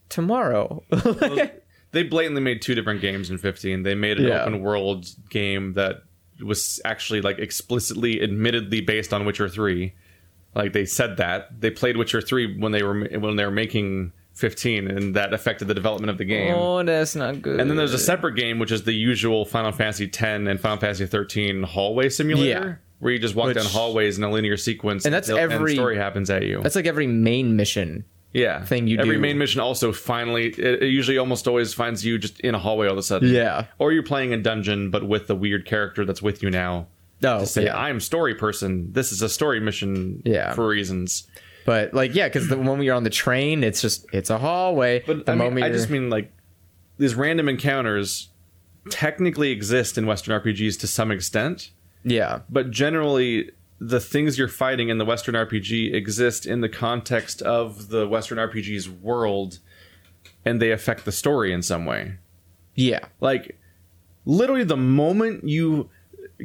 Speaker 2: tomorrow.
Speaker 1: they blatantly made two different games in 15 they made an
Speaker 2: Yeah.
Speaker 1: open world game that was actually like explicitly admittedly based on witcher 3 like they said that they played witcher 3 when they were when they were making 15 and that affected the development of the game
Speaker 4: Oh, that's not good.
Speaker 1: and then there's a separate game which is the usual final fantasy 10 and final fantasy 13 hallway simulator
Speaker 2: Yeah.
Speaker 1: where you just walk
Speaker 2: Which-
Speaker 1: down hallways in a linear sequence
Speaker 2: And that's
Speaker 1: the-
Speaker 2: every-
Speaker 1: story happens at you
Speaker 2: That's like every main mission.
Speaker 1: yeah
Speaker 2: thing you
Speaker 1: every
Speaker 2: do.
Speaker 1: main mission also finally it, it usually almost always finds you just in a hallway all of a sudden
Speaker 2: Yeah.
Speaker 1: or you're playing a dungeon but with the weird character that's with you now
Speaker 2: No,
Speaker 1: say
Speaker 2: yeah.
Speaker 1: i'm story person this is a story mission
Speaker 2: Yeah.
Speaker 1: for reasons
Speaker 2: but like yeah, because when we are on the train, it's just it's a hallway.
Speaker 1: but
Speaker 2: the
Speaker 1: I, mean,
Speaker 2: moment
Speaker 1: I just
Speaker 2: you're-
Speaker 1: mean like these random encounters technically exist in western rpgs to some extent
Speaker 2: yeah,
Speaker 1: but generally the things you're fighting in the western rpg exist in the context of the western rpg's world and they affect the story in some way
Speaker 2: yeah,
Speaker 1: Like, literally, the moment you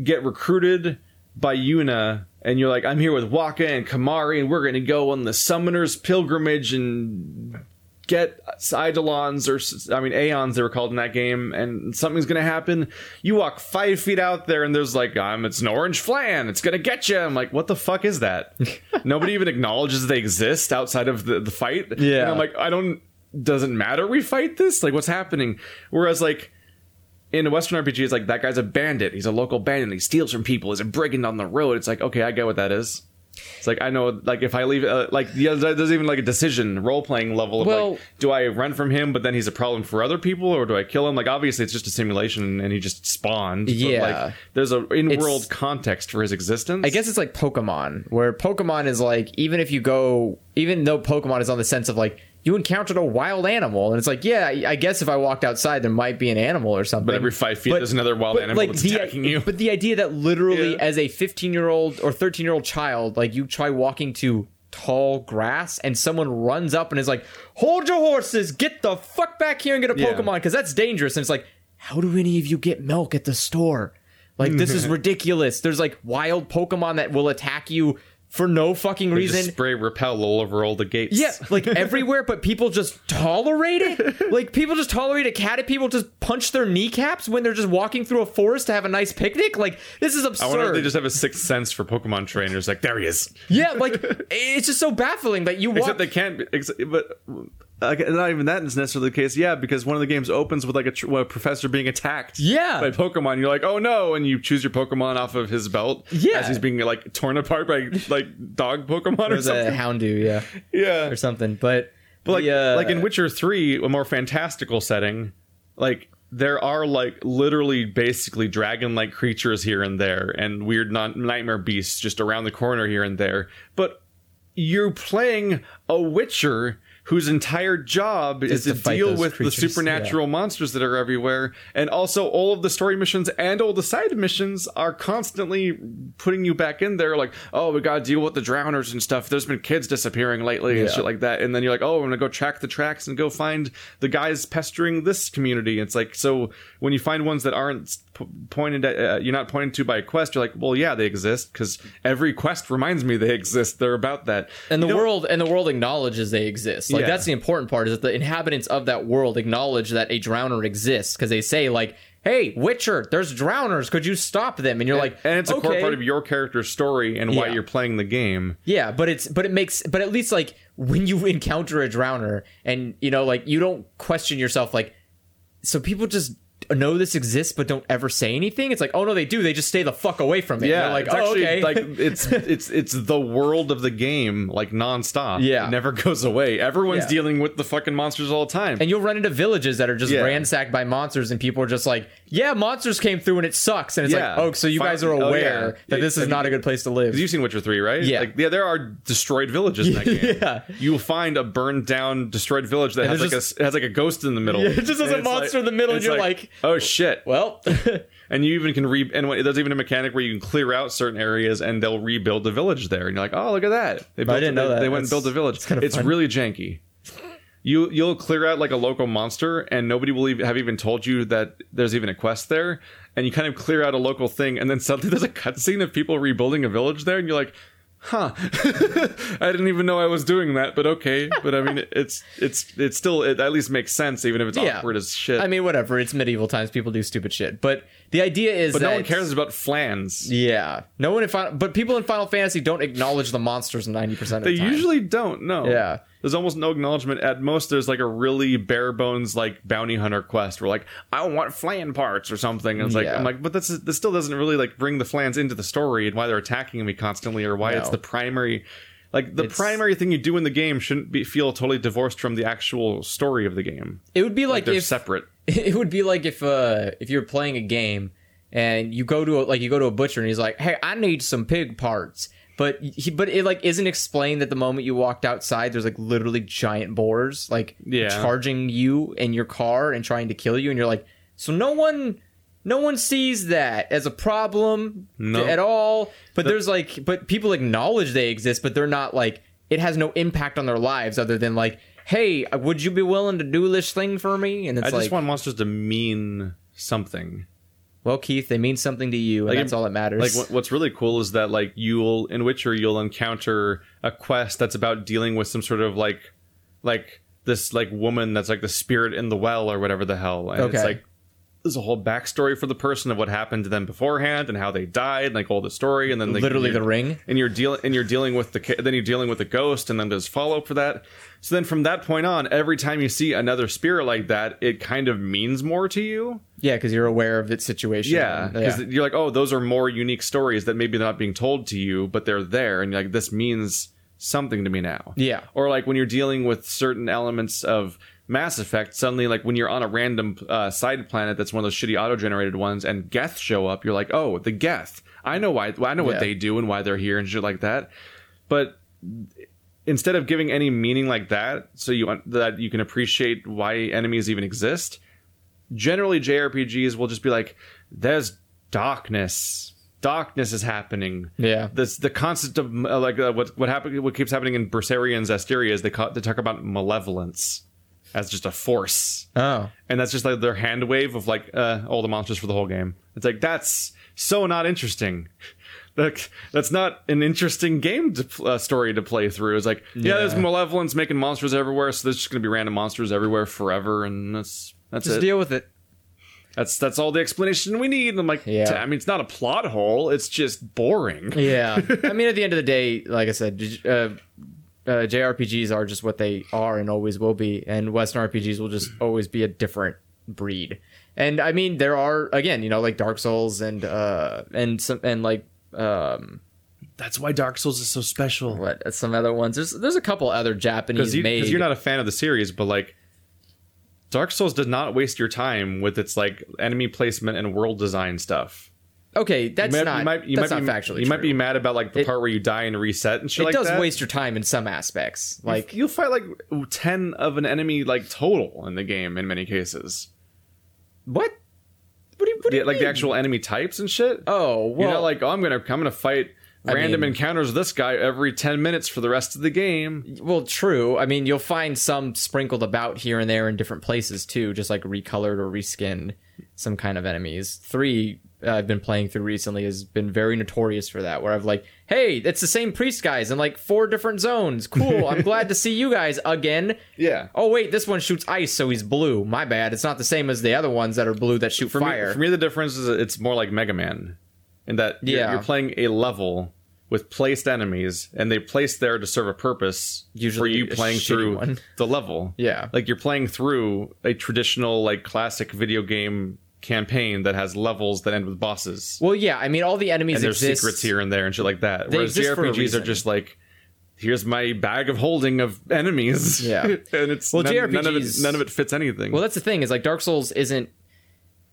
Speaker 1: get recruited by Yuna and you're like, I'm here with Waka and Kamari, and we're going to go on the Summoner's Pilgrimage and get Eidolons, or s- I mean, Aeons, they were called in that game, and something's going to happen. You walk five feet out there, and there's like, I'm, it's an orange flan, it's going to get you. I'm like, what the fuck is that? Nobody even acknowledges they exist outside of the, the fight.
Speaker 2: Yeah.
Speaker 1: And I'm like, I don't, doesn't matter, we fight this? Like, what's happening? Whereas, like, in a Western RPG, it's like that guy's a bandit. He's a local bandit. He steals from people. He's a brigand on the road. It's like, okay, I get what that is. It's like I know, like if I leave, uh, like yeah, there- there's even like a decision role playing level of
Speaker 2: Well-
Speaker 1: like, do I run from him, but then he's a problem for other people, or do I kill him? Like obviously, it's just a simulation, and he just spawned. But,
Speaker 2: Yeah.
Speaker 1: like, there's a in world context for his existence.
Speaker 2: I guess it's like Pokemon, where Pokemon is like even if you go, even though Pokemon is on the sense of like you encountered a wild animal, and it's like yeah, I I guess if I walked outside, there might be an animal or something.
Speaker 1: but every five feet,
Speaker 2: But-
Speaker 1: there's another wild
Speaker 2: but,
Speaker 1: animal that's
Speaker 2: the,
Speaker 1: attacking you.
Speaker 2: But the idea that literally
Speaker 1: Yeah.
Speaker 2: as a 15 year old or 13 year old child, like you try walking to tall grass and someone runs up and is like, hold your horses, get the fuck back here and get a
Speaker 1: Yeah.
Speaker 2: Pokemon because that's dangerous. And it's like, how do any of you get milk at the store? Like, this is ridiculous. There's like wild Pokemon that will attack you for no fucking
Speaker 1: You just
Speaker 2: reason.
Speaker 1: spray repel all over all the gates.
Speaker 2: Yeah, like everywhere, but people just tolerate it. Like people just tolerate it. Cat people just punch their kneecaps when they're just walking through a forest to have a nice picnic. Like this is absurd.
Speaker 1: I wonder if they just have a sixth sense for Pokemon trainers. Like there he is.
Speaker 2: yeah, like it's just so baffling that you walk.
Speaker 1: Except they can't. be- Ex- but uh, not even that is necessarily the case. Yeah, because one of the games opens with like a, tr- well, a professor being attacked.
Speaker 2: Yeah.
Speaker 1: by Pokemon. You're like, oh no, and you choose your Pokemon off of his belt.
Speaker 2: Yeah.
Speaker 1: as he's being like torn apart by like dog Pokemon or
Speaker 2: There's a
Speaker 1: something.
Speaker 2: houndu, yeah,
Speaker 1: yeah,
Speaker 2: or something. But,
Speaker 1: but like
Speaker 2: the, uh,
Speaker 1: like in Witcher Three, a more fantastical setting, like. There are like literally basically dragon like creatures here and there and weird non- nightmare beasts just around the corner here and there. But you're playing a witcher whose entire job is
Speaker 2: to
Speaker 1: to,
Speaker 2: fight
Speaker 1: deal
Speaker 2: those
Speaker 1: with
Speaker 2: creatures,
Speaker 1: the supernatural monsters that are everywhere and also all of the story missions and all the side missions are constantly putting you back in there like oh we gotta deal with the drowners and stuff there's been kids disappearing lately and
Speaker 2: Yeah.
Speaker 1: shit like that and then you're like oh i'm gonna go track the tracks and go find the guys pestering this community it's like so when you find ones that aren't p- pointed at uh, you're not pointed to by a quest you're like well yeah they exist because every quest reminds me they exist they're about that
Speaker 2: and the
Speaker 1: You know-
Speaker 2: world and the world acknowledges they exist. Like
Speaker 1: Yeah.
Speaker 2: that's the important part is that the inhabitants of that world acknowledge that a drowner exists because they say like. hey, Witcher, there's drowners. Could you stop them? And you're like,
Speaker 1: and it's a core
Speaker 2: okay.
Speaker 1: part of your character's story and why
Speaker 2: Yeah.
Speaker 1: you're playing the game.
Speaker 2: Yeah, but it's but it makes but at least like when you encounter a drowner and you know like you don't question yourself like so people just know this exists but don't ever say anything. It's like oh no they do they just stay the fuck away from it.
Speaker 1: Yeah,
Speaker 2: You're like
Speaker 1: it's
Speaker 2: oh,
Speaker 1: actually
Speaker 2: okay
Speaker 1: like it's it's it's the world of the game like nonstop.
Speaker 2: Yeah.
Speaker 1: it never goes away. Everyone's
Speaker 2: Yeah.
Speaker 1: dealing with the fucking monsters all the time.
Speaker 2: and you'll run into villages that are just
Speaker 1: Yeah.
Speaker 2: ransacked by monsters and people are just like yeah monsters came through and it sucks and it's
Speaker 1: Yeah.
Speaker 2: like oh so you
Speaker 1: Fi-
Speaker 2: guys are
Speaker 1: oh, yeah.
Speaker 2: aware that this is
Speaker 1: Have
Speaker 2: not
Speaker 1: you-
Speaker 2: a good place to live.
Speaker 1: Because you've seen Witcher 3, right?
Speaker 2: Yeah.
Speaker 1: Like, yeah, there are destroyed villages in that game.
Speaker 2: Yeah.
Speaker 1: You'll find a burned down, destroyed village that has
Speaker 2: there's
Speaker 1: like,
Speaker 2: just-
Speaker 1: a, has like a ghost in the middle.
Speaker 2: Yeah, it just has
Speaker 1: And
Speaker 2: a
Speaker 1: it's
Speaker 2: monster in the middle, and
Speaker 1: it's
Speaker 2: you're like,
Speaker 1: oh shit.
Speaker 2: well
Speaker 1: And you even can re, and what- there's even a mechanic where you can clear out certain areas and they'll rebuild the village there. And you're like, oh, look at that. They built
Speaker 2: didn't
Speaker 1: they,
Speaker 2: know that.
Speaker 1: They went and
Speaker 2: That's-
Speaker 1: built a village. It's,
Speaker 2: kinda fun.
Speaker 1: really janky. You, you'll clear out like a local monster and nobody will even have even told you that there's even a quest there. And you kind of clear out a local thing and then suddenly there's a cutscene of people rebuilding a village there and you're like, huh i didn't even know i was doing that but okay but i mean it's it's it still it at least makes sense even if it's
Speaker 2: Yeah.
Speaker 1: awkward as shit
Speaker 2: I mean whatever it's medieval times people do stupid shit but the idea is
Speaker 1: but
Speaker 2: that
Speaker 1: no one cares about flans
Speaker 2: Yeah, no one in Final, but people in Final Fantasy don't acknowledge the monsters ninety percent of
Speaker 1: they
Speaker 2: the time.
Speaker 1: usually don't no
Speaker 2: Yeah.
Speaker 1: there's almost no acknowledgement at most there's like a really bare bones like bounty hunter quest where like i want flan parts or something and it's like
Speaker 2: Yeah.
Speaker 1: i'm like but that's this still doesn't really like bring the flans into the story and why they're attacking me constantly or why it's
Speaker 2: No.
Speaker 1: the primary like the
Speaker 2: It's-
Speaker 1: primary thing you do in the game shouldn't be feel totally divorced from the actual story of the game
Speaker 2: it would be like,
Speaker 1: they're
Speaker 2: if
Speaker 1: separate
Speaker 2: it would be like if uh if you're playing a game and you go to a, like you go to a butcher and he's like, hey, I need some pig parts. But he, but it like isn't explained that the moment you walked outside, there's like literally giant boars like
Speaker 1: Yeah.
Speaker 2: charging you and your car and trying to kill you, and you're like, so no one, no one sees that as a problem
Speaker 1: No.
Speaker 2: at all. But there's like, but people acknowledge they exist, but they're not like it has no impact on their lives other than like, hey, would you be willing to do this thing for me? And it's
Speaker 1: I
Speaker 2: like,
Speaker 1: just want monsters to mean something.
Speaker 2: well, Keith, they mean something to you, and
Speaker 1: Like,
Speaker 2: that's all that matters.
Speaker 1: Like what, what's really cool is that like you'll in Witcher you'll encounter a quest that's about dealing with some sort of like like this like woman that's like the spirit in the well or whatever the hell. And it's
Speaker 2: Okay.
Speaker 1: like there's a whole backstory for the person of what happened to them beforehand and how they died, and, like all the story, and then like,
Speaker 2: Literally
Speaker 1: you're-
Speaker 2: the ring?
Speaker 1: And you're dealing and you're dealing with the ca- then you're dealing with the ghost, and then there's follow up for that. So then from that point on, every time you see another spirit like that, it kind of means more to you.
Speaker 2: yeah, because you're aware of its situation.
Speaker 1: Yeah, because you're like, oh, those are more unique stories that maybe they're not being told to you, but they're there, and you're like, this means something to me now.
Speaker 2: Yeah.
Speaker 1: Or like when you're dealing with certain elements of Mass Effect, suddenly like when you're on a random uh, side planet that's one of those shitty auto-generated ones, and Geth show up, you're like, oh, the Geth. I know why. I know what
Speaker 2: Yeah.
Speaker 1: they do and why they're here and shit like that. But instead of giving any meaning like that, so you that you can appreciate why enemies even exist generally JRPGs will just be like, "There's darkness. Darkness is happening."
Speaker 2: Yeah.
Speaker 1: This the concept of uh, like uh, what what happen, what keeps happening in Berserian's Asteria is they ca- they talk about malevolence as just a force,
Speaker 2: Oh,
Speaker 1: and that's just like their hand wave of like uh, all the monsters for the whole game. It's like that's so not interesting. Like that's not an interesting game to, pl- uh, story to play through. It's like yeah, there's malevolence making monsters everywhere, so there's just gonna be random monsters everywhere forever, and that's that's
Speaker 2: just
Speaker 1: it.
Speaker 2: deal with it.
Speaker 1: That's that's all the explanation we need. And I'm like,
Speaker 2: Yeah.
Speaker 1: yeah. I mean, it's not a plot hole. It's just boring.
Speaker 2: Yeah, I mean, at the end of the day, like I said, uh, uh, JRPGs are just what they are and always will be, and Western RPGs will just always be a different breed. And I mean, there are again, you know, like Dark Souls and uh and some and like um
Speaker 1: That's why Dark Souls is so special.
Speaker 2: what some other ones. There's there's a couple other Japanese
Speaker 1: Because you,
Speaker 2: made.
Speaker 1: are not a fan of the series, but like, Dark Souls does not waste your time with its like enemy placement and world design stuff.
Speaker 2: okay, that's
Speaker 1: You might-
Speaker 2: not
Speaker 1: you might, you
Speaker 2: that's
Speaker 1: might
Speaker 2: not
Speaker 1: be,
Speaker 2: factually
Speaker 1: You might
Speaker 2: true.
Speaker 1: be mad about like the
Speaker 2: It-
Speaker 1: part where you die and reset and shit
Speaker 2: it
Speaker 1: like
Speaker 2: does
Speaker 1: that.
Speaker 2: waste your time in some aspects. Like
Speaker 1: you'll fight like ten of an enemy like total in the game in many cases.
Speaker 2: what? What do you, what do
Speaker 1: The-
Speaker 2: you
Speaker 1: like the
Speaker 2: mean?
Speaker 1: actual enemy types and shit.
Speaker 2: Oh well,
Speaker 1: You're not like, oh, I'm gonna I'm gonna fight random
Speaker 2: mean-
Speaker 1: encounters with this guy every ten minutes for the rest of the game.
Speaker 2: well, true. I mean, you'll find some sprinkled about here and there in different places too, just like recolored or reskinned some kind of enemies. Three uh, I've been playing through recently has been very notorious for that. Where I've like, hey, it's the same priest guys in like four different zones. Cool. I'm glad to see you guys again.
Speaker 1: Yeah.
Speaker 2: Oh wait, this one shoots ice, so he's blue. My bad. It's not the same as the other ones that are blue that shoot
Speaker 1: For
Speaker 2: fire.
Speaker 1: me, for me, the difference is it's more like Mega Man, in that you're,
Speaker 2: Yeah.
Speaker 1: you're playing a level with placed enemies, and they placed there to serve a purpose.
Speaker 2: Usually
Speaker 1: for you
Speaker 2: a
Speaker 1: playing
Speaker 2: shitty
Speaker 1: through
Speaker 2: one.
Speaker 1: the level.
Speaker 2: Yeah.
Speaker 1: like you're playing through a traditional, like classic video game campaign that has levels that end with bosses,
Speaker 2: well, yeah. I mean, all the enemies
Speaker 1: and there's
Speaker 2: exist.
Speaker 1: secrets here and there and shit like that.
Speaker 2: They
Speaker 1: Whereas
Speaker 2: exist for a
Speaker 1: JRPGs are
Speaker 2: reason.
Speaker 1: just like. Here's my bag of holding of enemies.
Speaker 2: Yeah.
Speaker 1: and it's
Speaker 2: Well,
Speaker 1: none, none of it
Speaker 2: JRPGs
Speaker 1: none of it fits anything.
Speaker 2: Well, that's the thing is like Dark Souls isn't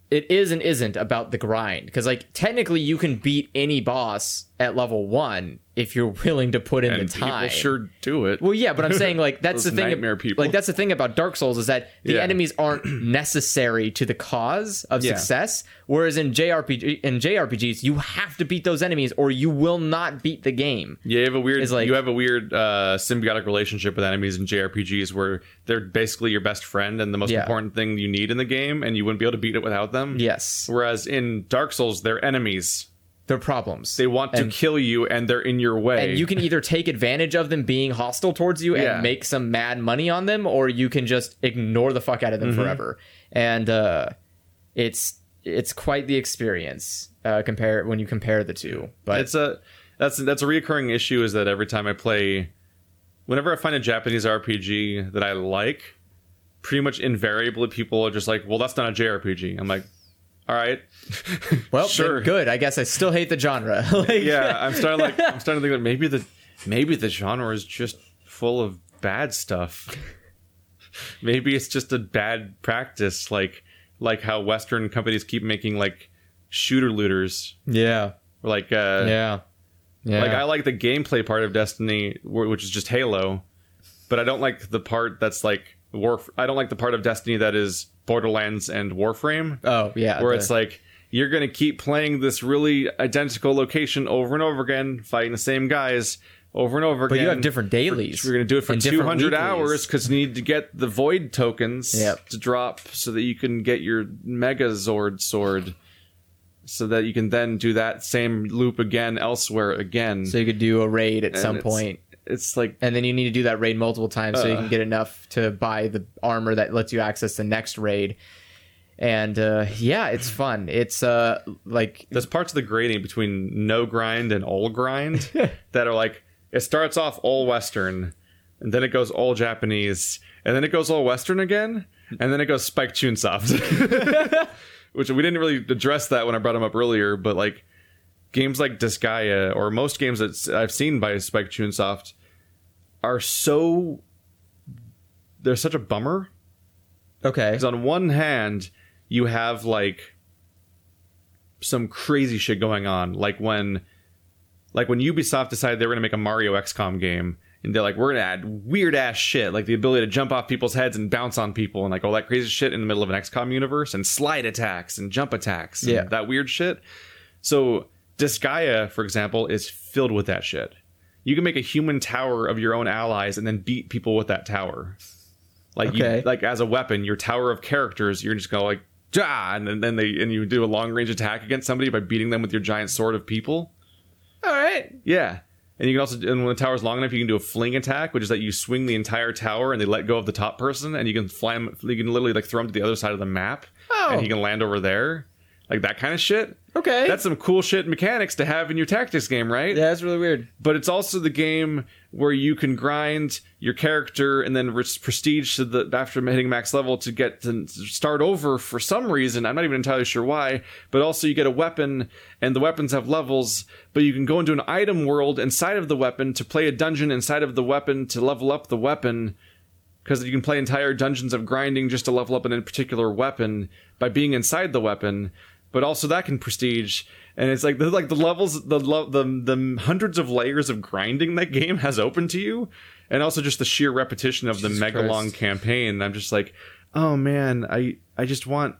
Speaker 2: it is and isn't about the grind because like technically you can beat any boss at level one if you're willing to put in
Speaker 1: and
Speaker 2: the
Speaker 1: people
Speaker 2: time.
Speaker 1: sure do it.
Speaker 2: Well, yeah, but I'm saying like that's the
Speaker 1: Those
Speaker 2: thing.
Speaker 1: nightmare people.
Speaker 2: Like that's the thing about Dark Souls is that the
Speaker 1: Yeah.
Speaker 2: enemies aren't necessary to the cause of
Speaker 1: Yeah.
Speaker 2: success. Whereas in JRPG in JRPGs, you have to beat those enemies or you will not beat the game.
Speaker 1: Yeah, you have a weird.
Speaker 2: is like-
Speaker 1: you have a weird uh, symbiotic relationship with enemies in JRPGs, where they're basically your best friend and the most
Speaker 2: Yeah.
Speaker 1: important thing you need in the game, and you wouldn't be able to beat it without them.
Speaker 2: Yes,
Speaker 1: Whereas in Dark Souls, they're enemies.
Speaker 2: they're problems.
Speaker 1: They want to
Speaker 2: And-
Speaker 1: kill you, and they're in your way.
Speaker 2: and you can either take advantage of them being hostile towards you
Speaker 1: Yeah.
Speaker 2: and make some mad money on them or you can just ignore the fuck out of them
Speaker 1: Mm-hmm.
Speaker 2: forever and uh it's it's quite the experience uh compare when you compare the two but
Speaker 1: it's a that's that's a reoccurring issue is that every time I play, whenever I find a Japanese RPG that I like, pretty much invariably people are just like, "Well, that's not a JRPG." I'm like, "All right,
Speaker 2: well
Speaker 1: sure.
Speaker 2: sure good i guess i still hate the genre Like,
Speaker 1: yeah, I'm starting like I'm starting to think that maybe the maybe the genre is just full of bad stuff. Maybe it's just a bad practice, like like how Western companies keep making like shooter looters,
Speaker 2: yeah
Speaker 1: like uh,
Speaker 2: yeah yeah
Speaker 1: like I like the gameplay part of Destiny, wh- which is just Halo, but I don't like the part that's like Warf. I don't like the part of Destiny that is Borderlands and Warframe
Speaker 2: oh yeah
Speaker 1: where
Speaker 2: the-
Speaker 1: it's like you're going to keep playing this really identical location over and over again, fighting the same guys over and over
Speaker 2: but
Speaker 1: again.
Speaker 2: you have different dailies
Speaker 1: We're going to do it for
Speaker 2: and different
Speaker 1: 200
Speaker 2: weeklies.
Speaker 1: hours because you need to get the void tokens
Speaker 2: Yep.
Speaker 1: to drop so that you can get your Megazord sword. So that you can then do that same loop again elsewhere again.
Speaker 2: so you could do a raid at
Speaker 1: And
Speaker 2: some
Speaker 1: it's-
Speaker 2: point
Speaker 1: it's like
Speaker 2: and then you need to do that raid multiple times so you
Speaker 1: Uh.
Speaker 2: can get enough to buy the armor that lets you access the next raid and uh, yeah it's fun it's uh like
Speaker 1: there's parts of the grading between no grind and all grind that are like it starts off all western and then it goes all japanese and then it goes all western again and then it goes spike chunsoft which we didn't really address that when i brought him up earlier but like games like disgaea or most games that s- i've seen by spike chunsoft are so they're such a bummer
Speaker 2: okay
Speaker 1: because on one hand, you have like some crazy shit going on, like when, like when Ubisoft decided they were going to make a Mario XCOM game, and they're like, we're going to add weird ass shit, like the ability to jump off people's heads and bounce on people, and like all that crazy shit in the middle of an XCOM universe, and slide attacks and jump attacks, and
Speaker 2: Yeah.
Speaker 1: that weird shit. So Disgaea, for example, is filled with that shit. You can make a human tower of your own allies and then beat people with that tower. Like you,
Speaker 2: Okay.
Speaker 1: like as a weapon, your tower of characters, you're just going like ja, and then, then they and you do a long range attack against somebody by beating them with your giant sword of people.
Speaker 2: all right
Speaker 1: Yeah. And you can also, and when the tower's long enough, you can do a fling attack, which is that you swing the entire tower and they let go of the top person, and you can fly him. You can literally like throw him to the other side of the map, and
Speaker 2: Oh.
Speaker 1: he can land over there, like that kind of shit.
Speaker 2: okay
Speaker 1: That's some cool shit mechanics to have in your tactics game, right?
Speaker 2: yeah that's really weird
Speaker 1: But it's also the game where you can grind your character and then re- prestige to the after hitting max level to get to start over for some reason. I'm not even entirely sure why. But also you get a weapon, and the weapons have levels. But you can go into an item world inside of the weapon to play a dungeon inside of the weapon to level up the weapon because you can play entire dungeons of grinding just to level up in a particular weapon by being inside the weapon but also that can prestige and it's like the like the levels the lo- the the hundreds of layers of grinding that game has open to you and also just the sheer repetition of the
Speaker 2: Jesus
Speaker 1: mega long
Speaker 2: Christ.
Speaker 1: campaign i'm just like oh man i i just want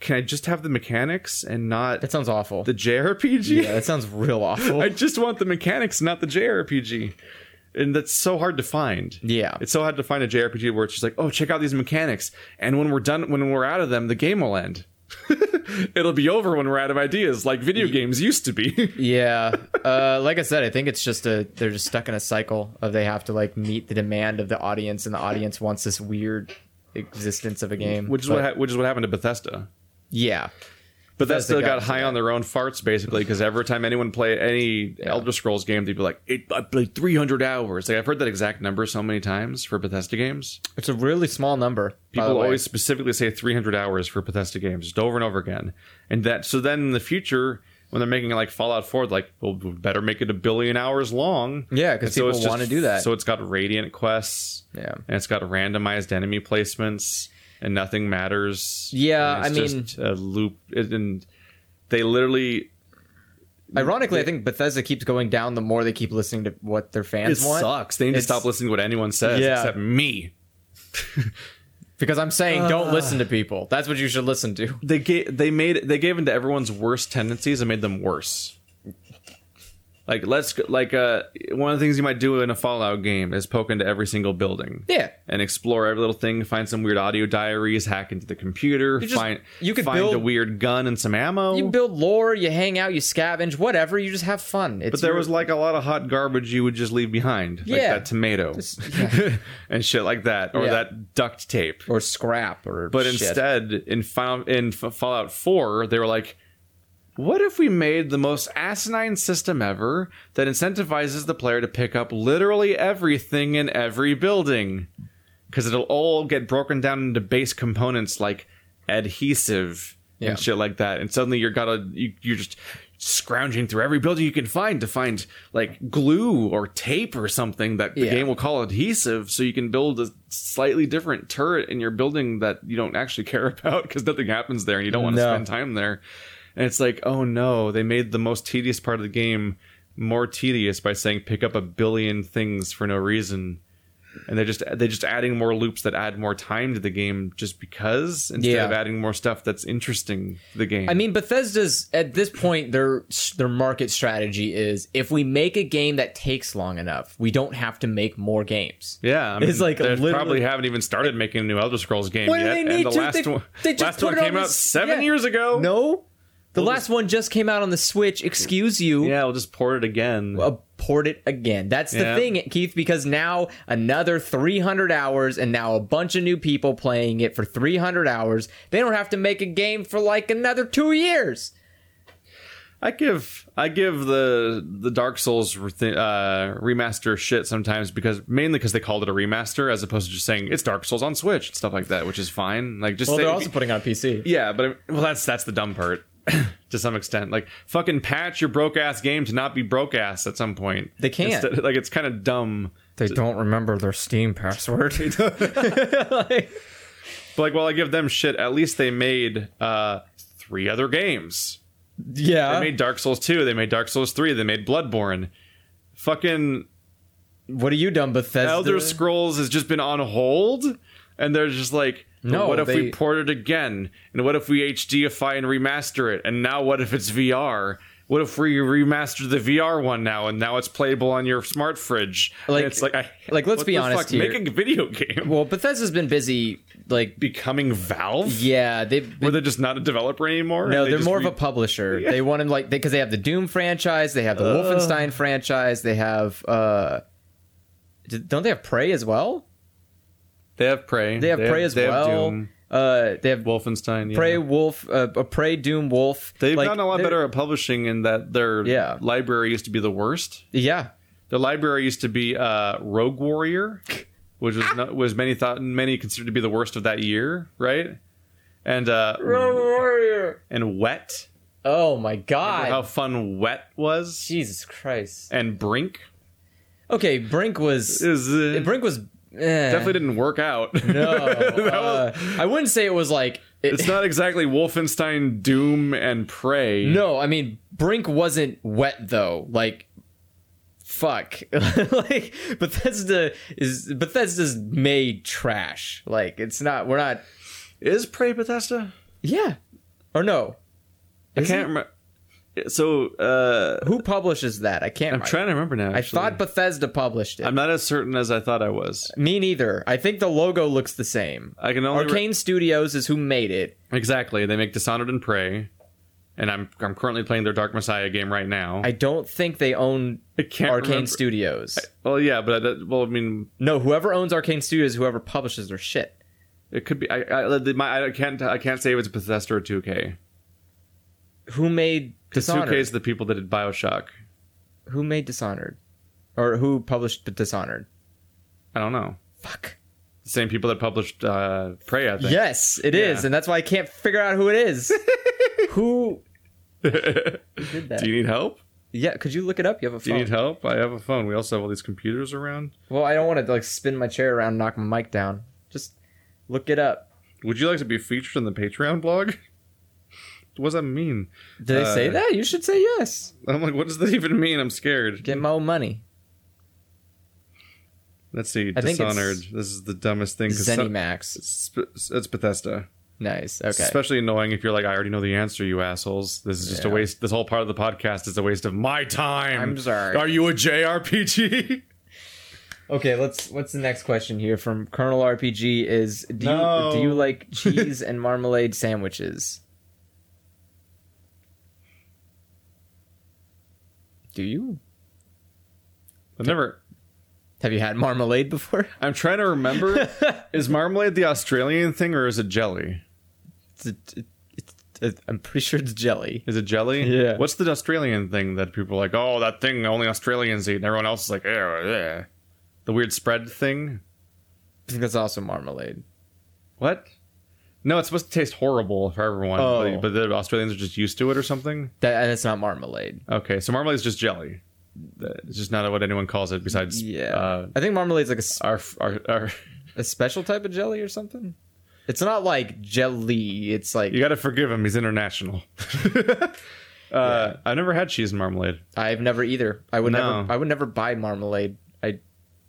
Speaker 1: can i just have the mechanics and not
Speaker 2: that sounds awful
Speaker 1: the jrpg
Speaker 2: yeah that sounds real awful
Speaker 1: i just want the mechanics not the jrpg and that's so hard to find
Speaker 2: yeah
Speaker 1: it's so hard to find a JRPG where it's just like, oh, check out these mechanics, and when we're done, when we're out of them, the game will end. It'll be over when we're out of ideas, like video games used to be.
Speaker 2: Yeah. Uh, like I said, I think it's just a they're just stuck in a cycle of they have to like meet the demand of the audience, and the audience wants this weird existence of a game.
Speaker 1: which is
Speaker 2: But-
Speaker 1: what ha- which is what happened to Bethesda.
Speaker 2: Yeah.
Speaker 1: But that still
Speaker 2: Bethesda
Speaker 1: got
Speaker 2: got-
Speaker 1: high on their own farts, basically, because every time anyone played any Elder Scrolls game, they'd be like, it, "I played 300 hours." Like I've heard that exact number so many times for Bethesda games.
Speaker 2: It's a really small number. by the
Speaker 1: People
Speaker 2: way.
Speaker 1: always specifically say 300 hours for Bethesda games, just over and over again. And that so then in the future, when they're making like Fallout 4, like, well, we better make it a billion hours long.
Speaker 2: Yeah, 'cause
Speaker 1: And so
Speaker 2: people
Speaker 1: it's just-
Speaker 2: wanna do that.
Speaker 1: So it's got radiant quests.
Speaker 2: Yeah.
Speaker 1: and it's got randomized enemy placements, and nothing matters.
Speaker 2: Yeah,
Speaker 1: And
Speaker 2: I
Speaker 1: it's
Speaker 2: mean-
Speaker 1: just a loop, and they literally
Speaker 2: Ironically, I think Bethesda keeps going down the more they keep listening to what their
Speaker 1: It
Speaker 2: fans want.
Speaker 1: sucks. They need
Speaker 2: It's-
Speaker 1: to stop listening to what anyone says
Speaker 2: Yeah.
Speaker 1: except me.
Speaker 2: Because I'm saying don't listen to people. That's what you should listen to.
Speaker 1: They gave they made they gave into everyone's worst tendencies and made them worse. Like let's go- like uh one of the things you might do in a Fallout game is poke into every single building.
Speaker 2: Yeah.
Speaker 1: And explore every little thing, find some weird audio diaries, hack into the computer,
Speaker 2: just-
Speaker 1: find
Speaker 2: you could
Speaker 1: find
Speaker 2: build-
Speaker 1: a weird gun and some ammo.
Speaker 2: You build lore, you hang out, you scavenge, whatever. You just have fun. It's
Speaker 1: but there
Speaker 2: your-
Speaker 1: was like a lot of hot garbage you would just leave behind, like
Speaker 2: Yeah.
Speaker 1: that tomato and shit like that, or
Speaker 2: Yeah.
Speaker 1: that duct tape.
Speaker 2: or scrap or
Speaker 1: But
Speaker 2: shit.
Speaker 1: instead, in Final, in F- Fallout Four, they were like, "What if we made the most asinine system ever that incentivizes the player to pick up literally everything in every building? Because it'll all get broken down into base components like adhesive
Speaker 2: Yeah.
Speaker 1: and shit like that. And suddenly you're gotta you, you're just scrounging through every building you can find to find like glue or tape or something that the
Speaker 2: Yeah.
Speaker 1: game will call adhesive so you can build a slightly different turret in your building that you don't actually care about because nothing happens there and you don't want to
Speaker 2: No.
Speaker 1: spend time there and it's like oh no they made the most tedious part of the game more tedious by saying pick up a billion things for no reason and they're just they're just adding more loops that add more time to the game just because instead
Speaker 2: Yeah.
Speaker 1: of adding more stuff that's interesting to the game
Speaker 2: I mean, Bethesda's at this point their their market strategy is if we make a game that takes long enough, we don't have to make more games.
Speaker 1: Yeah, I mean,
Speaker 2: It's like
Speaker 1: they
Speaker 2: literally-
Speaker 1: probably haven't even started making a new Elder Scrolls game
Speaker 2: What do
Speaker 1: yet.
Speaker 2: they
Speaker 1: and
Speaker 2: need
Speaker 1: the
Speaker 2: to?
Speaker 1: last
Speaker 2: They-
Speaker 1: one,
Speaker 2: they just
Speaker 1: last
Speaker 2: put
Speaker 1: one
Speaker 2: it on
Speaker 1: came
Speaker 2: the
Speaker 1: out
Speaker 2: s-
Speaker 1: seven
Speaker 2: yeah.
Speaker 1: years ago.
Speaker 2: No, the last one just came out on the Switch. Excuse you.
Speaker 1: yeah, we'll just port it again.
Speaker 2: uh, port it again. That's the
Speaker 1: Yeah.
Speaker 2: thing, Keith, because now another 300 hours and now a bunch of new people playing it for 300 hours. They don't have to make a game for like another 2 years.
Speaker 1: I give I give the the Dark Souls re- thi- uh, remaster shit sometimes because mainly because they called it a remaster as opposed to just saying it's Dark Souls on Switch and stuff like that, which is fine. Like just say,
Speaker 2: putting on PC.
Speaker 1: yeah, but I- well that's that's the dumb part to some extent. Like fucking patch your broke ass game to not be broke ass at some point.
Speaker 2: They can't.
Speaker 1: Instead- like it's kind of dumb.
Speaker 4: They don't remember their Steam password.
Speaker 1: But like, while I give them shit, at least they made uh, three other games.
Speaker 4: yeah.
Speaker 2: Uh.
Speaker 1: They made Dark Souls two. They made Dark Souls three. They made Bloodborne. Fucking
Speaker 2: What are you done Bethesda?
Speaker 1: Elder Scrolls has just been on hold, and they're just like,
Speaker 2: No,
Speaker 1: What if
Speaker 2: they-
Speaker 1: we port it again? And what if we HDify and remaster it? And now what if it's VR? What if we remaster the VR one now, and now it's playable on your smart fridge? And
Speaker 2: Like-
Speaker 1: it's like, I,
Speaker 2: like, let's
Speaker 1: what
Speaker 2: be
Speaker 1: the
Speaker 2: honest
Speaker 1: fuck?
Speaker 2: here.
Speaker 1: Make a video game.
Speaker 2: well, Bethesda's been busy like
Speaker 1: Becoming Valve?
Speaker 2: yeah, they've
Speaker 1: Were they just not a developer anymore?
Speaker 2: No,
Speaker 1: They
Speaker 2: they are
Speaker 1: just
Speaker 2: more
Speaker 1: re-
Speaker 2: of a publisher. They want to like because they, have the Doom franchise, they have the Wolfenstein franchise, they have uh d- don't they have Prey as well?
Speaker 1: They have Prey.
Speaker 2: They have Prey as well. Uh, they have
Speaker 1: Wolfenstein. Yeah.
Speaker 2: Prey Wolf, uh, a Prey Doom Wolf.
Speaker 1: They've
Speaker 2: Like,
Speaker 1: gotten a lot
Speaker 2: they're-
Speaker 1: better at publishing in that their
Speaker 2: Yeah.
Speaker 1: library used to be the worst.
Speaker 2: Yeah,
Speaker 1: Their library used to be uh, Rogue Warrior, which
Speaker 2: Ah.
Speaker 1: was not, was many thought many considered to be the worst of that year, right? And uh, and Wet.
Speaker 2: Oh my God,
Speaker 1: How fun Wet was.
Speaker 2: Jesus Christ.
Speaker 1: And Brink
Speaker 2: Okay, Brink was
Speaker 1: is uh,
Speaker 2: Brink was eh.
Speaker 1: definitely didn't work out.
Speaker 2: No, uh, I wouldn't say it was like it-
Speaker 1: it's not exactly Wolfenstein, Doom, and Prey.
Speaker 2: No, I mean Brink wasn't wet though. Like fuck. like Bethesda is Bethesda's made trash. Like it's not we're not
Speaker 1: is Prey Bethesda?
Speaker 2: Yeah. Or no.
Speaker 1: I can't remember. so uh,
Speaker 2: Who publishes that? I can't.
Speaker 1: I'm
Speaker 2: I-
Speaker 1: trying to remember now.
Speaker 2: I
Speaker 1: actually.
Speaker 2: thought Bethesda published it.
Speaker 1: I'm not as certain as I thought I was.
Speaker 2: Me neither. I think the logo looks the same.
Speaker 1: I can only re-
Speaker 2: Arcane Studios is who made it.
Speaker 1: exactly. They make Dishonored and Prey, and I'm I'm currently playing their Dark Messiah game right now.
Speaker 2: I don't think they own
Speaker 1: I can't
Speaker 2: Arcane
Speaker 1: remember.
Speaker 2: Studios.
Speaker 1: well, yeah, but I, that, well, I mean,
Speaker 2: no, whoever owns Arcane Studios, whoever publishes their shit.
Speaker 1: it could be. I I, they might- I can't I can't say if it's Bethesda or 2K
Speaker 2: Who made
Speaker 1: because 2K
Speaker 2: Dishonored?
Speaker 1: is the people that did Bioshock.
Speaker 2: Who made Dishonored? Or who published Dishonored?
Speaker 1: I don't know.
Speaker 2: Fuck.
Speaker 1: The same people that published uh, Prey, I think.
Speaker 2: Yes, it is,
Speaker 1: Yeah.
Speaker 2: and that's why I can't figure out who it is. who?
Speaker 1: did
Speaker 2: that?
Speaker 1: Do you need help?
Speaker 2: Yeah, could you look it up? You have a
Speaker 1: Do you
Speaker 2: phone.
Speaker 1: need help? I have a phone. We also have all these computers around.
Speaker 2: well, I don't want to like spin my chair around, and knock my mic down. Just look it up.
Speaker 1: Would you like to be featured in the Patreon blog? What does that mean?
Speaker 2: Did they say
Speaker 1: Uh,
Speaker 2: that? You should say yes.
Speaker 1: I'm like, what does that even mean? I'm scared.
Speaker 2: Get my own money.
Speaker 1: Let's see.
Speaker 2: I think it's-
Speaker 1: Dishonored. This is the dumbest thing. 'cause some-
Speaker 2: ZeniMax.
Speaker 1: it's, it's Bethesda.
Speaker 2: Nice.
Speaker 1: It's
Speaker 2: Okay.
Speaker 1: especially annoying if you're like, I already know the answer, you assholes. This is just a
Speaker 2: Yeah.
Speaker 1: waste. This whole part of the podcast is a waste of my time.
Speaker 2: I'm sorry.
Speaker 1: Are you a JRPG?
Speaker 2: Okay, let's what's the next question here from Colonel RPG is do
Speaker 1: No.
Speaker 2: you do you like cheese and marmalade sandwiches? Do you?
Speaker 1: I've never.
Speaker 2: Have you had marmalade before?
Speaker 1: I'm trying to remember. is marmalade the Australian thing or is it jelly?
Speaker 2: It's, it- it's, it- I'm pretty sure it's jelly.
Speaker 1: Is it jelly?
Speaker 2: Yeah.
Speaker 1: What's the Australian thing that people are like? Oh, that thing only Australians eat, and everyone else is like, yeah, yeah. The weird spread thing.
Speaker 2: I think that's also marmalade.
Speaker 1: What? No, it's supposed to taste horrible for everyone,
Speaker 2: Oh.
Speaker 1: but, but the Australians are just used to it or something.
Speaker 2: That and it's not marmalade.
Speaker 1: Okay, so marmalade is just jelly. It's just not what anyone calls it besides
Speaker 2: Yeah.
Speaker 1: uh,
Speaker 2: I think marmalade's like a, s-
Speaker 1: our our. our
Speaker 2: a special type of jelly or something. It's not like jelly. It's like
Speaker 1: you got to forgive him; he's international. uh, I've never had cheese and marmalade.
Speaker 2: I've never either. I would
Speaker 1: No.
Speaker 2: never. I would never buy marmalade. I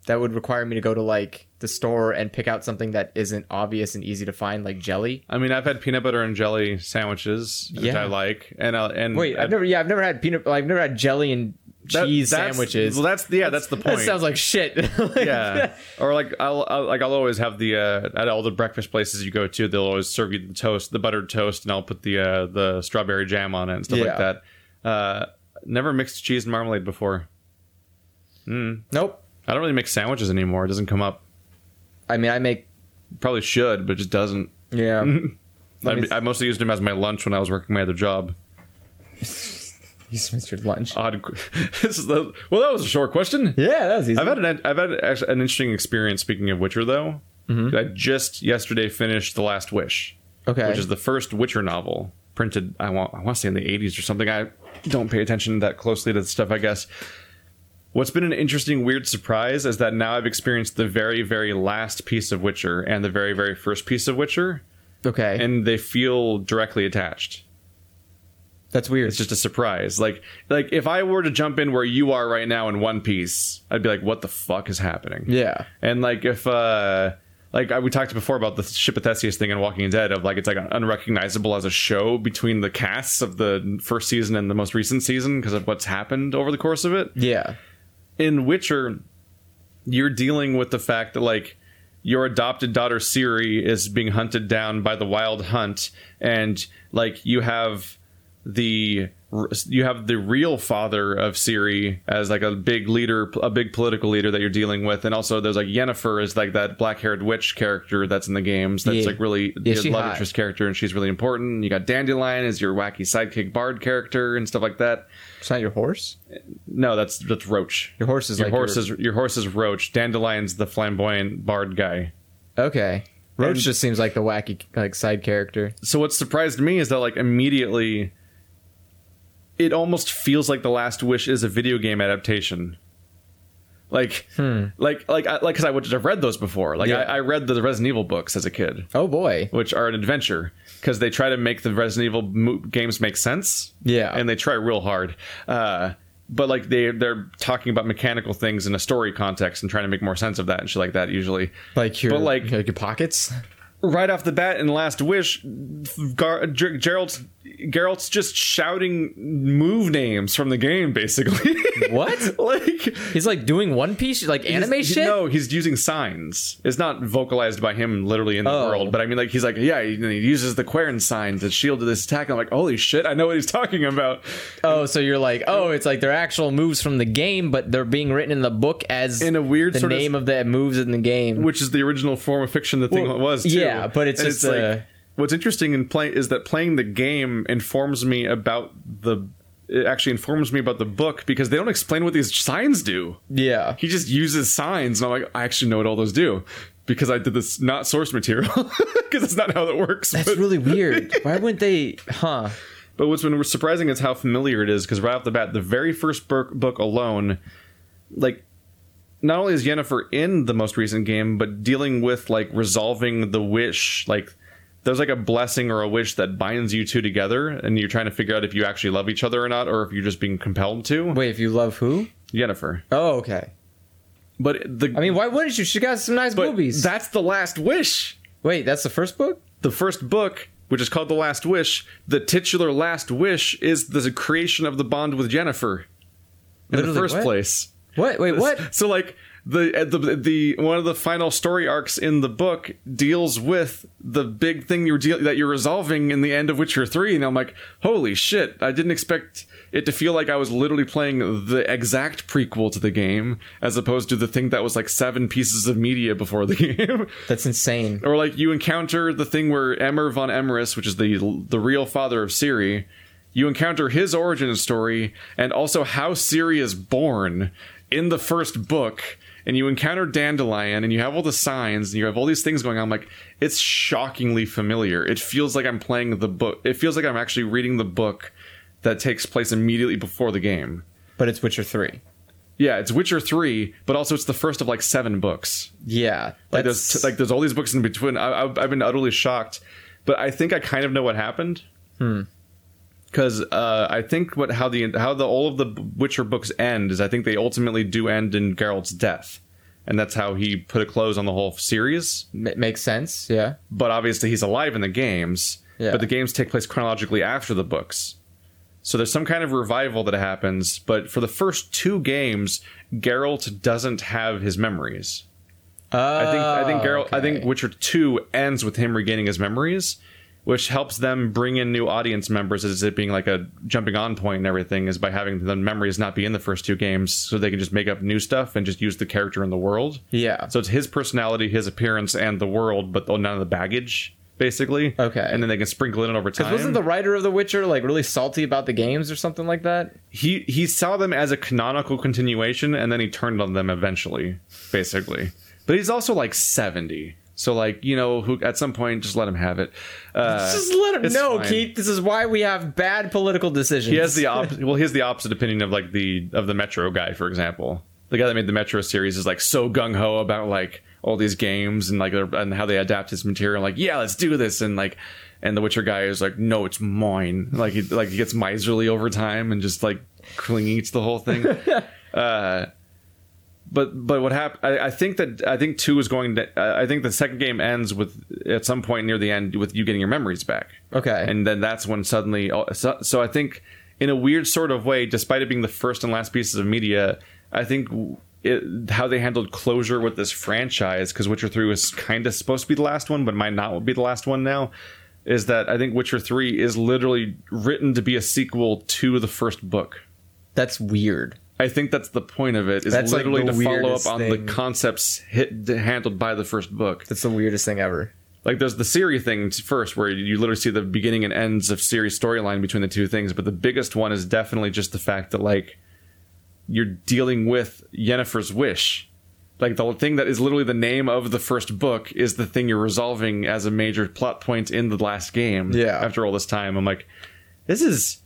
Speaker 2: that would require me to go to like the store and pick out something that isn't obvious and easy to find, like jelly.
Speaker 1: I mean, I've had peanut butter and jelly sandwiches, which
Speaker 2: Yeah.
Speaker 1: I like, and I, and
Speaker 2: Wait,
Speaker 1: I-
Speaker 2: I've never. Yeah, I've never had peanut. I've never had jelly and
Speaker 1: that-
Speaker 2: cheese
Speaker 1: that's-
Speaker 2: sandwiches.
Speaker 1: Well, that's yeah, that's, the point.
Speaker 2: that sounds like shit.
Speaker 1: yeah, or like I'll, I'll like I'll always have the uh, at all the breakfast places you go to, they'll always serve you the toast, the buttered toast, and I'll put the uh, the strawberry jam on it and stuff like
Speaker 2: Yeah.
Speaker 1: that. Uh, never mixed cheese and marmalade before.
Speaker 2: Nope.
Speaker 1: I don't really make sandwiches anymore. It doesn't come up.
Speaker 2: I mean, I make.
Speaker 1: Probably should, but just doesn't.
Speaker 2: Yeah.
Speaker 1: I,
Speaker 2: Let me-
Speaker 1: I mostly used them as my lunch when I was working my other job.
Speaker 2: you spent your lunch.
Speaker 1: Odd. qu- this is the, well, that was a short question.
Speaker 2: yeah, that was easy.
Speaker 1: I've had an I've had actually an interesting experience. Speaking of Witcher, though,
Speaker 2: Mm-hmm.
Speaker 1: I just yesterday finished The Last Wish.
Speaker 2: okay.
Speaker 1: which is the first Witcher novel printed. I want I want to say in the eighties or something. I don't pay attention that closely to the stuff. I guess. What's been an interesting, weird surprise is that now I've experienced the very, very last piece of Witcher and the very, very first piece of Witcher,
Speaker 2: okay.
Speaker 1: and they feel directly attached.
Speaker 2: that's weird.
Speaker 1: It's just a surprise. Like, like if I were to jump in where you are right now in One Piece, I'd be like, "What the fuck is happening?"
Speaker 2: yeah.
Speaker 1: And like if uh like I, we talked before about the Ship of Theseus thing in Walking Dead of like it's like unrecognizable as a show between the casts of the first season and the most recent season because of what's happened over the course of it.
Speaker 2: Yeah.
Speaker 1: In Witcher, you're dealing with the fact that like your adopted daughter Siri is being hunted down by the Wild Hunt, and like you have the you have the real father of Siri as like a big leader, a big political leader that you're dealing with, and also there's like Yennefer is like that black haired witch character that's in the games that's
Speaker 2: Yeah.
Speaker 1: like really
Speaker 2: Yeah,
Speaker 1: your
Speaker 2: she
Speaker 1: love
Speaker 2: hot.
Speaker 1: interest character, and she's really important. You got Dandelion as your wacky sidekick bard character and stuff like that.
Speaker 2: It's not your horse.
Speaker 1: No, that's that's Roach.
Speaker 2: Your horse is
Speaker 1: Your
Speaker 2: like
Speaker 1: horse is your horse is Roach. Dandelion's the flamboyant bard guy.
Speaker 2: Okay. Roach
Speaker 1: And-
Speaker 2: just seems like the wacky like side character.
Speaker 1: So what surprised me is that like immediately, it almost feels like The Last Wish is a video game adaptation. Like,
Speaker 2: Hmm.
Speaker 1: like, like, I, like, because I would have read those before. Like,
Speaker 2: Yeah.
Speaker 1: I, I read the Resident Evil books as a kid,
Speaker 2: Oh boy.
Speaker 1: which are an adventure because they try to make the Resident Evil mo- games make sense.
Speaker 2: Yeah.
Speaker 1: and they try real hard. Uh, but like they they're talking about mechanical things in a story context and trying to make more sense of that and shit like that usually.
Speaker 2: like your
Speaker 1: But, like-
Speaker 2: your pockets
Speaker 1: right off the bat in Last Wish, Gar- Ger- Geralt's Geralt's just shouting move names from the game, basically.
Speaker 2: What?
Speaker 1: like
Speaker 2: He's like doing One Piece, like anime
Speaker 1: he's-
Speaker 2: shit.
Speaker 1: No, he's using signs. It's not vocalized by him literally in the
Speaker 2: Oh.
Speaker 1: world, but I mean, like he's like, yeah, he, he uses the Quern sign to shield this attack. I'm like, holy shit, I know what he's talking about.
Speaker 2: Oh, so you're like, oh, it's like they're actual moves from the game, but they're being written in the book as
Speaker 1: In a weird
Speaker 2: the
Speaker 1: sort of-
Speaker 2: name of the moves in the game.
Speaker 1: which is the original form of fiction the thing
Speaker 2: Well,
Speaker 1: was too.
Speaker 2: yeah, but it's just, uh,
Speaker 1: what's interesting in play is that playing the game informs me about the it actually informs me about the book because they don't explain what these signs do.
Speaker 2: yeah.
Speaker 1: He just uses signs and I'm like I actually know what all those do because I did this not source material because that's not how that works.
Speaker 2: That's
Speaker 1: but,
Speaker 2: really weird. Why wouldn't they? Huh?
Speaker 1: but what's been surprising is how familiar it is because right off the bat the very first book, book alone like not only is Yennefer in the most recent game, but dealing with like resolving the wish, like there's like a blessing or a wish that binds you two together, and you're trying to figure out if you actually love each other or not, or if you're just being compelled to.
Speaker 2: Wait, if you love who?
Speaker 1: Yennefer,
Speaker 2: Oh, okay.
Speaker 1: but the
Speaker 2: I mean, why wouldn't you? She got some nice
Speaker 1: but
Speaker 2: boobies.
Speaker 1: that's the last wish.
Speaker 2: Wait, that's the first book.
Speaker 1: The first book, which is called the Last Wish, the titular Last Wish is the creation of the bond with Yennefer in
Speaker 2: Literally
Speaker 1: the first
Speaker 2: what?
Speaker 1: place.
Speaker 2: What? Wait, what?
Speaker 1: So like the uh, the the one of the final story arcs in the book deals with the big thing you're deal- that you're resolving in the end of Witcher Three, and I'm like, holy shit! I didn't expect it to feel like I was literally playing the exact prequel to the game, as opposed to the thing that was like seven pieces of media before the game.
Speaker 2: That's insane.
Speaker 1: or like you encounter the thing where Emmer von Emerus, which is the the real father of Ciri, you encounter his origin story and also how Ciri is born in the first book. And you encounter Dandelion, and you have all the signs, and you have all these things going on. Like it's shockingly familiar. It feels like I'm playing the book. It feels like I'm actually reading the book that takes place immediately before the game.
Speaker 2: But it's Witcher three.
Speaker 1: Yeah, it's Witcher three, but also it's the first of like seven books.
Speaker 2: Yeah,
Speaker 1: Like
Speaker 2: that's-
Speaker 1: there's like there's all these books in between. I, I've, I've been utterly shocked, but I think I kind of know what happened.
Speaker 2: Hmm.
Speaker 1: Because uh, I think what how the how the all of the Witcher books end is I think they ultimately do end in Geralt's death, and that's how he put a close on the whole series.
Speaker 2: ma- makes sense. Yeah.
Speaker 1: But obviously he's alive in the games.
Speaker 2: Yeah.
Speaker 1: But the games take place chronologically after the books. So there's some kind of revival that happens, but for the first two games, Geralt doesn't have his memories. I think I think
Speaker 2: Oh,
Speaker 1: Geralt, I think
Speaker 2: okay.
Speaker 1: Witcher Two ends with him regaining his memories, which helps them bring in new audience members. As it being like a jumping on point and everything is by having the memories not be in the first two games, so they can just make up new stuff and just use the character in the world.
Speaker 2: Yeah.
Speaker 1: So it's his personality, his appearance, and the world, but none of the baggage, basically.
Speaker 2: Okay.
Speaker 1: And then they can sprinkle it in over time.
Speaker 2: Because wasn't the writer of The Witcher like really salty about the games or something like that?
Speaker 1: he he saw them as a canonical continuation and then he turned on them eventually basically but he's also like 70 so like you know who at some point just let him have it uh,
Speaker 2: Just let him
Speaker 1: it's
Speaker 2: know,
Speaker 1: fine.
Speaker 2: Keith. This is why we have bad political decisions.
Speaker 1: he has the op- well he has the opposite opinion of like the of the metro guy for example the guy that made the metro series is like so gung-ho about like all these games and like their- and how they adapt his material like yeah let's do this and like and the witcher guy is like no it's mine like he like he gets miserly over time and just like clinging to the whole thing Uh, but but what happened? I, I think that I think two is going. To, I I think the second game ends with at some point near the end with you getting your memories back.
Speaker 2: Okay.
Speaker 1: and then that's when suddenly. all- So, so I think in a weird sort of way, despite it being the first and last pieces of media, I think it, how they handled closure with this franchise because Witcher Three was kind of supposed to be the last one, but might not be the last one now. Is that I think Witcher Three is literally written to be a sequel to the first book.
Speaker 2: That's weird.
Speaker 1: I think that's the point of it. Is
Speaker 2: That's, like,
Speaker 1: literally
Speaker 2: the
Speaker 1: to follow up
Speaker 2: weirdest
Speaker 1: on
Speaker 2: thing.
Speaker 1: the concepts hit handled by the first book.
Speaker 2: That's the weirdest thing ever.
Speaker 1: Like there's the Siri thing t- first, where you literally see the beginning and ends of Siri's storyline between the two things. But the biggest one is definitely just the fact that like you're dealing with Yennefer's wish. Like the thing that is literally the name of the first book is the thing you're resolving as a major plot point in the last game.
Speaker 2: Yeah.
Speaker 1: After all this time, I'm like, this is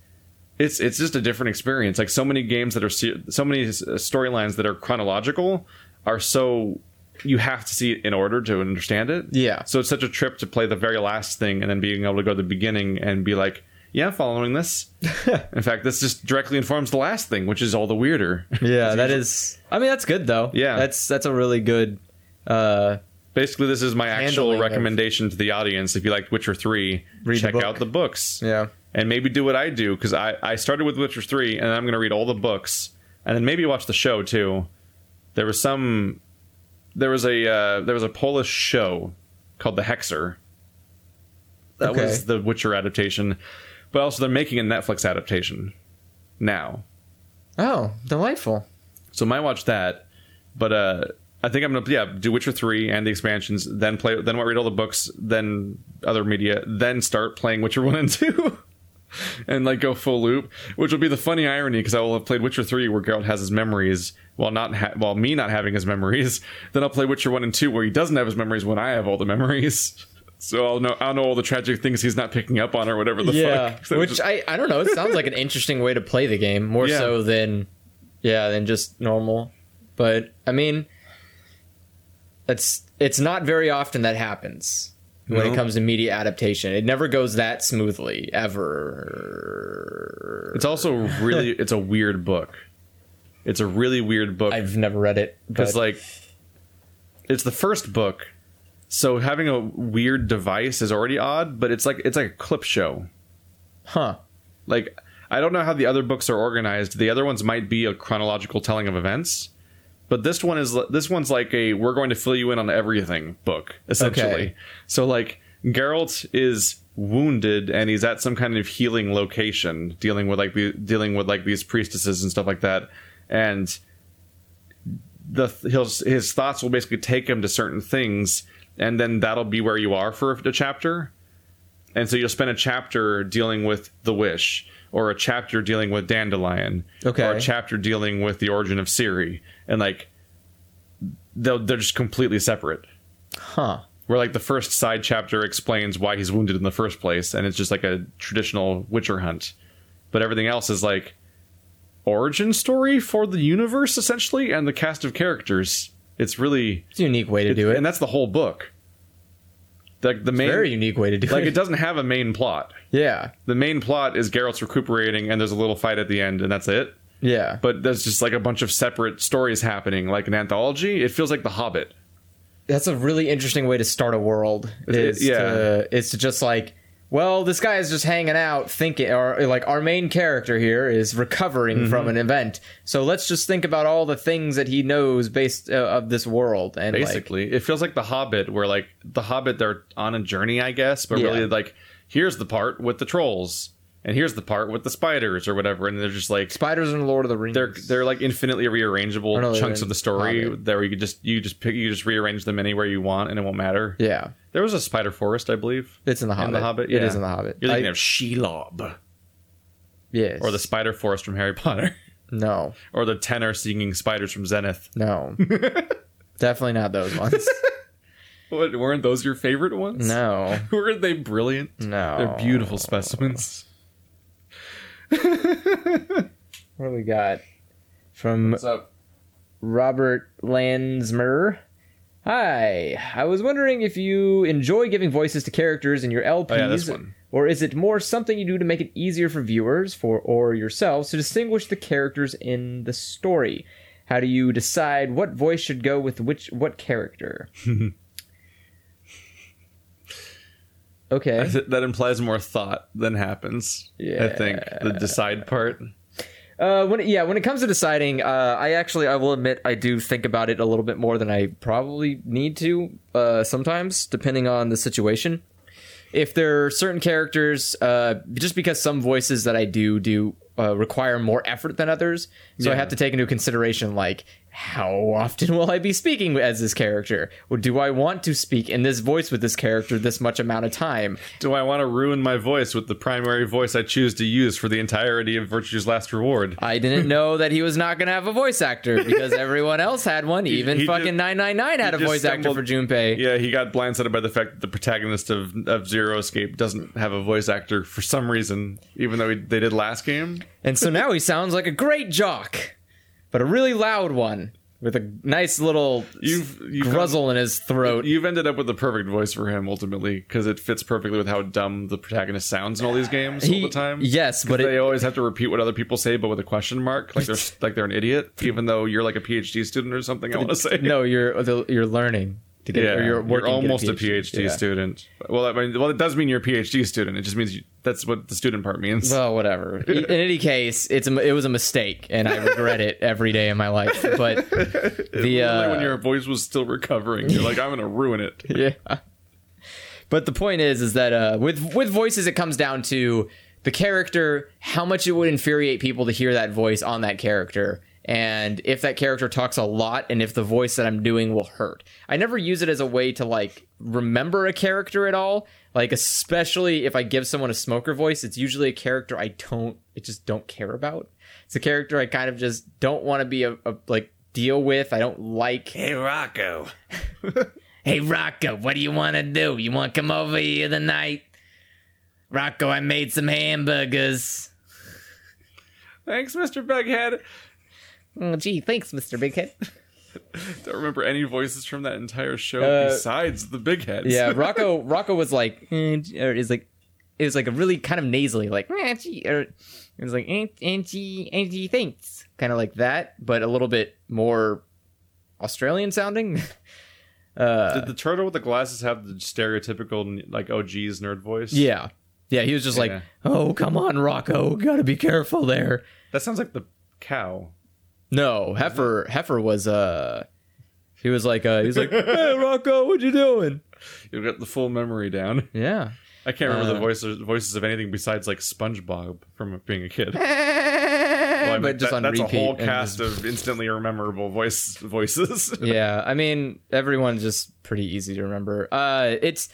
Speaker 1: it's it's just a different experience. Like so many games that are se- so many uh, storylines that are chronological are so you have to see it in order to understand it.
Speaker 2: Yeah.
Speaker 1: So it's such a trip to play the very last thing and then being able to go to the beginning and be like, yeah, I'm following this. in fact, this just directly informs the last thing, which is all the weirder.
Speaker 2: Yeah, that is. I mean, that's good though.
Speaker 1: Yeah.
Speaker 2: that's that's a really good. uh
Speaker 1: Basically, this is my actual
Speaker 4: Handling of-
Speaker 1: recommendation to the audience. If you liked Witcher 3,
Speaker 4: Read the
Speaker 1: check
Speaker 4: book.
Speaker 1: out the books.
Speaker 4: Yeah.
Speaker 1: And maybe do what I do, because I, I started with Witcher 3, and I'm going to read all the books, and then maybe watch the show, too. There was some. There was a uh, there was a Polish show called The Hexer. That
Speaker 4: Okay.
Speaker 1: was the Witcher adaptation, but also they're making a Netflix adaptation now.
Speaker 4: Oh, delightful.
Speaker 1: So might watch that, but uh, I think I'm gonna yeah do Witcher three and the expansions, then play, then read all the books, then other media, then start playing Witcher one and two, and like go full loop, which will be the funny irony because I will have played Witcher three where Geralt has his memories while not ha- while me not having his memories. Then I'll play Witcher one and two where he doesn't have his memories when I have all the memories. So I'll know I'll know all the tragic things he's not picking up on or whatever the
Speaker 2: yeah,
Speaker 1: fuck. So
Speaker 2: which
Speaker 1: just-
Speaker 2: I I don't know. It sounds like an interesting way to play the game, more
Speaker 1: Yeah.
Speaker 2: so than yeah than just normal. But I mean, it's it's not very often that happens when
Speaker 1: No.
Speaker 2: it comes to media adaptation. It never goes that smoothly ever.
Speaker 1: it's also really it's a weird book. It's a really weird book.
Speaker 2: I've never read it
Speaker 1: because
Speaker 2: but-
Speaker 1: like it's the first book so having a weird device is already odd but it's like it's like a clip show
Speaker 2: huh?
Speaker 1: like i don't know how the other books are organized the other ones might be a chronological telling of events but this one is this one's like a we're going to fill you in on everything book essentially
Speaker 2: Okay.
Speaker 1: so like Geralt is wounded and he's at some kind of healing location dealing with like the, dealing with like these priestesses and stuff like that and the he'll, his thoughts will basically take him to certain things and then that'll be where you are for a chapter and so you'll spend a chapter dealing with the wish or a chapter dealing with dandelion
Speaker 4: Okay.
Speaker 1: or a chapter dealing with the origin of siri and like they'll, they're just completely separate
Speaker 2: Huh.
Speaker 1: where like the first side chapter explains why he's wounded in the first place and it's just like a traditional witcher hunt but everything else is like origin story for the universe essentially and the cast of characters it's really
Speaker 2: It's a unique way to do it.
Speaker 1: and that's the whole book like the main
Speaker 2: Very unique way to do
Speaker 1: like
Speaker 2: it.
Speaker 1: it doesn't have a main plot
Speaker 2: Yeah.
Speaker 1: the main plot is Geralt's recuperating and there's a little fight at the end and that's it
Speaker 2: Yeah.
Speaker 1: but there's just like a bunch of separate stories happening like an anthology it feels like the hobbit
Speaker 2: that's a really interesting way to start a world. Is
Speaker 1: yeah.
Speaker 2: to, is to just like, well, this guy is just hanging out, thinking, or like our main character here is recovering
Speaker 1: Mm-hmm.
Speaker 2: from an event, so let's just think about all the things that he knows based uh, of this world, and like,
Speaker 1: basically it feels like the hobbit where like the hobbit they're on a journey i guess but
Speaker 2: Yeah.
Speaker 1: really like here's the part with the trolls and here's the part with the spiders or whatever and they're just like
Speaker 2: spiders in Lord of the Rings.
Speaker 1: they're they're like infinitely rearrangeable
Speaker 2: Oh, no, they're
Speaker 1: chunks
Speaker 2: in
Speaker 1: of the story
Speaker 2: Hobbit.
Speaker 1: that where you could just you just pick you just rearrange them anywhere you want and it won't matter
Speaker 2: yeah,
Speaker 1: there was a spider forest i believe
Speaker 2: it's in the Hobbit.
Speaker 1: in the hobbit
Speaker 2: It
Speaker 1: yeah.
Speaker 2: is in the Hobbit.
Speaker 1: you're
Speaker 2: I-
Speaker 1: thinking of shelob
Speaker 2: yes.
Speaker 1: or the spider forest from harry potter
Speaker 2: no,
Speaker 1: or the tenor singing spiders from zenith
Speaker 2: no, definitely not those ones.
Speaker 1: what, weren't those your favorite ones
Speaker 2: No,
Speaker 1: weren't they brilliant
Speaker 2: no,
Speaker 1: they're beautiful specimens
Speaker 2: What do we got from Robert Landsmer? Hi, I was wondering if you enjoy giving voices to characters in your LPs,
Speaker 1: oh, yeah, this one.
Speaker 2: or is it more something you do to make it easier for viewers for or yourselves to distinguish the characters in the story? How do you decide what voice should go with which what character?
Speaker 1: I
Speaker 2: okay.
Speaker 1: th- that implies more thought than happens. I think the decide part.
Speaker 2: Uh, when yeah, when it comes to deciding, uh, I actually I will admit I do think about it a little bit more than I probably need to uh, sometimes, depending on the situation. If there are certain characters, uh, just because some voices that I do do uh, require more effort than others, so I have to take into consideration like how often will I be speaking as this character? Or do I want to speak in this voice with this character this much amount of time?
Speaker 1: Do I want to ruin my voice with the primary voice I choose to use for the entirety of Virtue's Last Reward?
Speaker 2: I didn't know that he was not going to have a voice actor because everyone else had one. Even
Speaker 1: he
Speaker 2: fucking
Speaker 1: just-
Speaker 2: 999 had a
Speaker 1: just
Speaker 2: voice actor
Speaker 1: stumbled-
Speaker 2: for Junpei.
Speaker 1: Yeah, he got blindsided by the fact that the protagonist of, of Zero Escape doesn't have a voice actor for some reason, even though he, they did last game.
Speaker 2: And so now he sounds like a great jock, but a really loud one with a nice little
Speaker 1: You've- you've come-
Speaker 2: gruzzle in his throat.
Speaker 1: You've ended up with the perfect voice for him ultimately because it fits perfectly with how dumb the protagonist sounds in all these games all
Speaker 2: He-
Speaker 1: the time.
Speaker 2: yes,
Speaker 1: 'Cause
Speaker 2: but it-
Speaker 1: they always have to repeat what other people say, but with a question mark, like they're like they're an idiot, even though you're like a PhD student or something. I want to say
Speaker 2: no, you're you're learning. to get,
Speaker 1: yeah,
Speaker 2: or you're, working
Speaker 1: you're
Speaker 2: to get
Speaker 1: almost a PhD,
Speaker 2: Yeah.
Speaker 1: student. Well, I mean, well, it does mean you're a PhD student. It just means you, that's what the student part means.
Speaker 2: Well, whatever. In any case, it's a, it was a mistake, and I regret it every day of my life. But the
Speaker 1: Only
Speaker 2: uh,
Speaker 1: when your voice was still recovering, you're like, I'm gonna ruin it.
Speaker 2: yeah. But the point is, is that uh, with with voices, it comes down to the character, how much it would infuriate people to hear that voice on that character, and if that character talks a lot, and if the voice that I'm doing will hurt. I never use it as a way to like remember a character at all. Like especially if I give someone a smoker voice, it's usually a character I don't, I just don't care about. It's a character I kind of just don't want to be a, a like deal with. I don't like.
Speaker 1: Hey, Rocco.
Speaker 2: Hey Rocco, what do you want to do? You want to come over here tonight? Rocco, I made some hamburgers.
Speaker 1: Thanks, Mr. Beghead.
Speaker 2: Oh, gee, thanks, Mr. Bighead.
Speaker 1: Don't remember any voices from that entire show
Speaker 2: Uh,
Speaker 1: besides the big heads.
Speaker 2: Yeah, Rocco. Rocco was like, eh, gee," or is like, it was like a really kind of nasally, like, eh, gee," or it was like, eh, eh, gee, eh, gee, thanks, kind of like that, but a little bit more Australian sounding. Uh,
Speaker 1: Did the turtle with the glasses have the stereotypical like OG's nerd voice?
Speaker 2: Yeah, yeah. He was just like,
Speaker 1: Yeah.
Speaker 2: oh, come on, Rocco, gotta be careful there.
Speaker 1: that sounds like the cow.
Speaker 2: No, Heifer. Heifer was uh, he was like uh, he was like, hey Rocco, what you doing?
Speaker 1: You've got the full memory down.
Speaker 2: Yeah.
Speaker 1: I can't remember
Speaker 2: Uh.
Speaker 1: the voices voices of anything besides like SpongeBob from being a kid. Well, I mean,
Speaker 2: but just
Speaker 1: that-
Speaker 2: on
Speaker 1: that's
Speaker 2: repeat.
Speaker 1: a whole
Speaker 2: and
Speaker 1: cast
Speaker 2: just-
Speaker 1: of instantly rememberable voice voices.
Speaker 2: yeah, I mean, everyone's just pretty easy to remember. Uh, it's,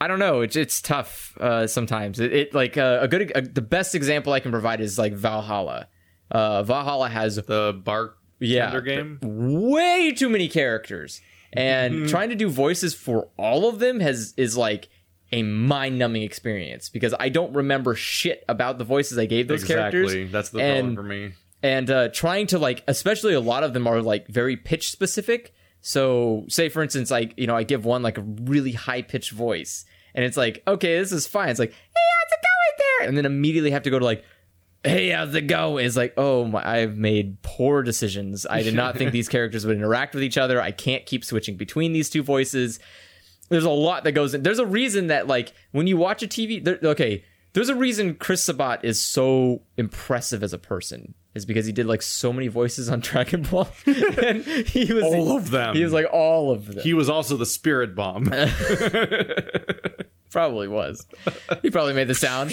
Speaker 2: I don't know, it's it's tough uh, sometimes. It, it like uh, a good, uh the best example I can provide is like Valhalla. Uh, Valhalla has
Speaker 1: the bark
Speaker 2: yeah
Speaker 1: Tinder game. Mm-hmm.
Speaker 2: way too many characters and trying to do voices for all of them has is like a mind-numbing experience because I don't remember shit about the voices I gave those
Speaker 1: Exactly.
Speaker 2: characters.
Speaker 1: That's the
Speaker 2: and-
Speaker 1: problem for me.
Speaker 2: And uh, trying to like, especially a lot of them are like very pitch specific. So, say for instance, like you know, I give one like a really high-pitched voice, and it's like, okay, this is fine. It's like, hey, how's it going there? And then immediately have to go to like, hey, how's it going? It's like, oh my, I've made poor decisions. I did not think these characters would interact with each other. I can't keep switching between these two voices. There's a lot that goes in. There's a reason that like when you watch a TV, there, okay, there's a reason Chris Sabat is so impressive as a person is because he did like so many voices on Dragon Ball, and he was
Speaker 1: All of them.
Speaker 2: He was like all of them.
Speaker 1: He was also the spirit bomb.
Speaker 2: Probably was. He probably made the sound.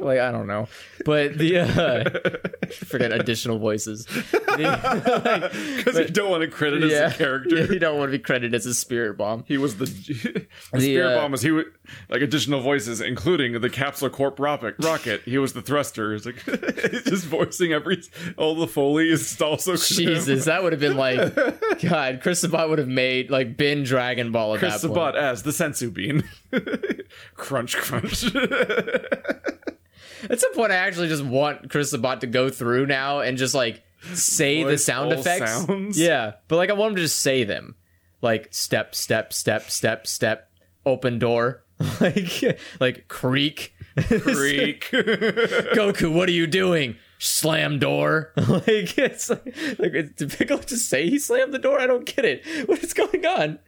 Speaker 2: like I don't know, but the uh, forget additional voices. The-
Speaker 1: Because you don't want to credit as
Speaker 2: yeah,
Speaker 1: a character.
Speaker 2: you don't want to be credited as a spirit bomb.
Speaker 1: He was the, the,
Speaker 2: The,
Speaker 1: spirit
Speaker 2: uh,
Speaker 1: bomb. Was he wa- like additional voices, including the capsule corp rocket? Rocket. He was the thruster. He's like he's just voicing every all the foley is also
Speaker 2: Jesus, that would have been like God. Chris Sabat would have made like been Dragon Ball at
Speaker 1: Chris
Speaker 2: that point.
Speaker 1: Sabat as the sensu bean. crunch, crunch.
Speaker 2: At some point, I actually just want Chris Sabat to go through now and just like say the
Speaker 1: Voice
Speaker 2: sound
Speaker 1: all
Speaker 2: effects.
Speaker 1: sounds.
Speaker 2: Yeah, but like I want him to just say them, like step, step, step, step, step, open door, like like creak,
Speaker 1: Freak.
Speaker 2: Goku, what are you doing? Slam door. like it's like, like it's, did Piccolo just say he slammed the door? I don't get it. What is going on?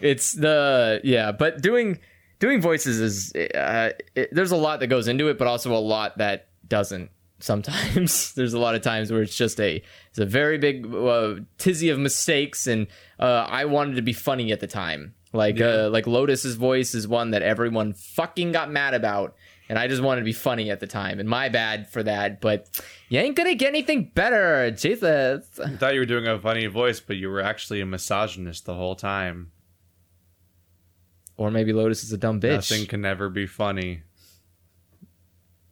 Speaker 2: It's the yeah, but doing doing voices is uh, it, there's a lot that goes into it, but also a lot that doesn't. Sometimes there's a lot of times where it's just a it's a very big uh, tizzy of mistakes, and uh, I wanted to be funny at the time. Like uh, like Lotus's voice is one that everyone fucking got mad about, and I just wanted to be funny at the time, and my bad for that. But you ain't gonna get anything better, Jesus.
Speaker 1: I thought you were doing a funny voice, but you were actually a misogynist the whole time.
Speaker 2: Or maybe Lotus is a dumb bitch.
Speaker 1: Nothing can ever be funny.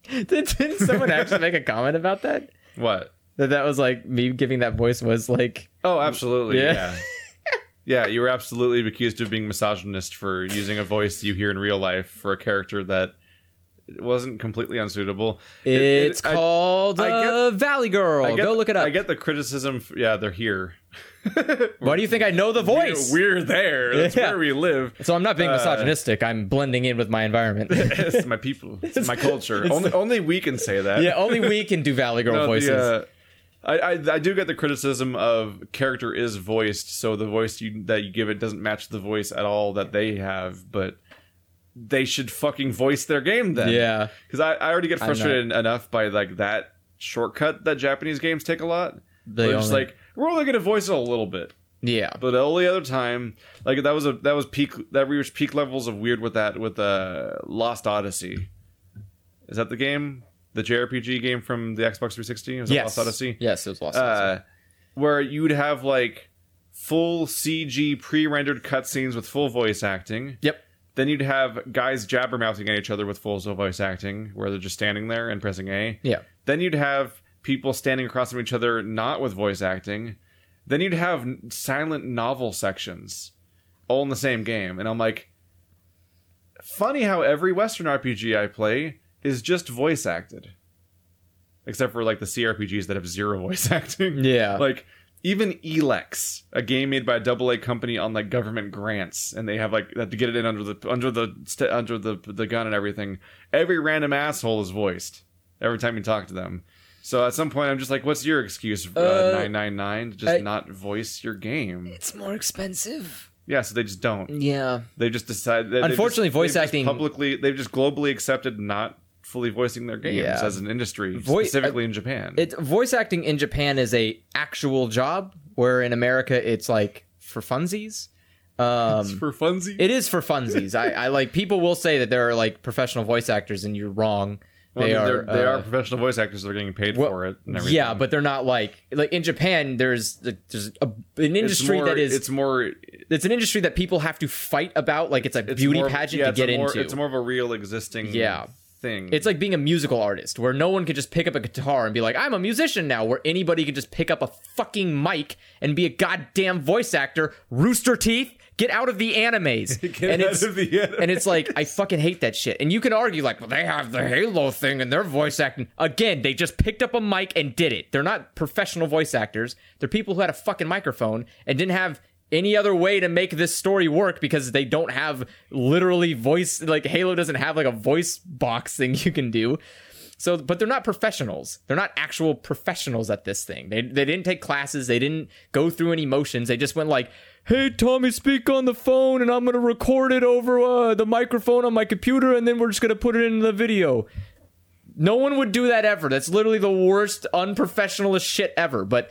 Speaker 2: Did, didn't someone actually make a comment about that?
Speaker 1: What?
Speaker 2: That that was like me giving that voice was like
Speaker 1: Oh, absolutely.
Speaker 2: Yeah.
Speaker 1: Yeah. yeah. you were absolutely accused of being misogynist for using a voice you hear in real life for a character that wasn't completely unsuitable. It- it-
Speaker 2: it's
Speaker 1: I-
Speaker 2: called
Speaker 1: I get-
Speaker 2: uh, Valley Girl.
Speaker 1: I get-
Speaker 2: Go look it up.
Speaker 1: I get the criticism. f- Yeah, they're here.
Speaker 2: Why do you think I know the voice?
Speaker 1: We're, we're there. That's
Speaker 2: Yeah.
Speaker 1: where we live.
Speaker 2: so I'm not being
Speaker 1: Uh,
Speaker 2: misogynistic. I'm blending in with my environment.
Speaker 1: It's my people. It's my culture. only, only we can say that.
Speaker 2: yeah, only we can do Valley Girl
Speaker 1: No, the,
Speaker 2: voices.
Speaker 1: uh, I, I I do get the criticism of character is voiced, so the voice you, that you give it doesn't match the voice at all that they have. But they should fucking voice their game then.
Speaker 2: Yeah.
Speaker 1: because I, I already get
Speaker 2: know.
Speaker 1: frustrated enough by like that shortcut that Japanese games take a lot.
Speaker 2: They
Speaker 1: They're just
Speaker 2: only-
Speaker 1: like we're only going to voice it a little bit.
Speaker 2: Yeah.
Speaker 1: But the only other time, like that was a that was peak that reached peak levels of weird with that with uh, Lost Odyssey. Is that the game, the JRPG game from the Xbox 360? Was it
Speaker 2: Yes.
Speaker 1: Lost Odyssey.
Speaker 2: Yes, it was Lost
Speaker 1: Uh,
Speaker 2: Odyssey.
Speaker 1: where you'd have like full CG pre-rendered cutscenes with full voice acting.
Speaker 2: Yep.
Speaker 1: Then you'd have guys jabbermouthing at each other with full voice acting, where they're just standing there and pressing A.
Speaker 2: Yeah.
Speaker 1: Then you'd have people standing across from each other, not with voice acting. Then you'd have n- silent novel sections, all in the same game, and I'm like, funny how every Western RPG I play is just voice acted, except for like the CRPGs that have zero voice acting.
Speaker 2: Yeah.
Speaker 1: like even Elex, a game made by a double A company on like government grants, and they have like they have to get it in under the under the st- under the the gun and everything. Every random asshole is voiced every time you talk to them. So at some point, I'm just like, "What's your excuse,
Speaker 2: Uh,
Speaker 1: nine nine nine, to just
Speaker 2: I-
Speaker 1: not voice your game?"
Speaker 2: It's more expensive.
Speaker 1: Yeah, so they just don't.
Speaker 2: Yeah.
Speaker 1: They just decide. They, they
Speaker 2: Unfortunately,
Speaker 1: just-
Speaker 2: voice
Speaker 1: they've just
Speaker 2: acting-
Speaker 1: publicly, they've just globally accepted not fully voicing their games
Speaker 2: Yeah.
Speaker 1: as an industry,
Speaker 2: Voi-
Speaker 1: specifically in Japan.
Speaker 2: It's voice acting in Japan is a actual job, where in America it's like for funsies. Um,
Speaker 1: It's for funsies.
Speaker 2: It is for funsies. I, I like people will say that there are like professional voice actors, and you're wrong.
Speaker 1: Well,
Speaker 2: they
Speaker 1: I mean,
Speaker 2: are.
Speaker 1: they're- they
Speaker 2: uh,
Speaker 1: are professional voice actors. They're getting paid
Speaker 2: well,
Speaker 1: for it. And everything.
Speaker 2: yeah, but they're not like like in Japan. There's like, there's a, an
Speaker 1: It's
Speaker 2: industry
Speaker 1: more-
Speaker 2: that is
Speaker 1: It's
Speaker 2: it's,
Speaker 1: more
Speaker 2: an industry that people have to fight about. Like it's a
Speaker 1: it's
Speaker 2: beauty
Speaker 1: more-
Speaker 2: pageant
Speaker 1: yeah,
Speaker 2: to
Speaker 1: it's a
Speaker 2: get
Speaker 1: more-
Speaker 2: into.
Speaker 1: It's more of a real existing
Speaker 2: Yeah.
Speaker 1: thing.
Speaker 2: It's like being a musical artist where no one can just pick up a guitar and be like, I'm a musician now, where anybody can just pick up a fucking mic and be a goddamn voice actor. Rooster Teeth, get out of the animes.
Speaker 1: Get out of the anime.
Speaker 2: and it's like, I fucking hate that shit. And you can argue, like, well, they have the Halo thing and they're voice acting. Again, they just picked up a mic and did it. They're not professional voice actors, they're people who had a fucking microphone and didn't have. Any other way to make this story work because they don't have literally voice like Halo doesn't have like a voice box thing you can do. So, but they're not professionals. They're not actual professionals at this thing. They, they didn't take classes. They didn't go through any motions. They just went like, "Hey, Tommy, speak on the phone, and I'm gonna record it over uh, the microphone on my computer, and then we're just gonna put it in the video." No one would do that ever. That's literally the worst unprofessionalist shit ever. But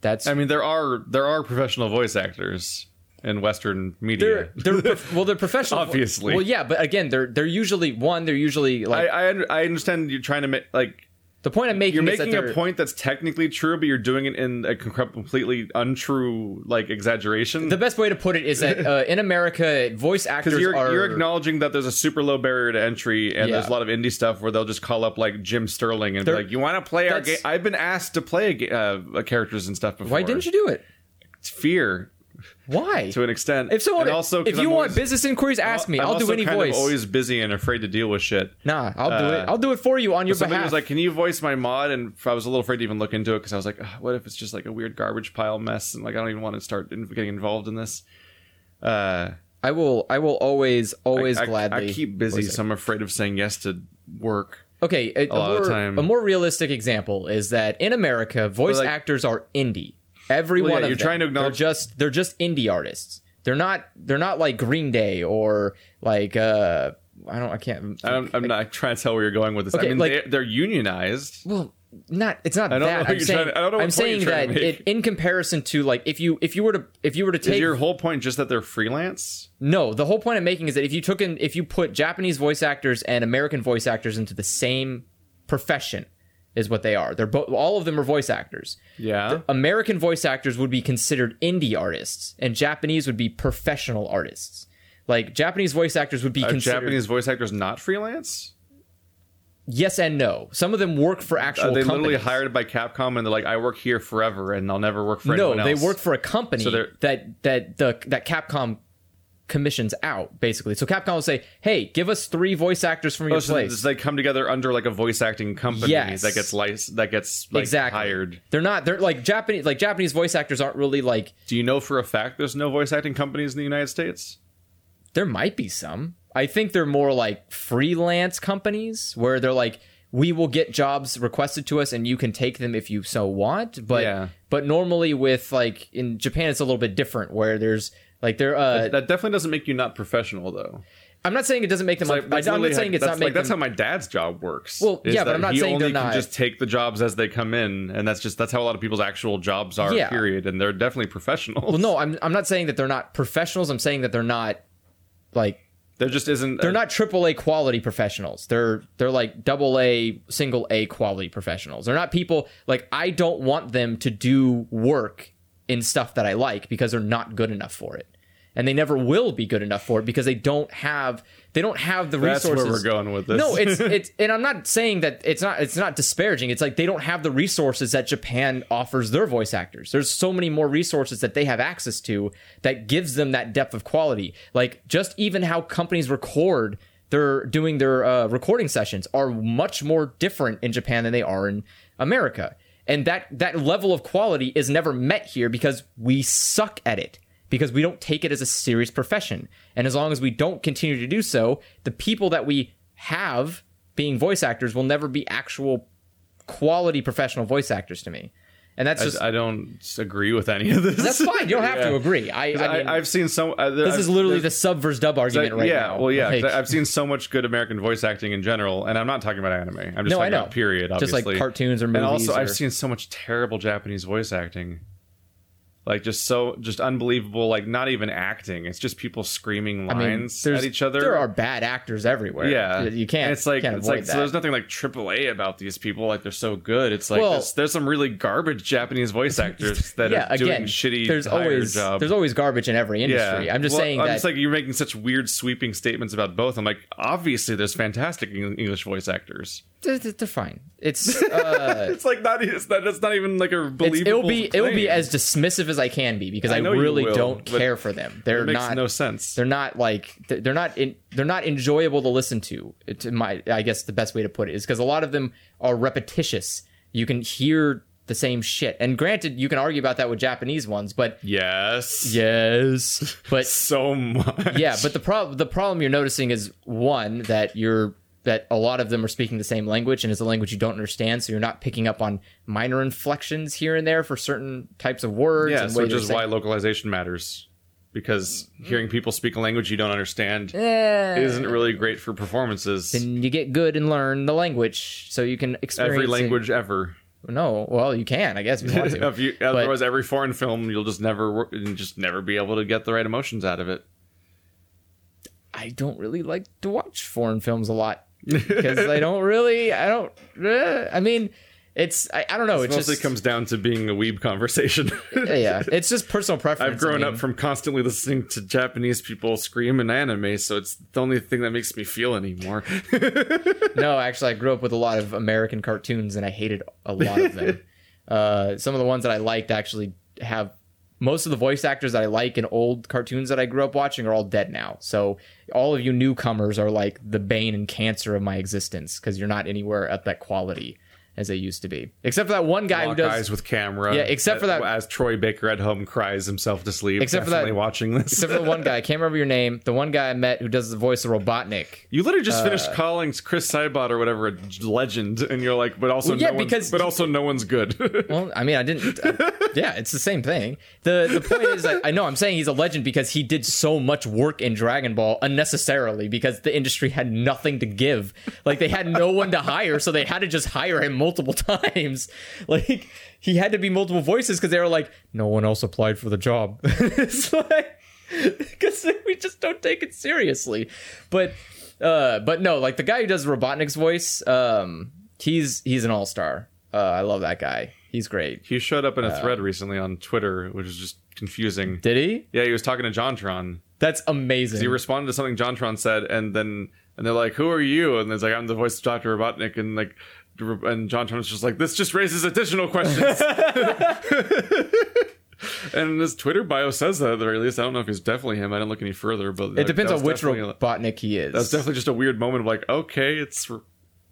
Speaker 2: that's
Speaker 1: I mean, there are there are professional voice actors in Western media.
Speaker 2: they're, they're prof- well, they're professional.
Speaker 1: Obviously.
Speaker 2: well, yeah, but again, they're they're usually one. They're usually
Speaker 1: I,
Speaker 2: like
Speaker 1: I under- I understand you're trying to make like
Speaker 2: the point I'm making.
Speaker 1: you're
Speaker 2: is that
Speaker 1: making
Speaker 2: they're-
Speaker 1: a point that's technically true, but you're doing it in a com- completely untrue like exaggeration.
Speaker 2: The best way to put it is that uh, in America, voice actors
Speaker 1: because you're,
Speaker 2: are
Speaker 1: you're acknowledging that there's a super low barrier to entry and
Speaker 2: Yeah.
Speaker 1: there's a lot of indie stuff where they'll just call up like Jim Sterling and
Speaker 2: They're-
Speaker 1: be like, "You want to play our game?"
Speaker 2: That's-
Speaker 1: I've been asked to play a ga- uh, characters and stuff before.
Speaker 2: Why didn't you do it?
Speaker 1: It's fear
Speaker 2: Why?
Speaker 1: to an extent.
Speaker 2: if someone,
Speaker 1: and also 'cause
Speaker 2: if you
Speaker 1: I'm
Speaker 2: want
Speaker 1: always-
Speaker 2: business inquiries, ask me.
Speaker 1: I'm
Speaker 2: I'll do
Speaker 1: also
Speaker 2: any
Speaker 1: kind
Speaker 2: voice.
Speaker 1: Of always busy and afraid to deal with shit.
Speaker 2: nah, I'll do
Speaker 1: Uh,
Speaker 2: it. I'll do it for you on your
Speaker 1: Somebody
Speaker 2: behalf.
Speaker 1: was like, "Can you voice my mod?" And I was a little afraid to even look into it because I was like, "Ugh, "What if it's just like a weird garbage pile mess?" And like, I don't even want to start in- getting involved in this. Uh,
Speaker 2: I will. I will always, always
Speaker 1: I, I-
Speaker 2: gladly.
Speaker 1: I keep busy, so I'm afraid of saying yes to work.
Speaker 2: okay, a, a
Speaker 1: lot of
Speaker 2: more,
Speaker 1: time.
Speaker 2: a more realistic example is that in America, voice
Speaker 1: like-
Speaker 2: actors are indie. Every
Speaker 1: Well,
Speaker 2: one
Speaker 1: yeah,
Speaker 2: of
Speaker 1: you're
Speaker 2: them.
Speaker 1: trying to
Speaker 2: they're
Speaker 1: acknowledge-
Speaker 2: just they're just indie artists. They're not they're not like Green Day or like uh I don't I can't
Speaker 1: I don't, I'm not trying to tell where you're going with this.
Speaker 2: Okay,
Speaker 1: I mean,
Speaker 2: like-
Speaker 1: they, they're unionized.
Speaker 2: well not it's not
Speaker 1: I don't know
Speaker 2: that
Speaker 1: what
Speaker 2: I'm
Speaker 1: you're
Speaker 2: saying,
Speaker 1: trying to- I don't know what
Speaker 2: am
Speaker 1: point
Speaker 2: saying
Speaker 1: you're trying
Speaker 2: that
Speaker 1: to
Speaker 2: it, in comparison to like if you if you were to if you were to
Speaker 1: Is
Speaker 2: take
Speaker 1: your whole point just that they're freelance?
Speaker 2: no the whole point I'm making is that if you took in if you put Japanese voice actors and American voice actors into the same profession is what they are they're both all of them are voice actors
Speaker 1: Yeah.
Speaker 2: American voice actors would be considered indie artists and Japanese would be professional artists like Japanese voice actors would be
Speaker 1: Are
Speaker 2: considered
Speaker 1: Japanese voice actors not freelance?
Speaker 2: yes and no some of them work for
Speaker 1: Are
Speaker 2: actual
Speaker 1: they literally
Speaker 2: companies.
Speaker 1: hired by Capcom and they're like, I work here forever and I'll never work for
Speaker 2: no,
Speaker 1: anyone else.
Speaker 2: they work for a company
Speaker 1: So they're-
Speaker 2: that that the that Capcom commissions out basically. So Capcom will say, "Hey, give us three voice actors from your
Speaker 1: Oh, so
Speaker 2: place."
Speaker 1: they come together under like a voice acting company
Speaker 2: Yes.
Speaker 1: that gets lic- that gets like
Speaker 2: exactly.
Speaker 1: hired.
Speaker 2: They're not. They're like Japanese. Like Japanese voice actors aren't really like.
Speaker 1: Do you know for a fact there's no voice acting companies in the United States?
Speaker 2: There might be some. I think they're more like freelance companies where they're like, we will get jobs requested to us and you can take them if you so want. But
Speaker 1: Yeah.
Speaker 2: but normally with like in Japan it's a little bit different where there's like there uh
Speaker 1: that definitely doesn't make you not professional though.
Speaker 2: I'm not saying it doesn't make them
Speaker 1: Like,
Speaker 2: un-
Speaker 1: that's
Speaker 2: I'm not
Speaker 1: literally
Speaker 2: saying
Speaker 1: how,
Speaker 2: it's
Speaker 1: that's,
Speaker 2: not
Speaker 1: like
Speaker 2: making
Speaker 1: that's how
Speaker 2: them
Speaker 1: my dad's job works.
Speaker 2: Well,
Speaker 1: is
Speaker 2: yeah, but
Speaker 1: that
Speaker 2: I'm not
Speaker 1: he
Speaker 2: saying
Speaker 1: only
Speaker 2: they're
Speaker 1: can
Speaker 2: not-
Speaker 1: just take the jobs as they come in, and that's just that's how a lot of people's actual jobs are.
Speaker 2: Yeah.
Speaker 1: Period, and they're definitely professionals.
Speaker 2: Well no, I'm I'm not saying that they're not professionals. I'm saying that they're not like
Speaker 1: there just isn't.
Speaker 2: they're not triple A quality professionals. They're they're like double A, single A quality professionals. They're not people like I don't want them to do work in stuff that I like because they're not good enough for it. And they never will be good enough for it because they don't have they don't have the
Speaker 1: That's where
Speaker 2: resources.
Speaker 1: we're going with this.
Speaker 2: No, it's it's and I'm not saying that it's not it's not disparaging. It's like they don't have the resources that Japan offers their voice actors. There's so many more resources that they have access to that gives them that depth of quality. Like just even how companies record their doing their uh, recording sessions are much more different in Japan than they are in America. And that that level of quality is never met here because we suck at it because we don't take it as a serious profession. And as long as we don't continue to do so, the people that we have being voice actors will never be actual quality professional voice actors to me. And that's
Speaker 1: I,
Speaker 2: just
Speaker 1: I don't agree with any of this.
Speaker 2: that's fine. You don't have to agree. I, I mean,
Speaker 1: I, have seen some. Uh,
Speaker 2: this is literally the sub versus dub argument right
Speaker 1: yeah,
Speaker 2: now.
Speaker 1: well, yeah. 'cause
Speaker 2: Like,
Speaker 1: I've seen so much good American voice acting in general, and I'm not talking about anime. I'm just
Speaker 2: No, I
Speaker 1: talking
Speaker 2: know.
Speaker 1: about period,
Speaker 2: Just
Speaker 1: obviously.
Speaker 2: like cartoons or
Speaker 1: And also,
Speaker 2: movies
Speaker 1: I've
Speaker 2: or-
Speaker 1: seen so much terrible Japanese voice acting, like just so just unbelievable. Like not even acting; it's just people screaming
Speaker 2: I mean,
Speaker 1: lines
Speaker 2: there's-
Speaker 1: at each other.
Speaker 2: There are bad actors everywhere.
Speaker 1: yeah,
Speaker 2: you you can't.
Speaker 1: And it's like
Speaker 2: you can't
Speaker 1: it's
Speaker 2: avoid
Speaker 1: like
Speaker 2: that.
Speaker 1: so. There's nothing like AAA about these people. Like they're so good. It's like
Speaker 2: Well-
Speaker 1: there's, there's some really garbage Japanese voice actors that
Speaker 2: yeah,
Speaker 1: are doing
Speaker 2: again,
Speaker 1: shitty.
Speaker 2: there's
Speaker 1: higher
Speaker 2: always
Speaker 1: job.
Speaker 2: there's always garbage in every industry. I'm just
Speaker 1: Well,
Speaker 2: saying
Speaker 1: I'm
Speaker 2: that
Speaker 1: just like you're making such weird sweeping statements about both. I'm like, obviously, there's fantastic Eng- English voice actors.
Speaker 2: they're, they're fine. It's uh,
Speaker 1: It's like not it's not, it's not even like a
Speaker 2: It's-
Speaker 1: believable.
Speaker 2: it'll be it'll be
Speaker 1: claim.
Speaker 2: as dismissive as I can be because
Speaker 1: I
Speaker 2: I,
Speaker 1: know you
Speaker 2: really
Speaker 1: will,
Speaker 2: don't
Speaker 1: but
Speaker 2: care for them. They're
Speaker 1: it makes
Speaker 2: not
Speaker 1: no sense.
Speaker 2: they're not like they're they're not in, they're not enjoyable to listen to. To my I guess the best way to put it is because a lot of them are repetitious. You can hear the same shit. And granted, you can argue about that with Japanese ones, but
Speaker 1: Yes.
Speaker 2: yes, but
Speaker 1: So much.
Speaker 2: yeah, but the problem the problem you're noticing is one that you're that a lot of them are speaking the same language and it's a language you don't understand, so you're not picking up on minor inflections here and there for certain types of words.
Speaker 1: Yes,
Speaker 2: and
Speaker 1: which is why
Speaker 2: saying,
Speaker 1: localization matters, because
Speaker 2: Mm-hmm.
Speaker 1: hearing people speak a language you don't understand
Speaker 2: Eh.
Speaker 1: isn't really great for performances.
Speaker 2: and you get good and learn the language, so you can experience
Speaker 1: Every
Speaker 2: it.
Speaker 1: language ever.
Speaker 2: No, well, you can, I guess, if you want to.
Speaker 1: If you- otherwise, every foreign film, you'll just never wor- you'll just never be able to get the right emotions out of it.
Speaker 2: I don't really like to watch foreign films a lot because I don't really, I don't. eh, I mean, it's I, I don't know.
Speaker 1: It
Speaker 2: It's
Speaker 1: mostly
Speaker 2: just
Speaker 1: comes down to being a weeb conversation.
Speaker 2: yeah, it's just personal preference.
Speaker 1: I've grown
Speaker 2: I mean.
Speaker 1: up from constantly listening to Japanese people scream in anime, so it's the only thing that makes me feel anymore.
Speaker 2: no, actually, I grew up with a lot of American cartoons, and I hated a lot of them. uh, some of the ones that I liked actually have most of the voice actors that I like in old cartoons that I grew up watching are all dead now. So all of you newcomers are like the bane and cancer of my existence because you're not anywhere at that quality as they used to be. Except for that one guy
Speaker 1: Lock
Speaker 2: who does.
Speaker 1: eyes with camera.
Speaker 2: Yeah, except for that-
Speaker 1: As Troy Baker at home cries himself to sleep.
Speaker 2: Except for that-
Speaker 1: definitely watching this.
Speaker 2: Except for the one guy, I can't remember your name. The one guy I met who does the voice of Robotnik.
Speaker 1: you literally just finished calling Chris Cybot or whatever a legend, and you're like, but also
Speaker 2: Well, yeah,
Speaker 1: no one's-
Speaker 2: because-
Speaker 1: but also no one's good.
Speaker 2: Well, I mean, I didn't. uh, yeah, it's the same thing. the The point is, that I know I'm saying he's a legend because he did so much work in Dragon Ball unnecessarily because the industry had nothing to give. Like they had no one to hire, so they had to just hire him multiple times. Like he had to be multiple voices because they were like, no one else applied for the job. it's like because we just don't take it seriously. But uh, but no, like the guy who does Robotnik's voice, um, he's he's an all star. Uh, I love that guy. He's great.
Speaker 1: he showed up in a thread recently on Twitter, which is just confusing.
Speaker 2: Did he?
Speaker 1: yeah, he was talking to Jontron.
Speaker 2: That's amazing.
Speaker 1: he responded to something Jontron said, and then and they're like, "Who are you?" And it's like, "I'm the voice of Doctor Robotnik," and like, and Jontron's just like, "This just raises additional questions." and his Twitter bio says that at the very least. I don't know if it's definitely him. I didn't look any further, but
Speaker 2: it depends on which
Speaker 1: That's
Speaker 2: Robotnik he is.
Speaker 1: definitely just a weird moment of like, okay, it's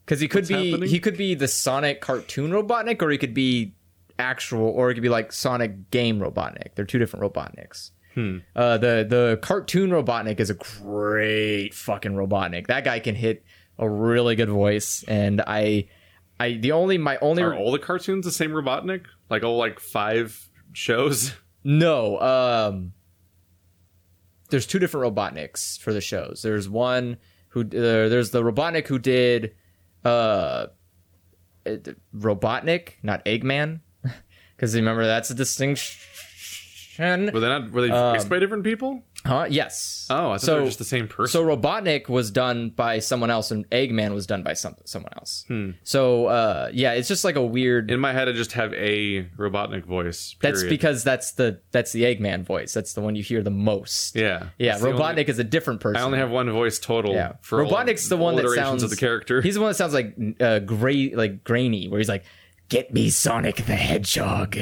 Speaker 2: because he could
Speaker 1: what's
Speaker 2: be
Speaker 1: happening?
Speaker 2: he could be the Sonic cartoon Robotnik, or he could be actual, or he could be like Sonic game Robotnik. They're two different Robotniks.
Speaker 1: Hmm.
Speaker 2: Uh, the the cartoon Robotnik is a great fucking Robotnik. That guy can hit a really good voice, and I, I the only my only
Speaker 1: Are all the cartoons the same Robotnik? Like all like five shows?
Speaker 2: No. Um, there's two different Robotniks for the shows. There's one who uh, there's the Robotnik who did uh, it- Robotnik, not Eggman, because remember that's a distinction.
Speaker 1: Were they not? Were they voiced by different people?
Speaker 2: Huh? Yes.
Speaker 1: Oh, I thought they were just the same person.
Speaker 2: Um, So Robotnik was done by someone else, and Eggman was done by some someone else.
Speaker 1: Hmm.
Speaker 2: So uh, yeah, it's just like a weird.
Speaker 1: In my head, I just have a Robotnik voice.
Speaker 2: that's
Speaker 1: period.
Speaker 2: because that's the that's the Eggman voice. That's the one you hear the most.
Speaker 1: yeah,
Speaker 2: Yeah,
Speaker 1: It's the only-
Speaker 2: Robotnik is a different person.
Speaker 1: I only have one voice total.
Speaker 2: yeah.
Speaker 1: for all
Speaker 2: Robotnik's the one that
Speaker 1: alterations
Speaker 2: sounds
Speaker 1: of the character.
Speaker 2: He's the one that sounds like uh, gray, like grainy, where he's like, "Get me Sonic the Hedgehog."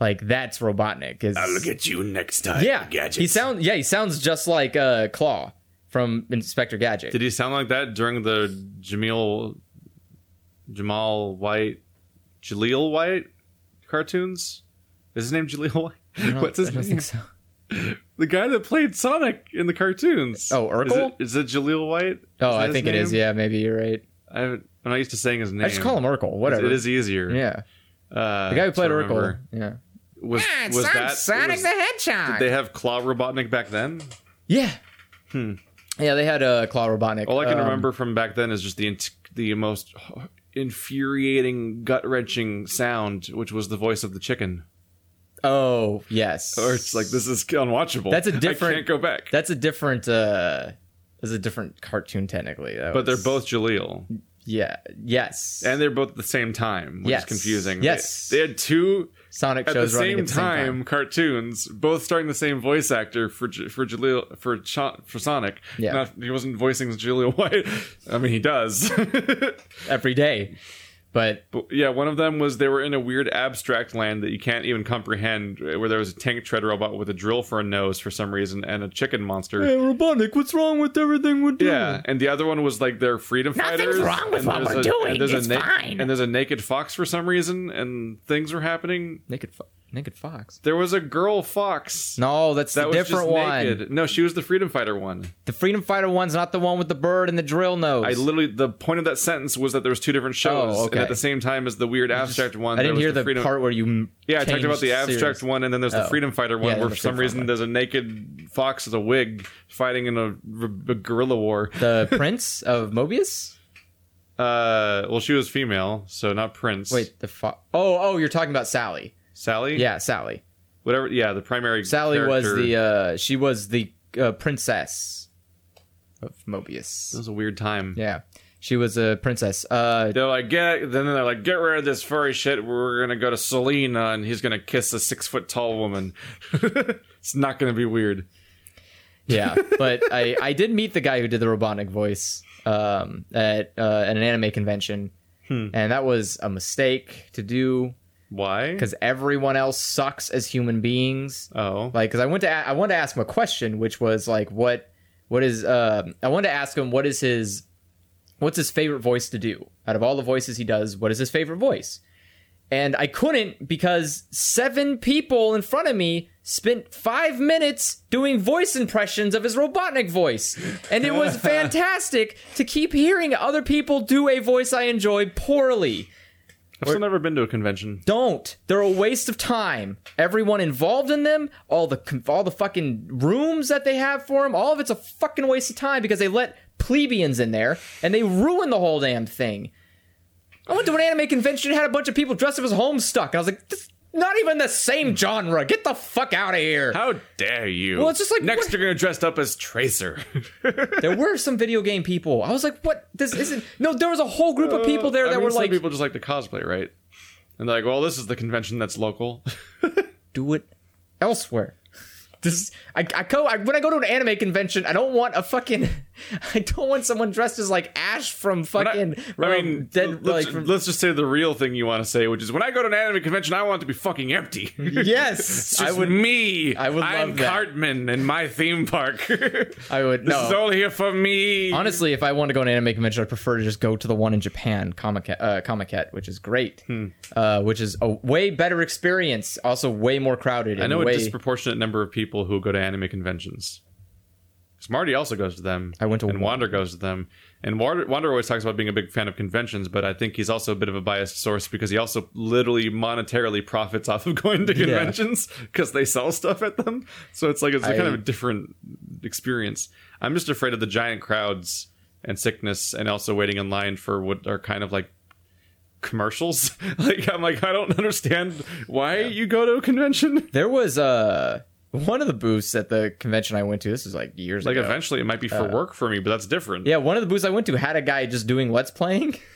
Speaker 2: Like that's Robotnik. Is
Speaker 1: at you next time.
Speaker 2: yeah, he sounds yeah he sounds just like uh, Claw from Inspector Gadget.
Speaker 1: Did he sound like that during the Jamil, Jamal White, Jaleel White cartoons? Is his name Jaleel White? What's his
Speaker 2: I don't
Speaker 1: name?
Speaker 2: think so.
Speaker 1: The guy that played Sonic in the cartoons.
Speaker 2: Oh,
Speaker 1: Is it,
Speaker 2: Urkel?
Speaker 1: is it Jaleel White?
Speaker 2: Oh,
Speaker 1: Is that
Speaker 2: I
Speaker 1: his
Speaker 2: think it is.
Speaker 1: name?
Speaker 2: Yeah, maybe you're right.
Speaker 1: I haven't- I'm not used to saying his name.
Speaker 2: I just call him Urkel. Whatever.
Speaker 1: It is easier.
Speaker 2: Yeah,
Speaker 1: Uh,
Speaker 2: the guy who
Speaker 1: to
Speaker 2: played Ah, Urkel.
Speaker 1: remember.
Speaker 2: Yeah.
Speaker 1: was was that was- Did
Speaker 2: Hedgehog.
Speaker 1: they have Claw Robotnik back then?
Speaker 2: yeah. Yeah, they had uh, Claw Robotnik.
Speaker 1: Hmm. All I can
Speaker 2: Um,
Speaker 1: remember from back then is just the int- the most infuriating, gut wrenching sound, which was the voice of the chicken.
Speaker 2: Oh yes.
Speaker 1: Or it's like this is unwatchable.
Speaker 2: That's a
Speaker 1: I can't
Speaker 2: different-
Speaker 1: go back.
Speaker 2: That's a different uh is a different cartoon technically. That
Speaker 1: but they're
Speaker 2: was-
Speaker 1: both Jaleel,
Speaker 2: yeah, yes.
Speaker 1: and they're both at the same time, which
Speaker 2: Yes.
Speaker 1: is confusing.
Speaker 2: Yes.
Speaker 1: they, they had two
Speaker 2: Sonic
Speaker 1: at the
Speaker 2: shows running
Speaker 1: same,
Speaker 2: at the same
Speaker 1: time,
Speaker 2: time.
Speaker 1: cartoons, both starring the same voice actor for J- for Jaleel for Cha- for Sonic.
Speaker 2: Yeah.
Speaker 1: Not- he wasn't voicing Jaleel White. I mean, he does.
Speaker 2: every day. But
Speaker 1: But yeah, one of them was they were in a weird abstract land that you can't even comprehend, eh, where there was a tank tread robot with a drill for a nose for some reason and a chicken monster.
Speaker 2: Mm. Robotnik, what's wrong with everything we're doing?
Speaker 1: Yeah, and the other one was like their freedom
Speaker 5: Nothing's
Speaker 1: fighters.
Speaker 5: wrong with
Speaker 1: and
Speaker 5: what
Speaker 1: there's
Speaker 5: we're
Speaker 1: a-
Speaker 5: doing.
Speaker 1: And there's,
Speaker 5: It's
Speaker 1: a na-
Speaker 5: fine.
Speaker 1: and there's a naked fox for some reason, and things were happening.
Speaker 2: Naked fo- Naked Fox.
Speaker 1: There was a girl fox.
Speaker 2: No, that's
Speaker 1: That
Speaker 2: the
Speaker 1: was
Speaker 2: different
Speaker 1: just
Speaker 2: one.
Speaker 1: naked. No, she was the freedom fighter one.
Speaker 2: The Freedom Fighter one's not the one with the bird and the drill nose.
Speaker 1: I literally the point of that sentence was that there was two different shows,
Speaker 2: Oh, okay.
Speaker 1: and at the same time as the weird abstract one.
Speaker 2: I
Speaker 1: there
Speaker 2: didn't
Speaker 1: was
Speaker 2: hear the,
Speaker 1: freedom-
Speaker 2: part where you m-
Speaker 1: Yeah, I talked about
Speaker 2: changed
Speaker 1: the abstract
Speaker 2: series.
Speaker 1: one, and then there's the
Speaker 2: Oh.
Speaker 1: Freedom Fighter one,
Speaker 2: Yeah,
Speaker 1: where
Speaker 2: the
Speaker 1: for some
Speaker 2: Freedom
Speaker 1: reason
Speaker 2: Fighter.
Speaker 1: there's a naked fox with a wig fighting in a, r- a guerrilla war.
Speaker 2: The Prince of Mobius?
Speaker 1: Uh, well, she was female, so not Prince.
Speaker 2: Wait, the fo- Oh, oh, you're talking about Sally.
Speaker 1: Sally?
Speaker 2: Yeah, Sally.
Speaker 1: whatever. Yeah, the primary.
Speaker 2: Sally was
Speaker 1: character.
Speaker 2: the uh she was the uh, princess of Mobius.
Speaker 1: That was a weird time.
Speaker 2: uh, Yeah. She was a princess. Uh
Speaker 1: They're like, get. Then they're like, get rid of this furry shit. We're gonna go to Selena, and he's gonna kiss a six foot tall woman. it's not gonna be weird.
Speaker 2: yeah, but I I did meet the guy who did the robotic voice um at uh at an anime convention. And that was a mistake to do
Speaker 1: Why?
Speaker 2: cuz everyone else sucks as human beings.
Speaker 1: oh,
Speaker 2: Like cuz I went to a- I wanted to ask him a question which was like what what is uh I wanted to ask him what is his what's his favorite voice to do? Out of all the voices he does, what is his favorite voice? And I couldn't because seven people in front of me spent five minutes doing voice impressions of his Robotnik voice. And it was fantastic to keep hearing other people do a voice I enjoy poorly.
Speaker 1: I've still never been to a convention.
Speaker 2: Don't. They're a waste of time. Everyone involved in them, all the all the fucking rooms that they have for them, all of it's a fucking waste of time because they let plebeians in there and they ruin the whole damn thing. I went to an anime convention and had a bunch of people dressed up as Homestuck, and I was like, this, not even the same genre. Get the fuck out of here.
Speaker 1: How dare you?
Speaker 2: Well, it's just like,
Speaker 1: next
Speaker 2: what-
Speaker 1: you're gonna dress up as Tracer.
Speaker 2: there were some video game people. I was like, what? This isn't. No, there was a whole group of people there
Speaker 1: I
Speaker 2: that
Speaker 1: mean,
Speaker 2: were
Speaker 1: some
Speaker 2: like,
Speaker 1: people just like to cosplay, right? And they're like, well, this is the convention that's local.
Speaker 2: do it elsewhere. This I, I go I, when I go to an anime convention, I don't want a fucking I don't want someone dressed as like Ash from fucking
Speaker 1: I
Speaker 2: um,
Speaker 1: mean,
Speaker 2: dead
Speaker 1: let's,
Speaker 2: like from,
Speaker 1: let's just say the real thing you want to say, which is when I go to an anime convention, I want it to be fucking empty.
Speaker 2: yes I would
Speaker 1: me.
Speaker 2: I would
Speaker 1: I'm
Speaker 2: love that.
Speaker 1: Cartman in my theme park. this
Speaker 2: I would
Speaker 1: is
Speaker 2: no
Speaker 1: all here for me.
Speaker 2: honestly if I want to go to an anime convention, I prefer to just go to the one in Japan Comic uh, Comiket, which is great,
Speaker 1: Hmm.
Speaker 2: uh, which is a way better experience, also way more crowded.
Speaker 1: I know
Speaker 2: and
Speaker 1: a
Speaker 2: way,
Speaker 1: disproportionate number of people who go to anime conventions. It's Smarty also goes to them.
Speaker 2: I went to
Speaker 1: and Wander goes to them. And Wander, Wander always talks about being a big fan of conventions, but I think he's also a bit of a biased source because he also literally monetarily profits off of going to conventions because they sell stuff at them. So it's like it's a kind of a different experience. I'm just afraid of the giant crowds and sickness, and also waiting in line for what are kind of like commercials. like I'm like I don't understand why you go to a convention.
Speaker 2: There was uh one of the booths at the convention I went to. This was like years
Speaker 1: Like
Speaker 2: ago.
Speaker 1: eventually it might be for work for me, but that's different.
Speaker 2: Yeah, one of the booths I went to had a guy just doing let's playing.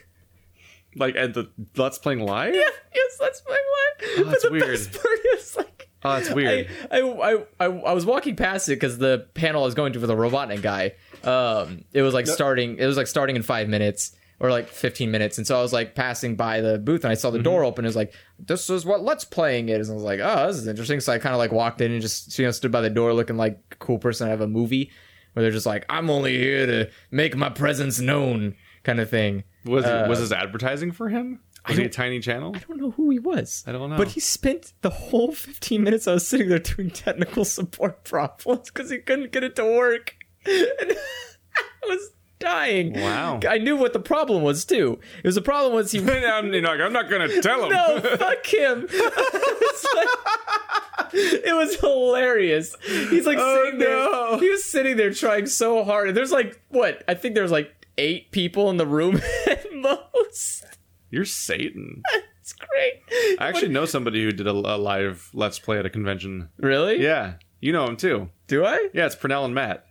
Speaker 1: Like at the Let's Playing Live.
Speaker 2: yes, let's play live.
Speaker 1: Oh, that's
Speaker 2: but the
Speaker 1: weird.
Speaker 2: best part is like
Speaker 1: Oh, that's weird.
Speaker 2: I, I, I, I, I was walking past it because the panel I was going to for the Robotnik guy. Um, it was like starting. It was like starting in five minutes or like fifteen minutes, and so I was like passing by the booth and I saw the
Speaker 1: Mm-hmm.
Speaker 2: door open. It was like this is what Let's Playing is, and I was like, oh, this is interesting. So I kind of like walked in and just you know stood by the door looking like a cool person out of a movie where they're just like, I'm only here to make my presence known, kind of thing.
Speaker 1: Was was this advertising for him? Was he a tiny channel?
Speaker 2: I Uh, don't know who he was.
Speaker 1: I don't know.
Speaker 2: But he spent the whole 15 minutes I was sitting there doing technical support problems because he couldn't get it to work. And I was dying.
Speaker 1: Wow.
Speaker 2: I knew what the problem was, too. It was the problem was he. no,
Speaker 1: I'm, you know, like, I'm not gonna tell him.
Speaker 2: fuck him. it was hilarious. He's like
Speaker 1: Oh,
Speaker 2: sitting there.
Speaker 1: no.
Speaker 2: He was sitting there trying so hard. And there's like, what? I think there's like eight people in the room at most.
Speaker 1: You're Satan.
Speaker 2: It's great.
Speaker 1: I actually know somebody who did a, a live Let's Play at a convention.
Speaker 2: Really?
Speaker 1: Yeah, you know him too.
Speaker 2: Do I?
Speaker 1: Yeah, it's Pernell and Matt.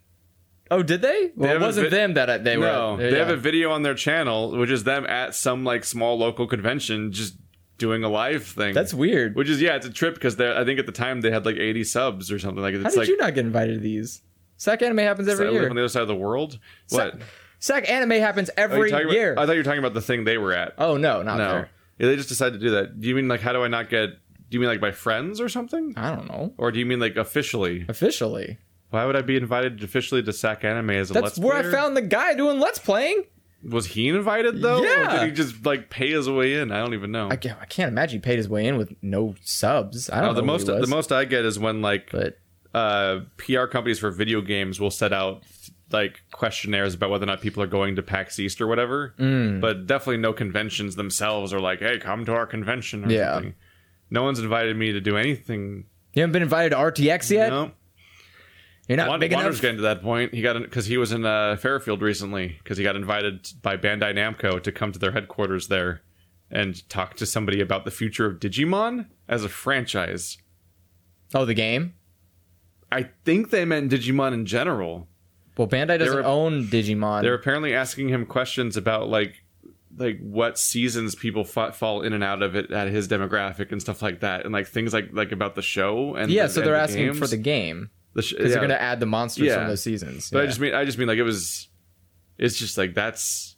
Speaker 2: Oh, did they? Well, it
Speaker 1: have a
Speaker 2: wasn't
Speaker 1: vi-
Speaker 2: them that I, they
Speaker 1: No,
Speaker 2: were. uh,
Speaker 1: they
Speaker 2: yeah.
Speaker 1: have a video on their channel, which is them at some like small local convention, just doing a live thing.
Speaker 2: That's weird.
Speaker 1: Which is yeah, it's a trip because I think at the time they had like 80 subs or something. Like it's
Speaker 2: How did
Speaker 1: like
Speaker 2: you not get invited to these? Sac anime happens
Speaker 1: I
Speaker 2: every
Speaker 1: live on the
Speaker 2: year.
Speaker 1: other side of the world.
Speaker 2: Sac,
Speaker 1: What?
Speaker 2: Sac anime happens
Speaker 1: Are you
Speaker 2: every
Speaker 1: Oh, talking about-
Speaker 2: year.
Speaker 1: I thought you were talking about the thing they were at.
Speaker 2: oh no, not
Speaker 1: no,
Speaker 2: there.
Speaker 1: yeah, they just decided to do that. Do you mean like how do I not get? Do you mean like by friends or something?
Speaker 2: I don't know.
Speaker 1: Or do you mean like officially?
Speaker 2: Officially,
Speaker 1: Why would I be invited officially to Sac Anime as a
Speaker 2: that's
Speaker 1: Let's
Speaker 2: where
Speaker 1: player?
Speaker 2: I found the guy doing let's playing.
Speaker 1: Was he invited though? Or
Speaker 2: Yeah.
Speaker 1: did he just like pay his way in? I don't even know.
Speaker 2: I can't, I can't imagine he paid his way in with no subs. I don't
Speaker 1: Uh,
Speaker 2: know
Speaker 1: the most
Speaker 2: who he
Speaker 1: the
Speaker 2: was,
Speaker 1: most I get is when like
Speaker 2: but
Speaker 1: uh, PR companies for video games will set out like questionnaires about whether or not people are going to PAX East or whatever.
Speaker 2: Hmm. mm.
Speaker 1: But definitely no conventions themselves are like, hey, come to our convention or
Speaker 2: Yeah.
Speaker 1: something. No one's invited me to do anything.
Speaker 2: you haven't been invited to RTX yet.
Speaker 1: No,
Speaker 2: You're not
Speaker 1: Wand-
Speaker 2: big
Speaker 1: Wander's
Speaker 2: enough.
Speaker 1: getting to that point. He got because he was in uh, Fairfield recently because he got invited by Bandai Namco to come to their headquarters there and talk to somebody about the future of Digimon as a franchise.
Speaker 2: Oh, the game.
Speaker 1: I think they meant Digimon in general.
Speaker 2: Well, Bandai doesn't
Speaker 1: were-
Speaker 2: own
Speaker 1: They're
Speaker 2: Digimon.
Speaker 1: apparently asking him questions about like like what seasons people fa- fall in and out of it at his demographic and stuff like that, and like things like like about the show and
Speaker 2: Yeah,
Speaker 1: the-
Speaker 2: so
Speaker 1: and
Speaker 2: they're
Speaker 1: the
Speaker 2: asking for
Speaker 1: games.
Speaker 2: the game
Speaker 1: The sh-
Speaker 2: because
Speaker 1: yeah.
Speaker 2: they're going to add the monsters
Speaker 1: Yeah.
Speaker 2: from those seasons.
Speaker 1: But I
Speaker 2: Yeah.
Speaker 1: just mean I just mean like it was. It's just like that's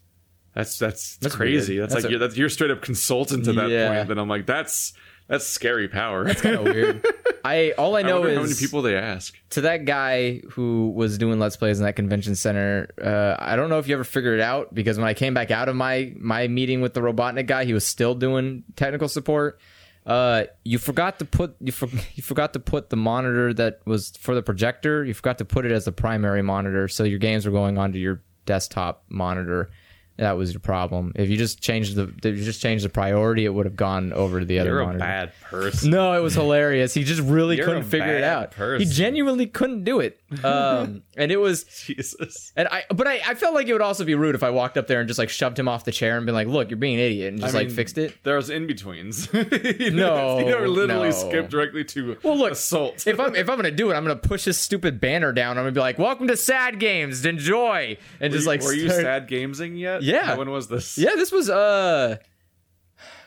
Speaker 1: that's that's,
Speaker 2: That's
Speaker 1: crazy.
Speaker 2: weird.
Speaker 1: That's,
Speaker 2: That's
Speaker 1: like
Speaker 2: a-
Speaker 1: you're, that's, you're straight up consultant to that
Speaker 2: Yeah.
Speaker 1: point. Then I'm like that's that's scary power.
Speaker 2: kind of weird. I all I
Speaker 1: I
Speaker 2: know
Speaker 1: wonder
Speaker 2: is
Speaker 1: how many people they ask.
Speaker 2: to that guy who was doing let's plays in that convention center. Uh, I don't know if you ever figured it out because when I came back out of my my meeting with the Robotnik guy, he was still doing technical support. Uh, you forgot to put you, for, you forgot to put the monitor that was for the projector. You forgot to put it as the primary monitor, so your games were going onto your desktop monitor. That was your problem. If you just changed the if you just changed the priority, it would have gone over to the other
Speaker 1: You're a
Speaker 2: monitor.
Speaker 1: bad person.
Speaker 2: No, it was hilarious. He just really
Speaker 1: You're
Speaker 2: couldn't
Speaker 1: a
Speaker 2: figure it
Speaker 1: bad
Speaker 2: out.
Speaker 1: person.
Speaker 2: He genuinely couldn't do it. Um, and it was,
Speaker 1: Jesus.
Speaker 2: and I, but I, I felt like it would also be rude if I walked up there and just like shoved him off the chair and been like, "Look, you're being an idiot," and just
Speaker 1: I
Speaker 2: like
Speaker 1: mean,
Speaker 2: fixed it.
Speaker 1: There was in betweens.
Speaker 2: No,
Speaker 1: you never literally
Speaker 2: no.
Speaker 1: skip directly to
Speaker 2: Well, look,
Speaker 1: assault.
Speaker 2: If I'm if I'm gonna do it, I'm gonna push this stupid banner down. I'm gonna be like, "Welcome to Sad Games, enjoy," and
Speaker 1: were
Speaker 2: just
Speaker 1: you,
Speaker 2: like,
Speaker 1: were you
Speaker 2: start-
Speaker 1: sad gamesing yet?
Speaker 2: Yeah.
Speaker 1: When was this?
Speaker 2: Yeah, this was uh,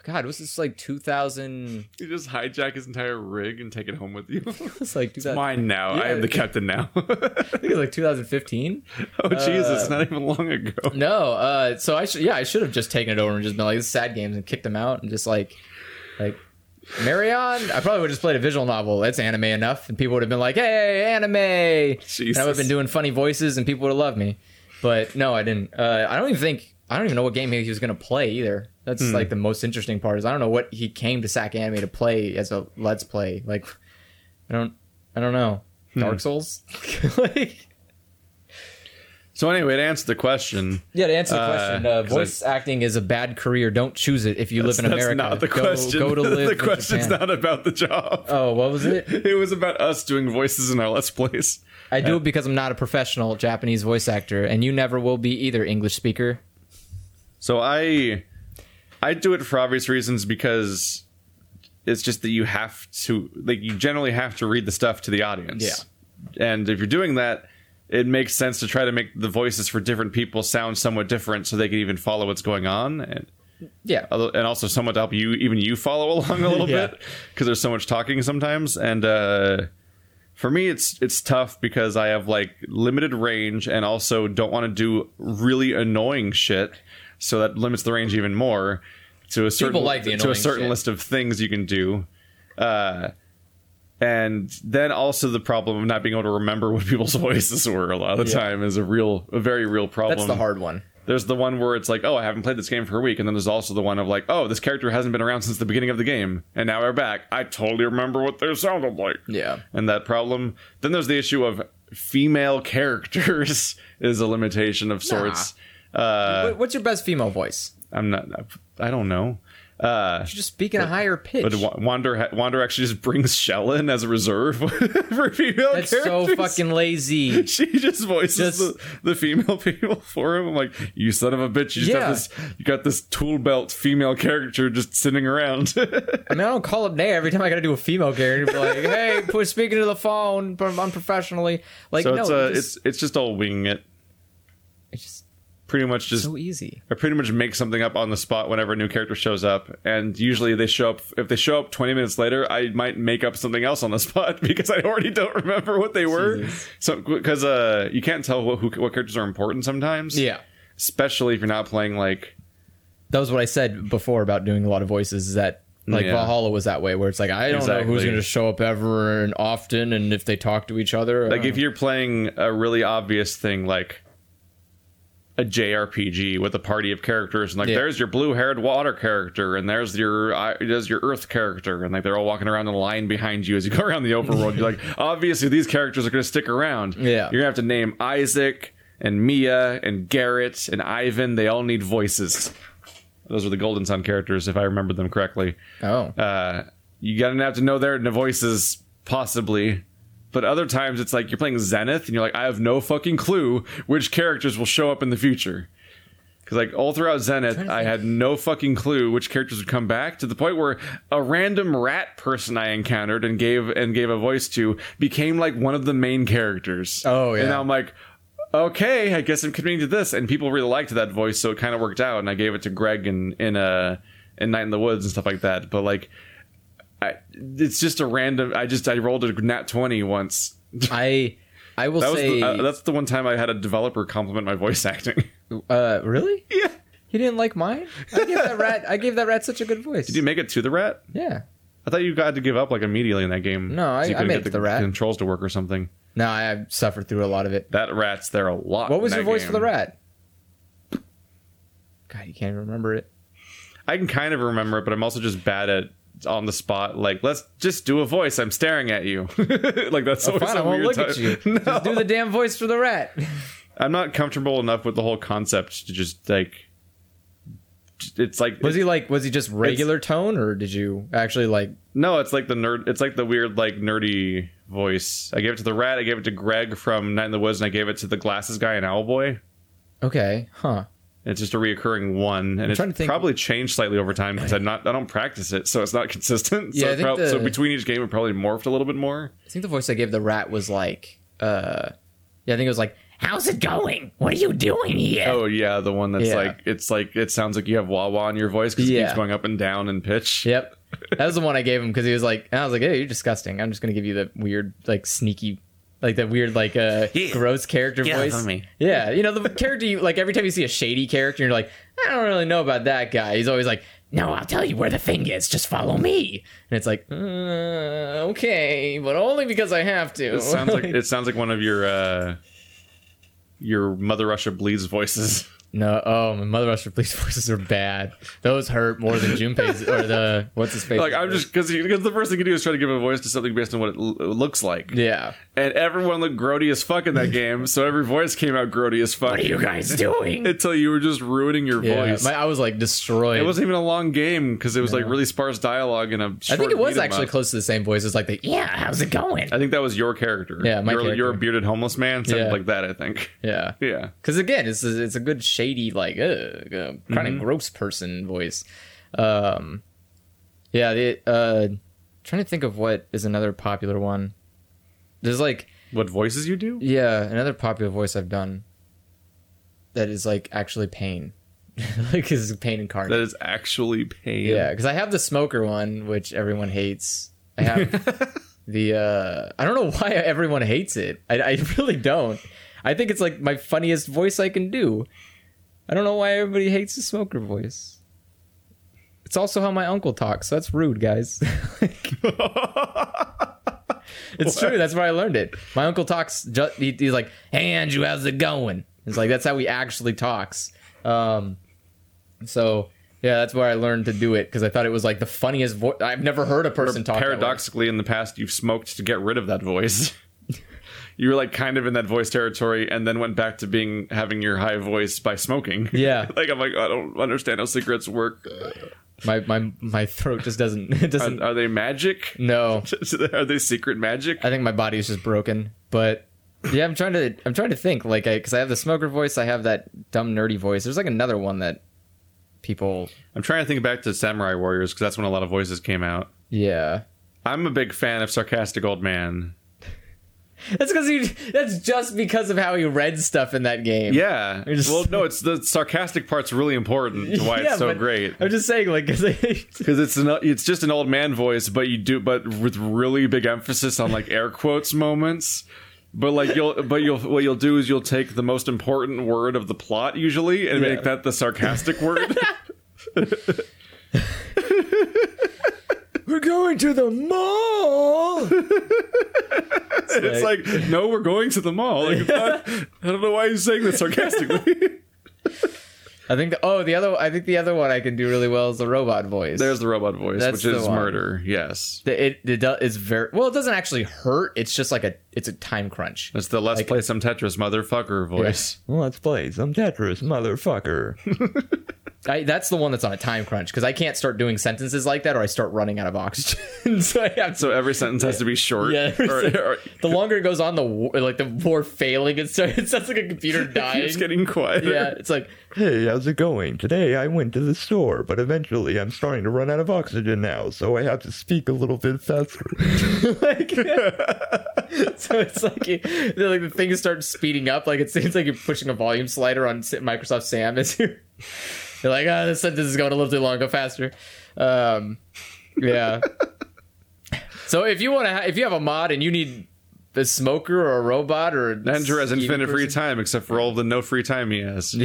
Speaker 2: God, was this like 2000?
Speaker 1: You just hijack his entire rig and take it home with you.
Speaker 2: It's like 2000,
Speaker 1: Mine now. I am the captain now.
Speaker 2: I think it was like 2015.
Speaker 1: oh
Speaker 2: Uh,
Speaker 1: Jesus! Not even long ago.
Speaker 2: No, uh, so I should yeah, I should have just taken it over and just been like, this is sad games and kicked him out and just like like Marion, I probably would have just played a visual novel. That's anime enough, and people would have been like, "Hey, anime!" And I would have
Speaker 1: Jesus.
Speaker 2: been doing funny voices, and people would have loved me. But no, I didn't. Uh, I don't even think I don't even know what game he was going to play either. That's like the most interesting part is I don't know what he came to Sac Anime to play as a Let's Play. Like, I don't, I don't know. Dark Souls. like,
Speaker 1: So anyway, to answer the question,
Speaker 2: Yeah, to answer the question, uh,
Speaker 1: Uh, 'cause
Speaker 2: voice acting is a bad career. Don't choose it if you live in
Speaker 1: that's
Speaker 2: America.
Speaker 1: not the
Speaker 2: Go-
Speaker 1: question.
Speaker 2: Go, to live.
Speaker 1: the question's
Speaker 2: in Japan.
Speaker 1: not about the job.
Speaker 2: Oh, what was it?
Speaker 1: It was about us doing voices in our Let's Plays.
Speaker 2: I
Speaker 1: Uh,
Speaker 2: do it because I'm not a professional Japanese voice actor, and you never will be either, English speaker.
Speaker 1: So I I do it for obvious reasons because it's just that you have to like you generally have to read the stuff to the audience. Yeah. And if you're doing that, it makes sense to try to make the voices for different people sound somewhat different so they can even follow what's going on and
Speaker 2: Yeah,
Speaker 1: although- and also somewhat to help you even you follow along a little
Speaker 2: Yeah.
Speaker 1: bit because there's so much talking sometimes and uh for me it's it's tough because i have like limited range and also don't want to do really annoying shit so that limits the range even more to a certain
Speaker 2: like the
Speaker 1: to a
Speaker 2: annoying
Speaker 1: certain
Speaker 2: shit.
Speaker 1: list of things you can do uh and then also the problem of not being able to remember what people's voices were a lot of the time is a real a very real problem
Speaker 2: that's the hard one.
Speaker 1: there's the one where it's like, oh, I haven't played this game for a week, and then there's also the one of like, oh, this character hasn't been around since the beginning of the game, and now we're back. I totally remember what they sounded like.
Speaker 2: Yeah.
Speaker 1: And that problem. Then there's the issue of female characters is a limitation of sorts. Uh,
Speaker 2: What- What's your best female voice?
Speaker 1: I'm not. I don't know. Uh,
Speaker 2: You just speak in a higher pitch.
Speaker 1: but Wa- Wander, ha- Wander actually just brings Shell in as a reserve for female
Speaker 2: that's so
Speaker 1: characters.
Speaker 2: fucking lazy.
Speaker 1: she just voices
Speaker 2: Just-
Speaker 1: the, the female people for him. I'm like, you son of a bitch! You just
Speaker 2: Yeah.
Speaker 1: have this, you got this tool belt female character just sitting around.
Speaker 2: I mean, I don't call up Naya every time I gotta do a female character. Be like, hey, quit speaking to the phone from unprofessionally. Like,
Speaker 1: so
Speaker 2: no,
Speaker 1: it's
Speaker 2: you
Speaker 1: uh,
Speaker 2: just-
Speaker 1: it's it's just all winging it.
Speaker 2: it's just
Speaker 1: Pretty much just
Speaker 2: so easy.
Speaker 1: I pretty much make something up on the spot whenever a new character shows up, and usually they show up. If they show up 20 minutes later, I might make up something else on the spot because I already don't remember what they were. So because uh, you can't tell what, who, what characters are important sometimes.
Speaker 2: Yeah.
Speaker 1: especially if you're not playing like
Speaker 2: That was what I said before about doing a lot of voices. Is that like
Speaker 1: Yeah.
Speaker 2: Valhalla was that way, where it's like I don't know who's
Speaker 1: Exactly.
Speaker 2: gonna show up ever and often, and if they talk to each other. I
Speaker 1: Like
Speaker 2: don't
Speaker 1: if
Speaker 2: know.
Speaker 1: you're playing a really obvious thing like a JRPG with a party of characters and like
Speaker 2: Yeah.
Speaker 1: there's your blue-haired water character and there's your uh, there's your earth character and like they're all walking around in a line behind you as you go around the overworld you're like obviously these characters are going to stick around.
Speaker 2: Yeah.
Speaker 1: You're going to have to name Isaac and Mia and Garrett and Ivan they all need voices. Those are the Golden Sun characters if I remember them correctly
Speaker 2: oh,
Speaker 1: uh, you gotta have to know their voices possibly but other times it's like you're playing zenith and you're like i have no fucking clue which characters will show up in the future because like all throughout zenith i had no fucking clue which characters would come back to the point where a random rat person i encountered and gave and gave a voice to became like one of the main characters
Speaker 2: Oh,
Speaker 1: and
Speaker 2: yeah.
Speaker 1: i'm like okay i guess i'm committing to this and people really liked that voice so it kind of worked out and i gave it to greg in in uh in night in the woods and stuff like that but like I, it's just a random. I just I rolled a nat twenty once. That
Speaker 2: I I will
Speaker 1: was
Speaker 2: say
Speaker 1: the, uh, that's the one time I had a developer compliment my voice acting.
Speaker 2: uh, really.
Speaker 1: Yeah,
Speaker 2: He didn't like mine. I gave that rat. I gave that rat such a good voice.
Speaker 1: did you make it to the rat?
Speaker 2: yeah.
Speaker 1: I thought you got to give up like immediately in that game.
Speaker 2: No, I-
Speaker 1: 'cause you
Speaker 2: I
Speaker 1: couldn't
Speaker 2: made
Speaker 1: get
Speaker 2: it to the rat.
Speaker 1: controls to work or something.
Speaker 2: No, I I've suffered through a lot of it.
Speaker 1: That rat's there a lot.
Speaker 2: What was
Speaker 1: in
Speaker 2: your
Speaker 1: that
Speaker 2: voice for the
Speaker 1: game.
Speaker 2: rat? God, you can't even remember it.
Speaker 1: I can kind of remember it, but I'm also just bad at on the spot. Like let's just do a voice. I'm staring at you. like that's
Speaker 2: Oh,
Speaker 1: always
Speaker 2: fine,
Speaker 1: a
Speaker 2: I won't
Speaker 1: weird
Speaker 2: look
Speaker 1: time.
Speaker 2: at you.
Speaker 1: No.
Speaker 2: Just do the damn voice for the rat.
Speaker 1: I'm not comfortable enough with the whole concept to just like. It's like
Speaker 2: Was he like? Was he just regular tone, or did you actually like?
Speaker 1: No, it's like the nerd. It's like the weird, like nerdy voice. I gave it to the rat. I gave it to Greg from Night in the Woods, and I gave it to the glasses guy in Owlboy.
Speaker 2: Okay, huh?
Speaker 1: It's just a reoccurring one, and
Speaker 2: trying to
Speaker 1: it's
Speaker 2: think-
Speaker 1: probably changed slightly over time because I'm not. I don't practice it, so it's not consistent.
Speaker 2: Yeah, I
Speaker 1: so, it
Speaker 2: think
Speaker 1: prob- so
Speaker 2: the-
Speaker 1: between each game, it probably morphed a little bit more.
Speaker 2: I think the voice I gave the rat was like, uh, yeah, I think it was like, "How's it going? What are you doing here?"
Speaker 1: Oh yeah, the one that's
Speaker 2: Yeah.
Speaker 1: like it's like it sounds like you have wah wah in your voice because it
Speaker 2: Yeah.
Speaker 1: keeps going up and down in pitch.
Speaker 2: Yep, that was the one I gave him because he was like, and I was like, "Hey, you're disgusting. I'm just gonna give you the weird, like, sneaky." Like that weird, like uh, gross character voice. Yeah, you know the character. You, like every time you see a shady character, you're like, I don't really know about that guy. He's always like, No, I'll tell you where the thing is. Just follow me. And it's like, uh, okay, but only because I have to.
Speaker 1: It sounds like it sounds like one of your uh your Mother Russia bleeds voices.
Speaker 2: No, oh, my Mother Russia police forces are bad. Those hurt more than Junpei's or the what's his face?
Speaker 1: Like I'm just because because the first thing you do is try to give a voice to something based on what it l- looks like,
Speaker 2: yeah.
Speaker 1: and everyone looked grody as fuck in that game. So every voice came out grody as fuck. What are you guys doing? Until you were just ruining your
Speaker 2: Yeah,
Speaker 1: voice.
Speaker 2: my- I was like destroyed.
Speaker 1: it wasn't even a long game because it was like really sparse dialogue and a.
Speaker 2: I think
Speaker 1: short
Speaker 2: it was
Speaker 1: beat 'em
Speaker 2: actually
Speaker 1: up.
Speaker 2: close to the same voice. It's like the yeah, how's it going?
Speaker 1: I think that was your character.
Speaker 2: Yeah, my
Speaker 1: your,
Speaker 2: character.
Speaker 1: your bearded homeless man sounded
Speaker 2: Yeah.
Speaker 1: like that. I think.
Speaker 2: Yeah,
Speaker 1: Yeah.
Speaker 2: because again, it's a, it's a good shady like ugh, uh, kind
Speaker 1: Mm-hmm.
Speaker 2: of gross person voice. Um, yeah, it, uh, trying to think of what is another popular one. There's like
Speaker 1: What voices you do?
Speaker 2: yeah, another popular voice I've done that is like actually pain, like is pain incarnate.
Speaker 1: That is actually pain.
Speaker 2: Yeah, because I have the smoker one, which everyone hates. I have the uh I don't know why everyone hates it. I, I really don't. I think it's like my funniest voice I can do. I don't know why everybody hates the smoker voice. It's also how my uncle talks. So that's rude, guys. Like- it's true. That's where I learned it. My uncle talks. Ju- he, he's like, "Hey, Andrew, how's it going?" It's like that's how he actually talks. Um, so yeah, that's where I learned to do it because I thought it was like the funniest voice. I've never heard a person talk. that way.
Speaker 1: Paradoxically, in the past, you've smoked to get rid of that voice. you were like kind of in that voice territory, and then went back to being having your high voice by smoking.
Speaker 2: Yeah. Uh,
Speaker 1: like I'm like I don't understand how cigarettes work.
Speaker 2: My my my throat just doesn't. It doesn't.
Speaker 1: Are, are they magic?
Speaker 2: no,
Speaker 1: are they secret magic?
Speaker 2: I think my body is just broken. But yeah, I'm trying to I'm trying to think like I because I have the smoker voice. I have that dumb nerdy voice. There's like another one that people.
Speaker 1: I'm trying to think back to Samurai Warriors because that's when a lot of voices came out.
Speaker 2: Yeah,
Speaker 1: I'm a big fan of sarcastic old man.
Speaker 2: that's because he. That's just because of how he read stuff in that game.
Speaker 1: Yeah.
Speaker 2: just-
Speaker 1: Well, no, it's the sarcastic part's really important to why
Speaker 2: Yeah,
Speaker 1: it's so
Speaker 2: but
Speaker 1: great.
Speaker 2: I'm just saying, like, 'cause I-
Speaker 1: because it's an it's just an old man voice, but you do but with really big emphasis on like air quotes moments. But like you'll but you'll what you'll do is you'll take the most important word of the plot usually and make that the sarcastic word.
Speaker 2: we're going to the mall.
Speaker 1: it's like no, we're going to the mall. Like, it's not- I don't know why you're saying that sarcastically.
Speaker 2: I think. The, oh, the other. I think the other one I can do really well is the robot voice.
Speaker 1: There's the robot voice,
Speaker 2: That's
Speaker 1: which
Speaker 2: the
Speaker 1: is
Speaker 2: one.
Speaker 1: murder. Yes,
Speaker 2: The- it. It does. It's very well. It doesn't actually hurt. It's just like a. It's a time crunch.
Speaker 1: that's the let's
Speaker 2: Like-
Speaker 1: play some Tetris motherfucker voice.
Speaker 6: Let's play some Tetris, motherfucker.
Speaker 2: I, that's the one that's on a time crunch because I can't start doing sentences like that or I start running out of oxygen. so I have to.
Speaker 1: So every sentence has to be short.
Speaker 2: Yeah, every
Speaker 1: or,
Speaker 2: sentence-
Speaker 1: or
Speaker 2: The longer it goes on, the war, like the war failing. It's it sounds like a computer dying.
Speaker 1: it's getting quiet.
Speaker 2: yeah, it's like
Speaker 6: Hey, how's it going? Today I went to the store, but eventually I'm starting to run out of oxygen now, so I have to speak a little bit faster.
Speaker 2: like so it's like, you- they're like the thing starts speeding up like it seems like you're pushing a volume slider on S- microsoft sam as you're, you're like oh this sentence is going a little too long go faster um yeah so if you want to ha- if you have a mod and you need a smoker or a robot or a
Speaker 1: Andrew has
Speaker 2: skeevy
Speaker 1: infinite free
Speaker 2: person-
Speaker 1: time, except for all the no free time he has.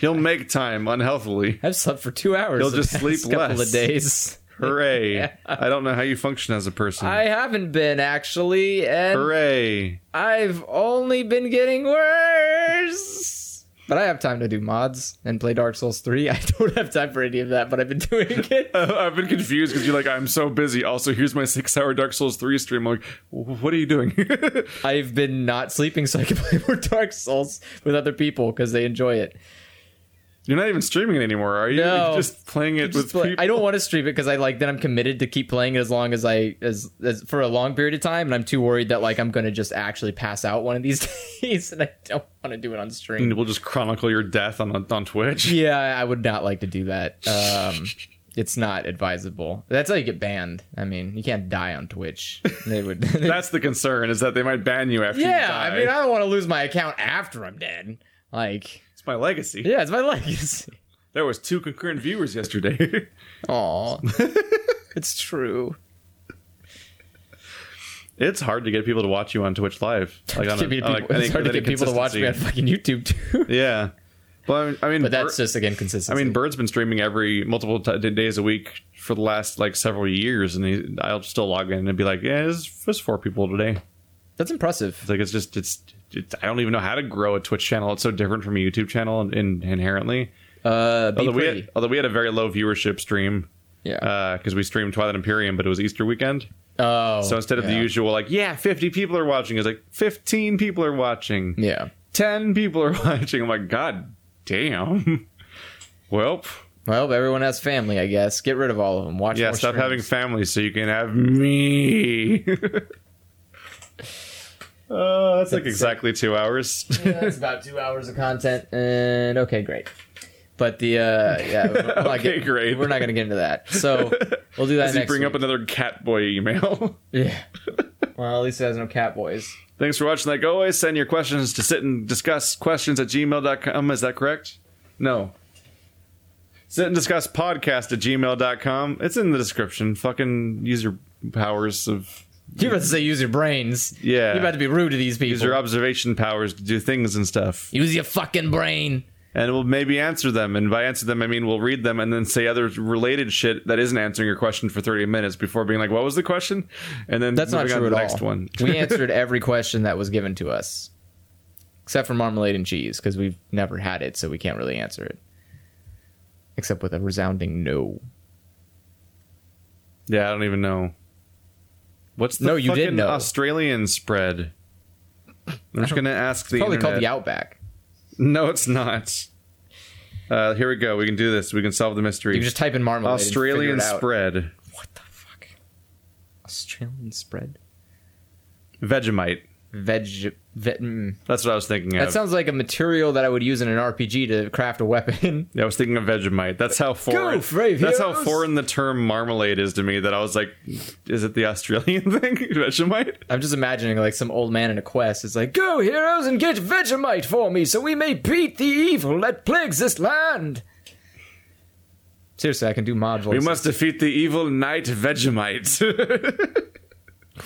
Speaker 1: He'll make time unhealthily.
Speaker 2: i've slept for two hours
Speaker 1: You'll
Speaker 2: the
Speaker 1: just
Speaker 2: past
Speaker 1: sleep
Speaker 2: couple
Speaker 1: less.
Speaker 2: of days
Speaker 1: Hooray! I don't know how you function as a person.
Speaker 2: i haven't been actually and
Speaker 1: Hooray!
Speaker 2: I've only been getting worse. But I have time to do mods and play Dark Souls 3. I don't have time for any of that, but I've been doing it.
Speaker 1: I've been confused because you're like, I'm so busy. Also, here's my six-hour Dark Souls three stream. I'm like, "Wh- what are you doing?
Speaker 2: I've been not sleeping so I can play more Dark Souls with other people because they enjoy it.
Speaker 1: you're not even streaming it anymore, are you?
Speaker 2: No.
Speaker 1: You're just playing it
Speaker 2: Just
Speaker 1: with
Speaker 2: play-
Speaker 1: people.
Speaker 2: I don't want to stream it because I like then I'm committed to keep playing it as long as I as, as for a long period of time, and I'm too worried that like I'm gonna just actually pass out one of these days, and I don't want to do it on stream.
Speaker 1: And We'll just chronicle your death on on Twitch.
Speaker 2: Yeah, I would not like to do that. Um, it's not advisable. That's how you get banned. I mean, you can't die on Twitch. They would.
Speaker 1: That's the concern is that they might ban you after. you
Speaker 2: yeah,
Speaker 1: die.
Speaker 2: I mean, I don't want to lose my account after I'm dead. Like,
Speaker 1: it's my legacy.
Speaker 2: yeah, it's my legacy.
Speaker 1: There was two concurrent viewers yesterday.
Speaker 2: Aw, it's true.
Speaker 1: It's hard to get people to watch you on Twitch Live. Like on
Speaker 2: It's hard to
Speaker 1: a,
Speaker 2: get people,
Speaker 1: like,
Speaker 2: it's hard to
Speaker 1: with any
Speaker 2: get people to watch me on
Speaker 1: consistency.
Speaker 2: fucking YouTube too.
Speaker 1: Yeah, well, I mean, I mean
Speaker 2: But
Speaker 1: Bert-
Speaker 2: that's just again
Speaker 1: I
Speaker 2: consistency.
Speaker 1: mean, Bird's been streaming every multiple t- days a week for the last like several years, and he, I'll still log in and be like, "Yeah, there's, there's four people today."
Speaker 2: that's impressive.
Speaker 1: It's like it's just it's it, I don't even know how to grow a Twitch channel. It's so different from a YouTube channel in, in, inherently.
Speaker 7: Uh, be
Speaker 1: Although Oh, we, uh,
Speaker 7: pretty.
Speaker 1: had, although we had a very low viewership stream.
Speaker 7: Yeah.
Speaker 1: Because we streamed Twilight Imperium, but it was Easter weekend.
Speaker 2: Oh,
Speaker 1: So instead of the
Speaker 2: yeah.
Speaker 1: usual, like, yeah, 50 people are watching, it's like 15 people are watching,
Speaker 2: yeah.
Speaker 1: 10 people are watching. I'm like, God damn. Welp.
Speaker 2: Well, everyone has family, I guess. Get rid of all of them. Watch.
Speaker 1: Yeah,
Speaker 2: more
Speaker 1: stop
Speaker 2: streams.
Speaker 1: having families so you can have me. Oh, that's like exactly two hours.
Speaker 2: Yeah, that's about two hours of content, and okay, great. But the uh, yeah, we're not
Speaker 1: Okay,
Speaker 2: getting-
Speaker 1: great.
Speaker 2: We're not going to get into that, so we'll do that
Speaker 1: Does he
Speaker 2: next.
Speaker 1: bring up
Speaker 2: week.
Speaker 1: another Catboy email?
Speaker 2: yeah. Well, at least it has no cat boys.
Speaker 1: Thanks for watching. Like always, send your questions to sit and discuss questions at gmail.com. Is that correct? No. Sit and discuss podcast at gmail.com. It's in the description. Fucking use your powers of
Speaker 2: You're about to say use your brains.
Speaker 1: Yeah.
Speaker 2: You're about to be rude to these people.
Speaker 1: use your observation powers to do things and stuff.
Speaker 2: use your fucking brain.
Speaker 1: And we'll maybe answer them. And by answer them I mean we'll read them and then say other related shit that isn't answering your question for thirty minutes before being like, What was the question? And then
Speaker 2: That's not
Speaker 1: moving on
Speaker 2: true
Speaker 1: to
Speaker 2: at
Speaker 1: the
Speaker 2: all.
Speaker 1: next one.
Speaker 2: we answered every question that was given to us, except for marmalade and cheese, because we've never had it, so we can't really answer it, except with a resounding no.
Speaker 1: Yeah, I don't even know. What's the
Speaker 2: No, you did
Speaker 1: fucking
Speaker 2: know.
Speaker 1: Australian spread? I'm just gonna ask the
Speaker 2: Probably called the
Speaker 1: internet.
Speaker 2: Outback.
Speaker 1: No, it's not. Uh, here we go. We can do this. We can solve the mystery.
Speaker 2: You can just type in marmalade. and figure
Speaker 1: Australian
Speaker 2: it out.
Speaker 1: spread.
Speaker 2: What the fuck? Australian spread?
Speaker 1: Vegemite.
Speaker 2: Veg. Vet, mm.
Speaker 1: That's what I was thinking
Speaker 2: That
Speaker 1: of.
Speaker 2: sounds like a material that I would use in an RPG to craft a weapon.
Speaker 1: Yeah, I was thinking of Vegemite. That's how foreign.
Speaker 2: brave
Speaker 1: that's how
Speaker 2: heroes.
Speaker 1: foreign the term marmalade is to me. That I was like, is it the Australian thing? Vegemite.
Speaker 2: I'm just imagining like some old man in a quest. It's like, go heroes and get Vegemite for me, so we may beat the evil that plagues this land. Seriously, I can do mod
Speaker 1: We
Speaker 2: voices.
Speaker 1: must defeat the evil knight Vegemite.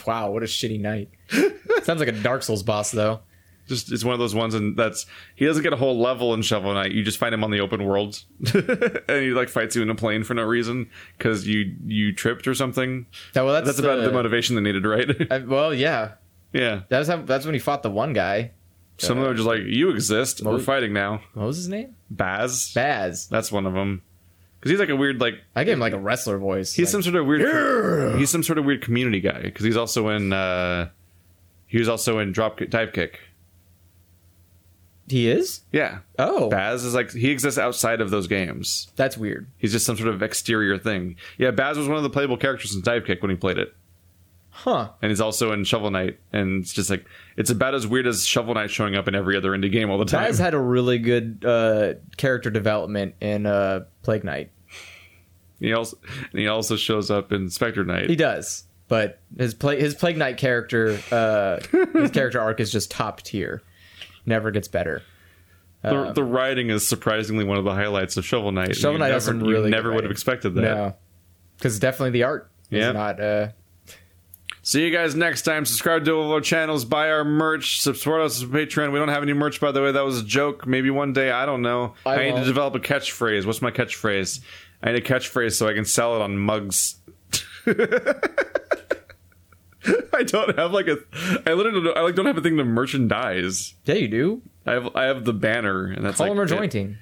Speaker 2: Wow, what a shitty night. Sounds like a Dark Souls boss though.
Speaker 1: just it's one of those ones and that's he doesn't get a whole level in shovel knight you just find him on the open world and he like fights you in a plane for no reason because you you tripped or something
Speaker 2: Yeah, well, that's,
Speaker 1: that's about
Speaker 2: uh,
Speaker 1: the motivation they needed right
Speaker 2: I- well, yeah,
Speaker 1: yeah
Speaker 2: that's how. That's when he fought the one guy.
Speaker 1: some of them are just like you exist we're fighting now
Speaker 2: What was his name?
Speaker 1: baz
Speaker 2: Baz.
Speaker 1: that's one of them because he's like a weird like
Speaker 2: I gave him like a wrestler voice.
Speaker 1: he's
Speaker 2: like,
Speaker 1: some sort of weird he's some sort of weird community guy because he's also in uh he was also in drop kick, dive kick
Speaker 2: he is.
Speaker 1: yeah
Speaker 2: Oh,
Speaker 1: baz is like he exists outside of those games
Speaker 2: that's weird.
Speaker 1: He's just some sort of exterior thing. Yeah, Baz was one of the playable characters in Dive Kick when he played it.
Speaker 2: Huh.
Speaker 1: And he's also in Shovel Knight, and it's just like it's about as weird as Shovel Knight showing up in every other indie game all the time.
Speaker 2: Baz had a really good uh, character development in uh, Plague Knight.
Speaker 1: he also and he also shows up in Spectre Knight.
Speaker 2: He does, but his play his Plague Knight character uh, his character arc is just top tier. Never gets better.
Speaker 1: the, the writing is surprisingly one of the highlights of Shovel Knight. and
Speaker 2: uh, Shovel
Speaker 1: you
Speaker 2: Knight
Speaker 1: never,
Speaker 2: has some
Speaker 1: you
Speaker 2: really good
Speaker 1: never would have
Speaker 2: writing.
Speaker 1: expected that.
Speaker 2: No, because definitely the art is
Speaker 1: Yeah.
Speaker 2: not. Uh,
Speaker 1: See you guys next time. Subscribe to all of our channels, buy our merch, support us on Patreon. We don't have any merch, by the way. That was a joke. Maybe one day, I don't know. I, need to
Speaker 2: won't.
Speaker 1: develop a catchphrase. What's my catchphrase? I need a catchphrase so I can sell it on mugs. I don't have like a. I literally don't, I like don't have a thing to merchandise.
Speaker 2: yeah, you do.
Speaker 1: I have I have the banner and that's
Speaker 2: Polymer
Speaker 1: like it.
Speaker 2: jointing.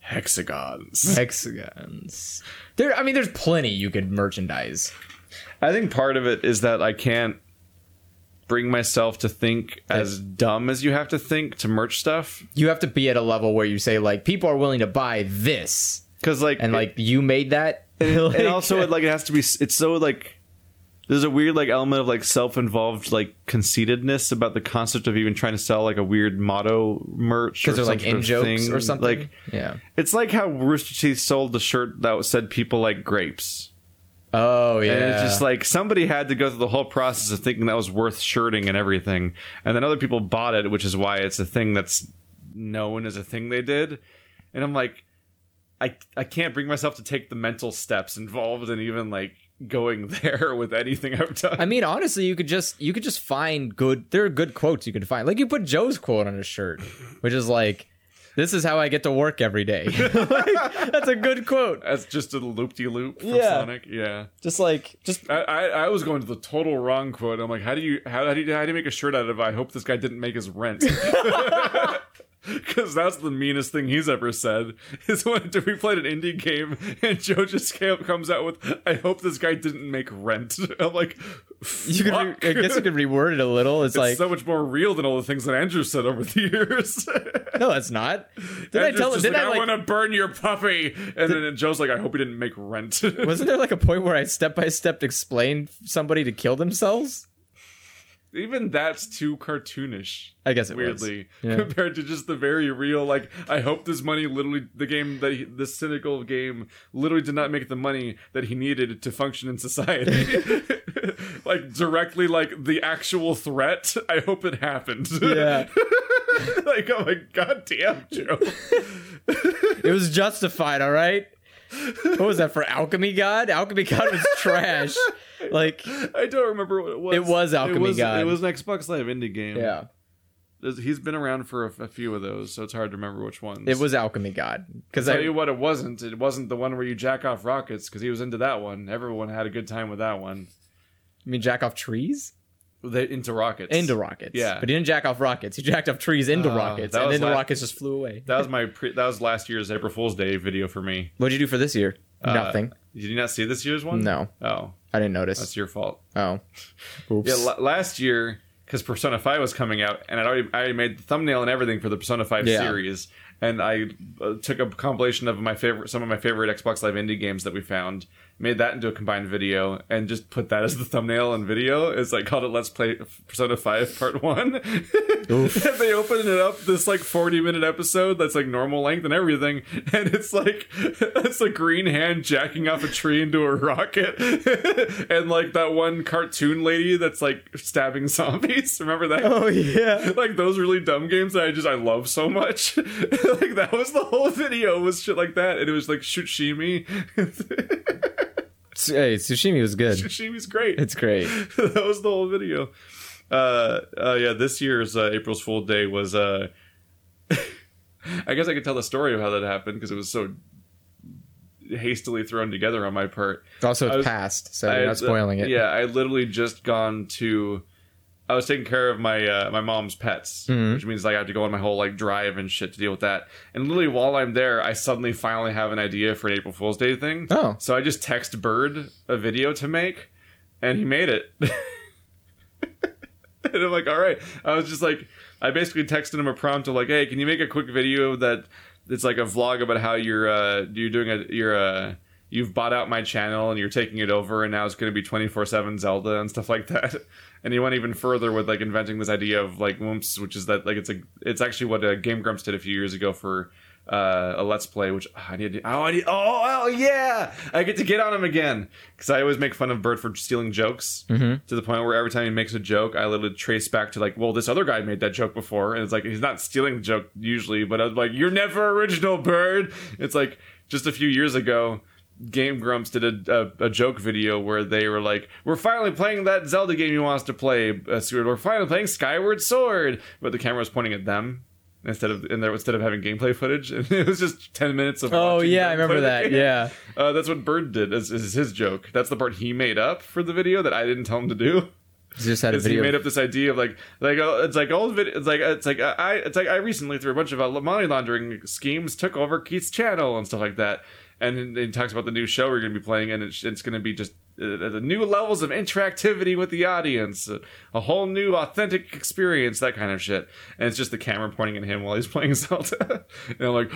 Speaker 1: hexagons.
Speaker 2: Hexagons. There, I mean, there's plenty you could merchandise.
Speaker 1: I think part of it is that I can't bring myself to think as dumb as you have to think to merch stuff.
Speaker 2: You have to be at a level where you say like, people are willing to buy this,
Speaker 1: Because like
Speaker 2: and like you made that.
Speaker 1: and also it, like it has to be it's so like there's a weird like element of like self-involved like conceitedness about the concept of even trying to sell like a weird motto merch
Speaker 2: because
Speaker 1: or
Speaker 2: they're like
Speaker 1: some sort
Speaker 2: in
Speaker 1: of
Speaker 2: jokes
Speaker 1: thing.
Speaker 2: or something.
Speaker 1: like
Speaker 2: yeah.
Speaker 1: it's like how rooster teeth sold the shirt that said people like grapes
Speaker 2: Oh yeah.
Speaker 1: and it's just like somebody had to go through the whole process of thinking that was worth shirting and everything and then other people bought it which is why it's a thing that's known as a thing they did and i'm like i i can't bring myself to take the mental steps involved in even like going there with anything i've done
Speaker 2: I mean, honestly, you could just you could just find good. There are good quotes you could find. Like you put Joe's quote on a shirt, which is like,
Speaker 5: This is how I get to work every day. Like, that's a good quote.
Speaker 1: That's just a loop de loop from
Speaker 5: Yeah.
Speaker 1: Sonic. Yeah.
Speaker 5: Just like just
Speaker 1: I, I, I was going to the total wrong quote. I'm like, how do you how, how do you how do you make a shirt out of? I hope this guy didn't make his rent. Because that's the meanest thing he's ever said. Is when we played an indie game and Joe just came, comes out with, "I hope this guy didn't make rent." I'm like,
Speaker 5: you can.
Speaker 1: fuck.
Speaker 5: Re- I guess you could reword it a little. It's,
Speaker 1: It's
Speaker 5: like
Speaker 1: so much more real than all the things that Andrew said over the years.
Speaker 5: no, it's not. Did I
Speaker 1: Andrew's
Speaker 5: tell?
Speaker 1: just
Speaker 5: Did
Speaker 1: like,
Speaker 5: I like?
Speaker 1: want to burn your puppy, and then Joe's like, "I hope he didn't make rent."
Speaker 5: Wasn't there like a point where I step by step explained somebody to kill themselves?
Speaker 1: Even that's too cartoonish.
Speaker 5: I guess it was.
Speaker 1: weirdly compared to just the very real like i hope this money literally the game that he, the cynical game literally did not make the money that he needed to function in society like directly like the actual threat i hope it happened
Speaker 5: Yeah.
Speaker 1: like oh my god damn joe
Speaker 5: It was justified, all right? What was that for Alchemy God? Alchemy God was trash. Like,
Speaker 1: i don't remember what it was
Speaker 5: It was Alchemy
Speaker 1: it was,
Speaker 5: God.
Speaker 1: it was an xbox live indie game
Speaker 5: yeah,
Speaker 1: There's- he's been around for a, a few of those so it's hard to remember which ones
Speaker 5: it was Alchemy God. Because
Speaker 1: Tell you
Speaker 5: I,
Speaker 1: what, it wasn't. It wasn't the one where you jack off rockets because he was into that one. Everyone had a good time with that one.
Speaker 5: I mean, jack off trees
Speaker 1: They into rockets.
Speaker 5: into rockets.
Speaker 1: Yeah.
Speaker 5: but he didn't jack off rockets. He jacked off trees into
Speaker 1: Ah,
Speaker 5: rockets,
Speaker 1: that
Speaker 5: and
Speaker 1: was
Speaker 5: then the
Speaker 1: la-
Speaker 5: rockets just flew away.
Speaker 1: That was my pre- that was last year's April Fool's Day video for me.
Speaker 5: What'd you do for this year?
Speaker 1: Uh,
Speaker 5: Nothing.
Speaker 1: Did you not see this year's one?
Speaker 5: No,
Speaker 1: Oh,
Speaker 5: I didn't notice.
Speaker 1: that's your fault.
Speaker 5: Oh, oops.
Speaker 1: Yeah, la- last year because Persona Five was coming out, and I'd already I already made the thumbnail and everything for the Persona Five
Speaker 5: Yeah.
Speaker 1: series, and I uh, took a compilation of my favorite some of my favorite Xbox Live indie games that we found, made that into a combined video, and just put that as the thumbnail and video. It's like called it Let's Play Persona Five Part One. and they opened it up this like forty minute episode that's like normal length and everything, and it's like it's a green hand jacking off a tree into a rocket, and like that one cartoon lady that's like stabbing zombies. Remember that?
Speaker 5: oh yeah.
Speaker 1: like those really dumb games that I just I love so much. like that was the whole video was shit like that, and it was like Shushimi.
Speaker 5: Hey, sashimi was good.
Speaker 1: Shushimi's great.
Speaker 5: It's great.
Speaker 1: that was the whole video. Uh, uh, yeah, this year's uh, April's Fool Day was. Uh, I guess I could tell the story of how that happened because it was so hastily thrown together on my part.
Speaker 5: Also,
Speaker 1: I
Speaker 5: it's
Speaker 1: was-
Speaker 5: past, so
Speaker 1: I
Speaker 5: you're
Speaker 1: had-
Speaker 5: not spoiling it.
Speaker 1: Yeah, I literally just gone to. I was taking care of my uh, my mom's pets,
Speaker 5: Mm-hmm.
Speaker 1: which means like, I have to go on my whole like drive and shit to deal with that. And literally while I'm there, I suddenly finally have an idea for an April Fool's Day thing.
Speaker 5: Oh.
Speaker 1: so I just text Bird a video to make, and he made it. and I'm like, all right. I was just like, I basically texted him a prompt of like, hey, can you make a quick video that it's like a vlog about how you're uh, you're doing a you're uh, you've bought out my channel and you're taking it over and now it's going to be 24 7 Zelda and stuff like that. And he went even further with like inventing this idea of like Wumps, which is that like it's a it's actually what uh, Game Grumps did a few years ago for uh, a Let's Play, which ah, I need to, oh, I need, oh, oh, yeah, I get to get on him again because I always make fun of Bird for stealing jokes to the point where every time he makes a joke, I literally trace back to like, well, this other guy made that joke before, and it's like he's not stealing the joke usually, but I'm like, you're never original, Bird. It's like just a few years ago. Game Grumps did a, a, a joke video where they were like, "We're finally playing that Zelda game you want us to play, uh, Seward. We're finally playing Skyward Sword," but the camera was pointing at them instead of and there instead of having gameplay footage, and it was just ten minutes of.
Speaker 5: Oh
Speaker 1: watching
Speaker 5: yeah, I
Speaker 1: them
Speaker 5: remember
Speaker 1: play the
Speaker 5: that.
Speaker 1: game.
Speaker 5: Yeah.
Speaker 1: uh, that's what Bird did. Is, is his joke? That's the part he made up for the video that I didn't tell him to do.
Speaker 5: He just had a
Speaker 1: Is he
Speaker 5: video.
Speaker 1: made up this idea of like like oh, it's like old video. It's like it's like I it's like I recently through a bunch of uh, money laundering schemes took over Keith's channel and stuff like that. And he talks about the new show we're going to be playing, and it's, it's going to be just uh, the new levels of interactivity with the audience, a, a whole new authentic experience, that kind of shit. And it's just the camera pointing at him while he's playing Zelda, and I'm like.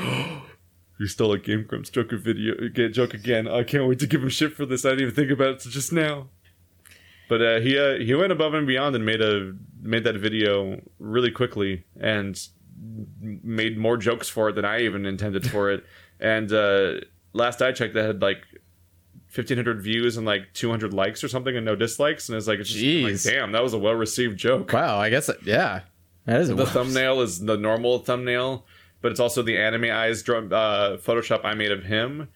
Speaker 1: You stole a Game Grumps Joker video get joke again. I can't wait to give him shit for this. I didn't even think about it till just now. But uh, he uh, he went above and beyond and made a made that video really quickly and made more jokes for it than I even intended for it. And uh, last I checked, that had like fifteen hundred views and like two hundred likes or something, and no dislikes. And it's like, it's just, like
Speaker 5: Jeez.
Speaker 1: damn, that was a well received joke
Speaker 5: Wow, I guess yeah. That is a
Speaker 1: the thumbnail is the normal thumbnail, but it's also the anime eyes drum, uh, Photoshop I made of him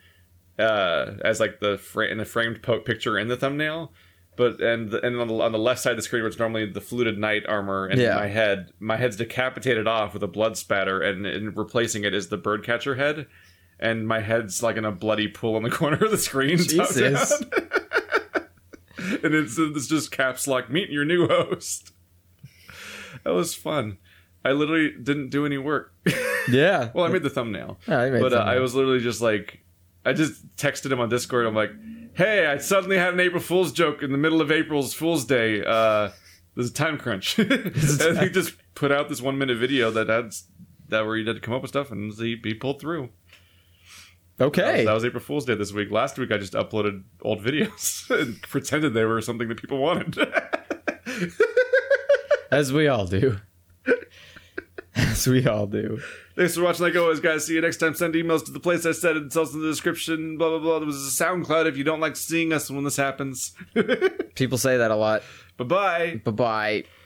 Speaker 1: uh, as like the fra- in a framed po- picture in the thumbnail. But and the- and on the, on the left side of the screen, where it's normally the fluted knight armor, and
Speaker 2: Yeah.
Speaker 1: my head, my head's decapitated off with a blood spatter, and, and replacing it is the birdcatcher head, and my head's like in a bloody pool in the corner of the screen. top
Speaker 2: Jesus.
Speaker 1: down. and it's it's just caps lock. Meet your new host. That was fun. I literally didn't do any work.
Speaker 2: Yeah.
Speaker 1: Well, I made the thumbnail.
Speaker 2: Yeah, you made
Speaker 1: but
Speaker 2: the
Speaker 1: uh, I was literally just like, I just texted him on Discord. I'm like, hey, I suddenly had an April Fool's joke in the middle of April's Fool's Day. Uh, there's a time crunch. and he just put out this one minute video that had that where he had to come up with stuff, and he, he pulled through. That was-
Speaker 2: Okay.
Speaker 1: That was April Fool's Day this week. Last week, I just uploaded old videos and pretended they were something that people wanted.
Speaker 2: As we all do. As we all do.
Speaker 1: Thanks for watching. Like always, guys. See you next time. Send emails to the place I said. It's also in the description. Blah blah blah. There was a SoundCloud. If you don't like seeing us when this happens, bye
Speaker 2: People say that a lot.
Speaker 1: bye.
Speaker 2: Bye bye.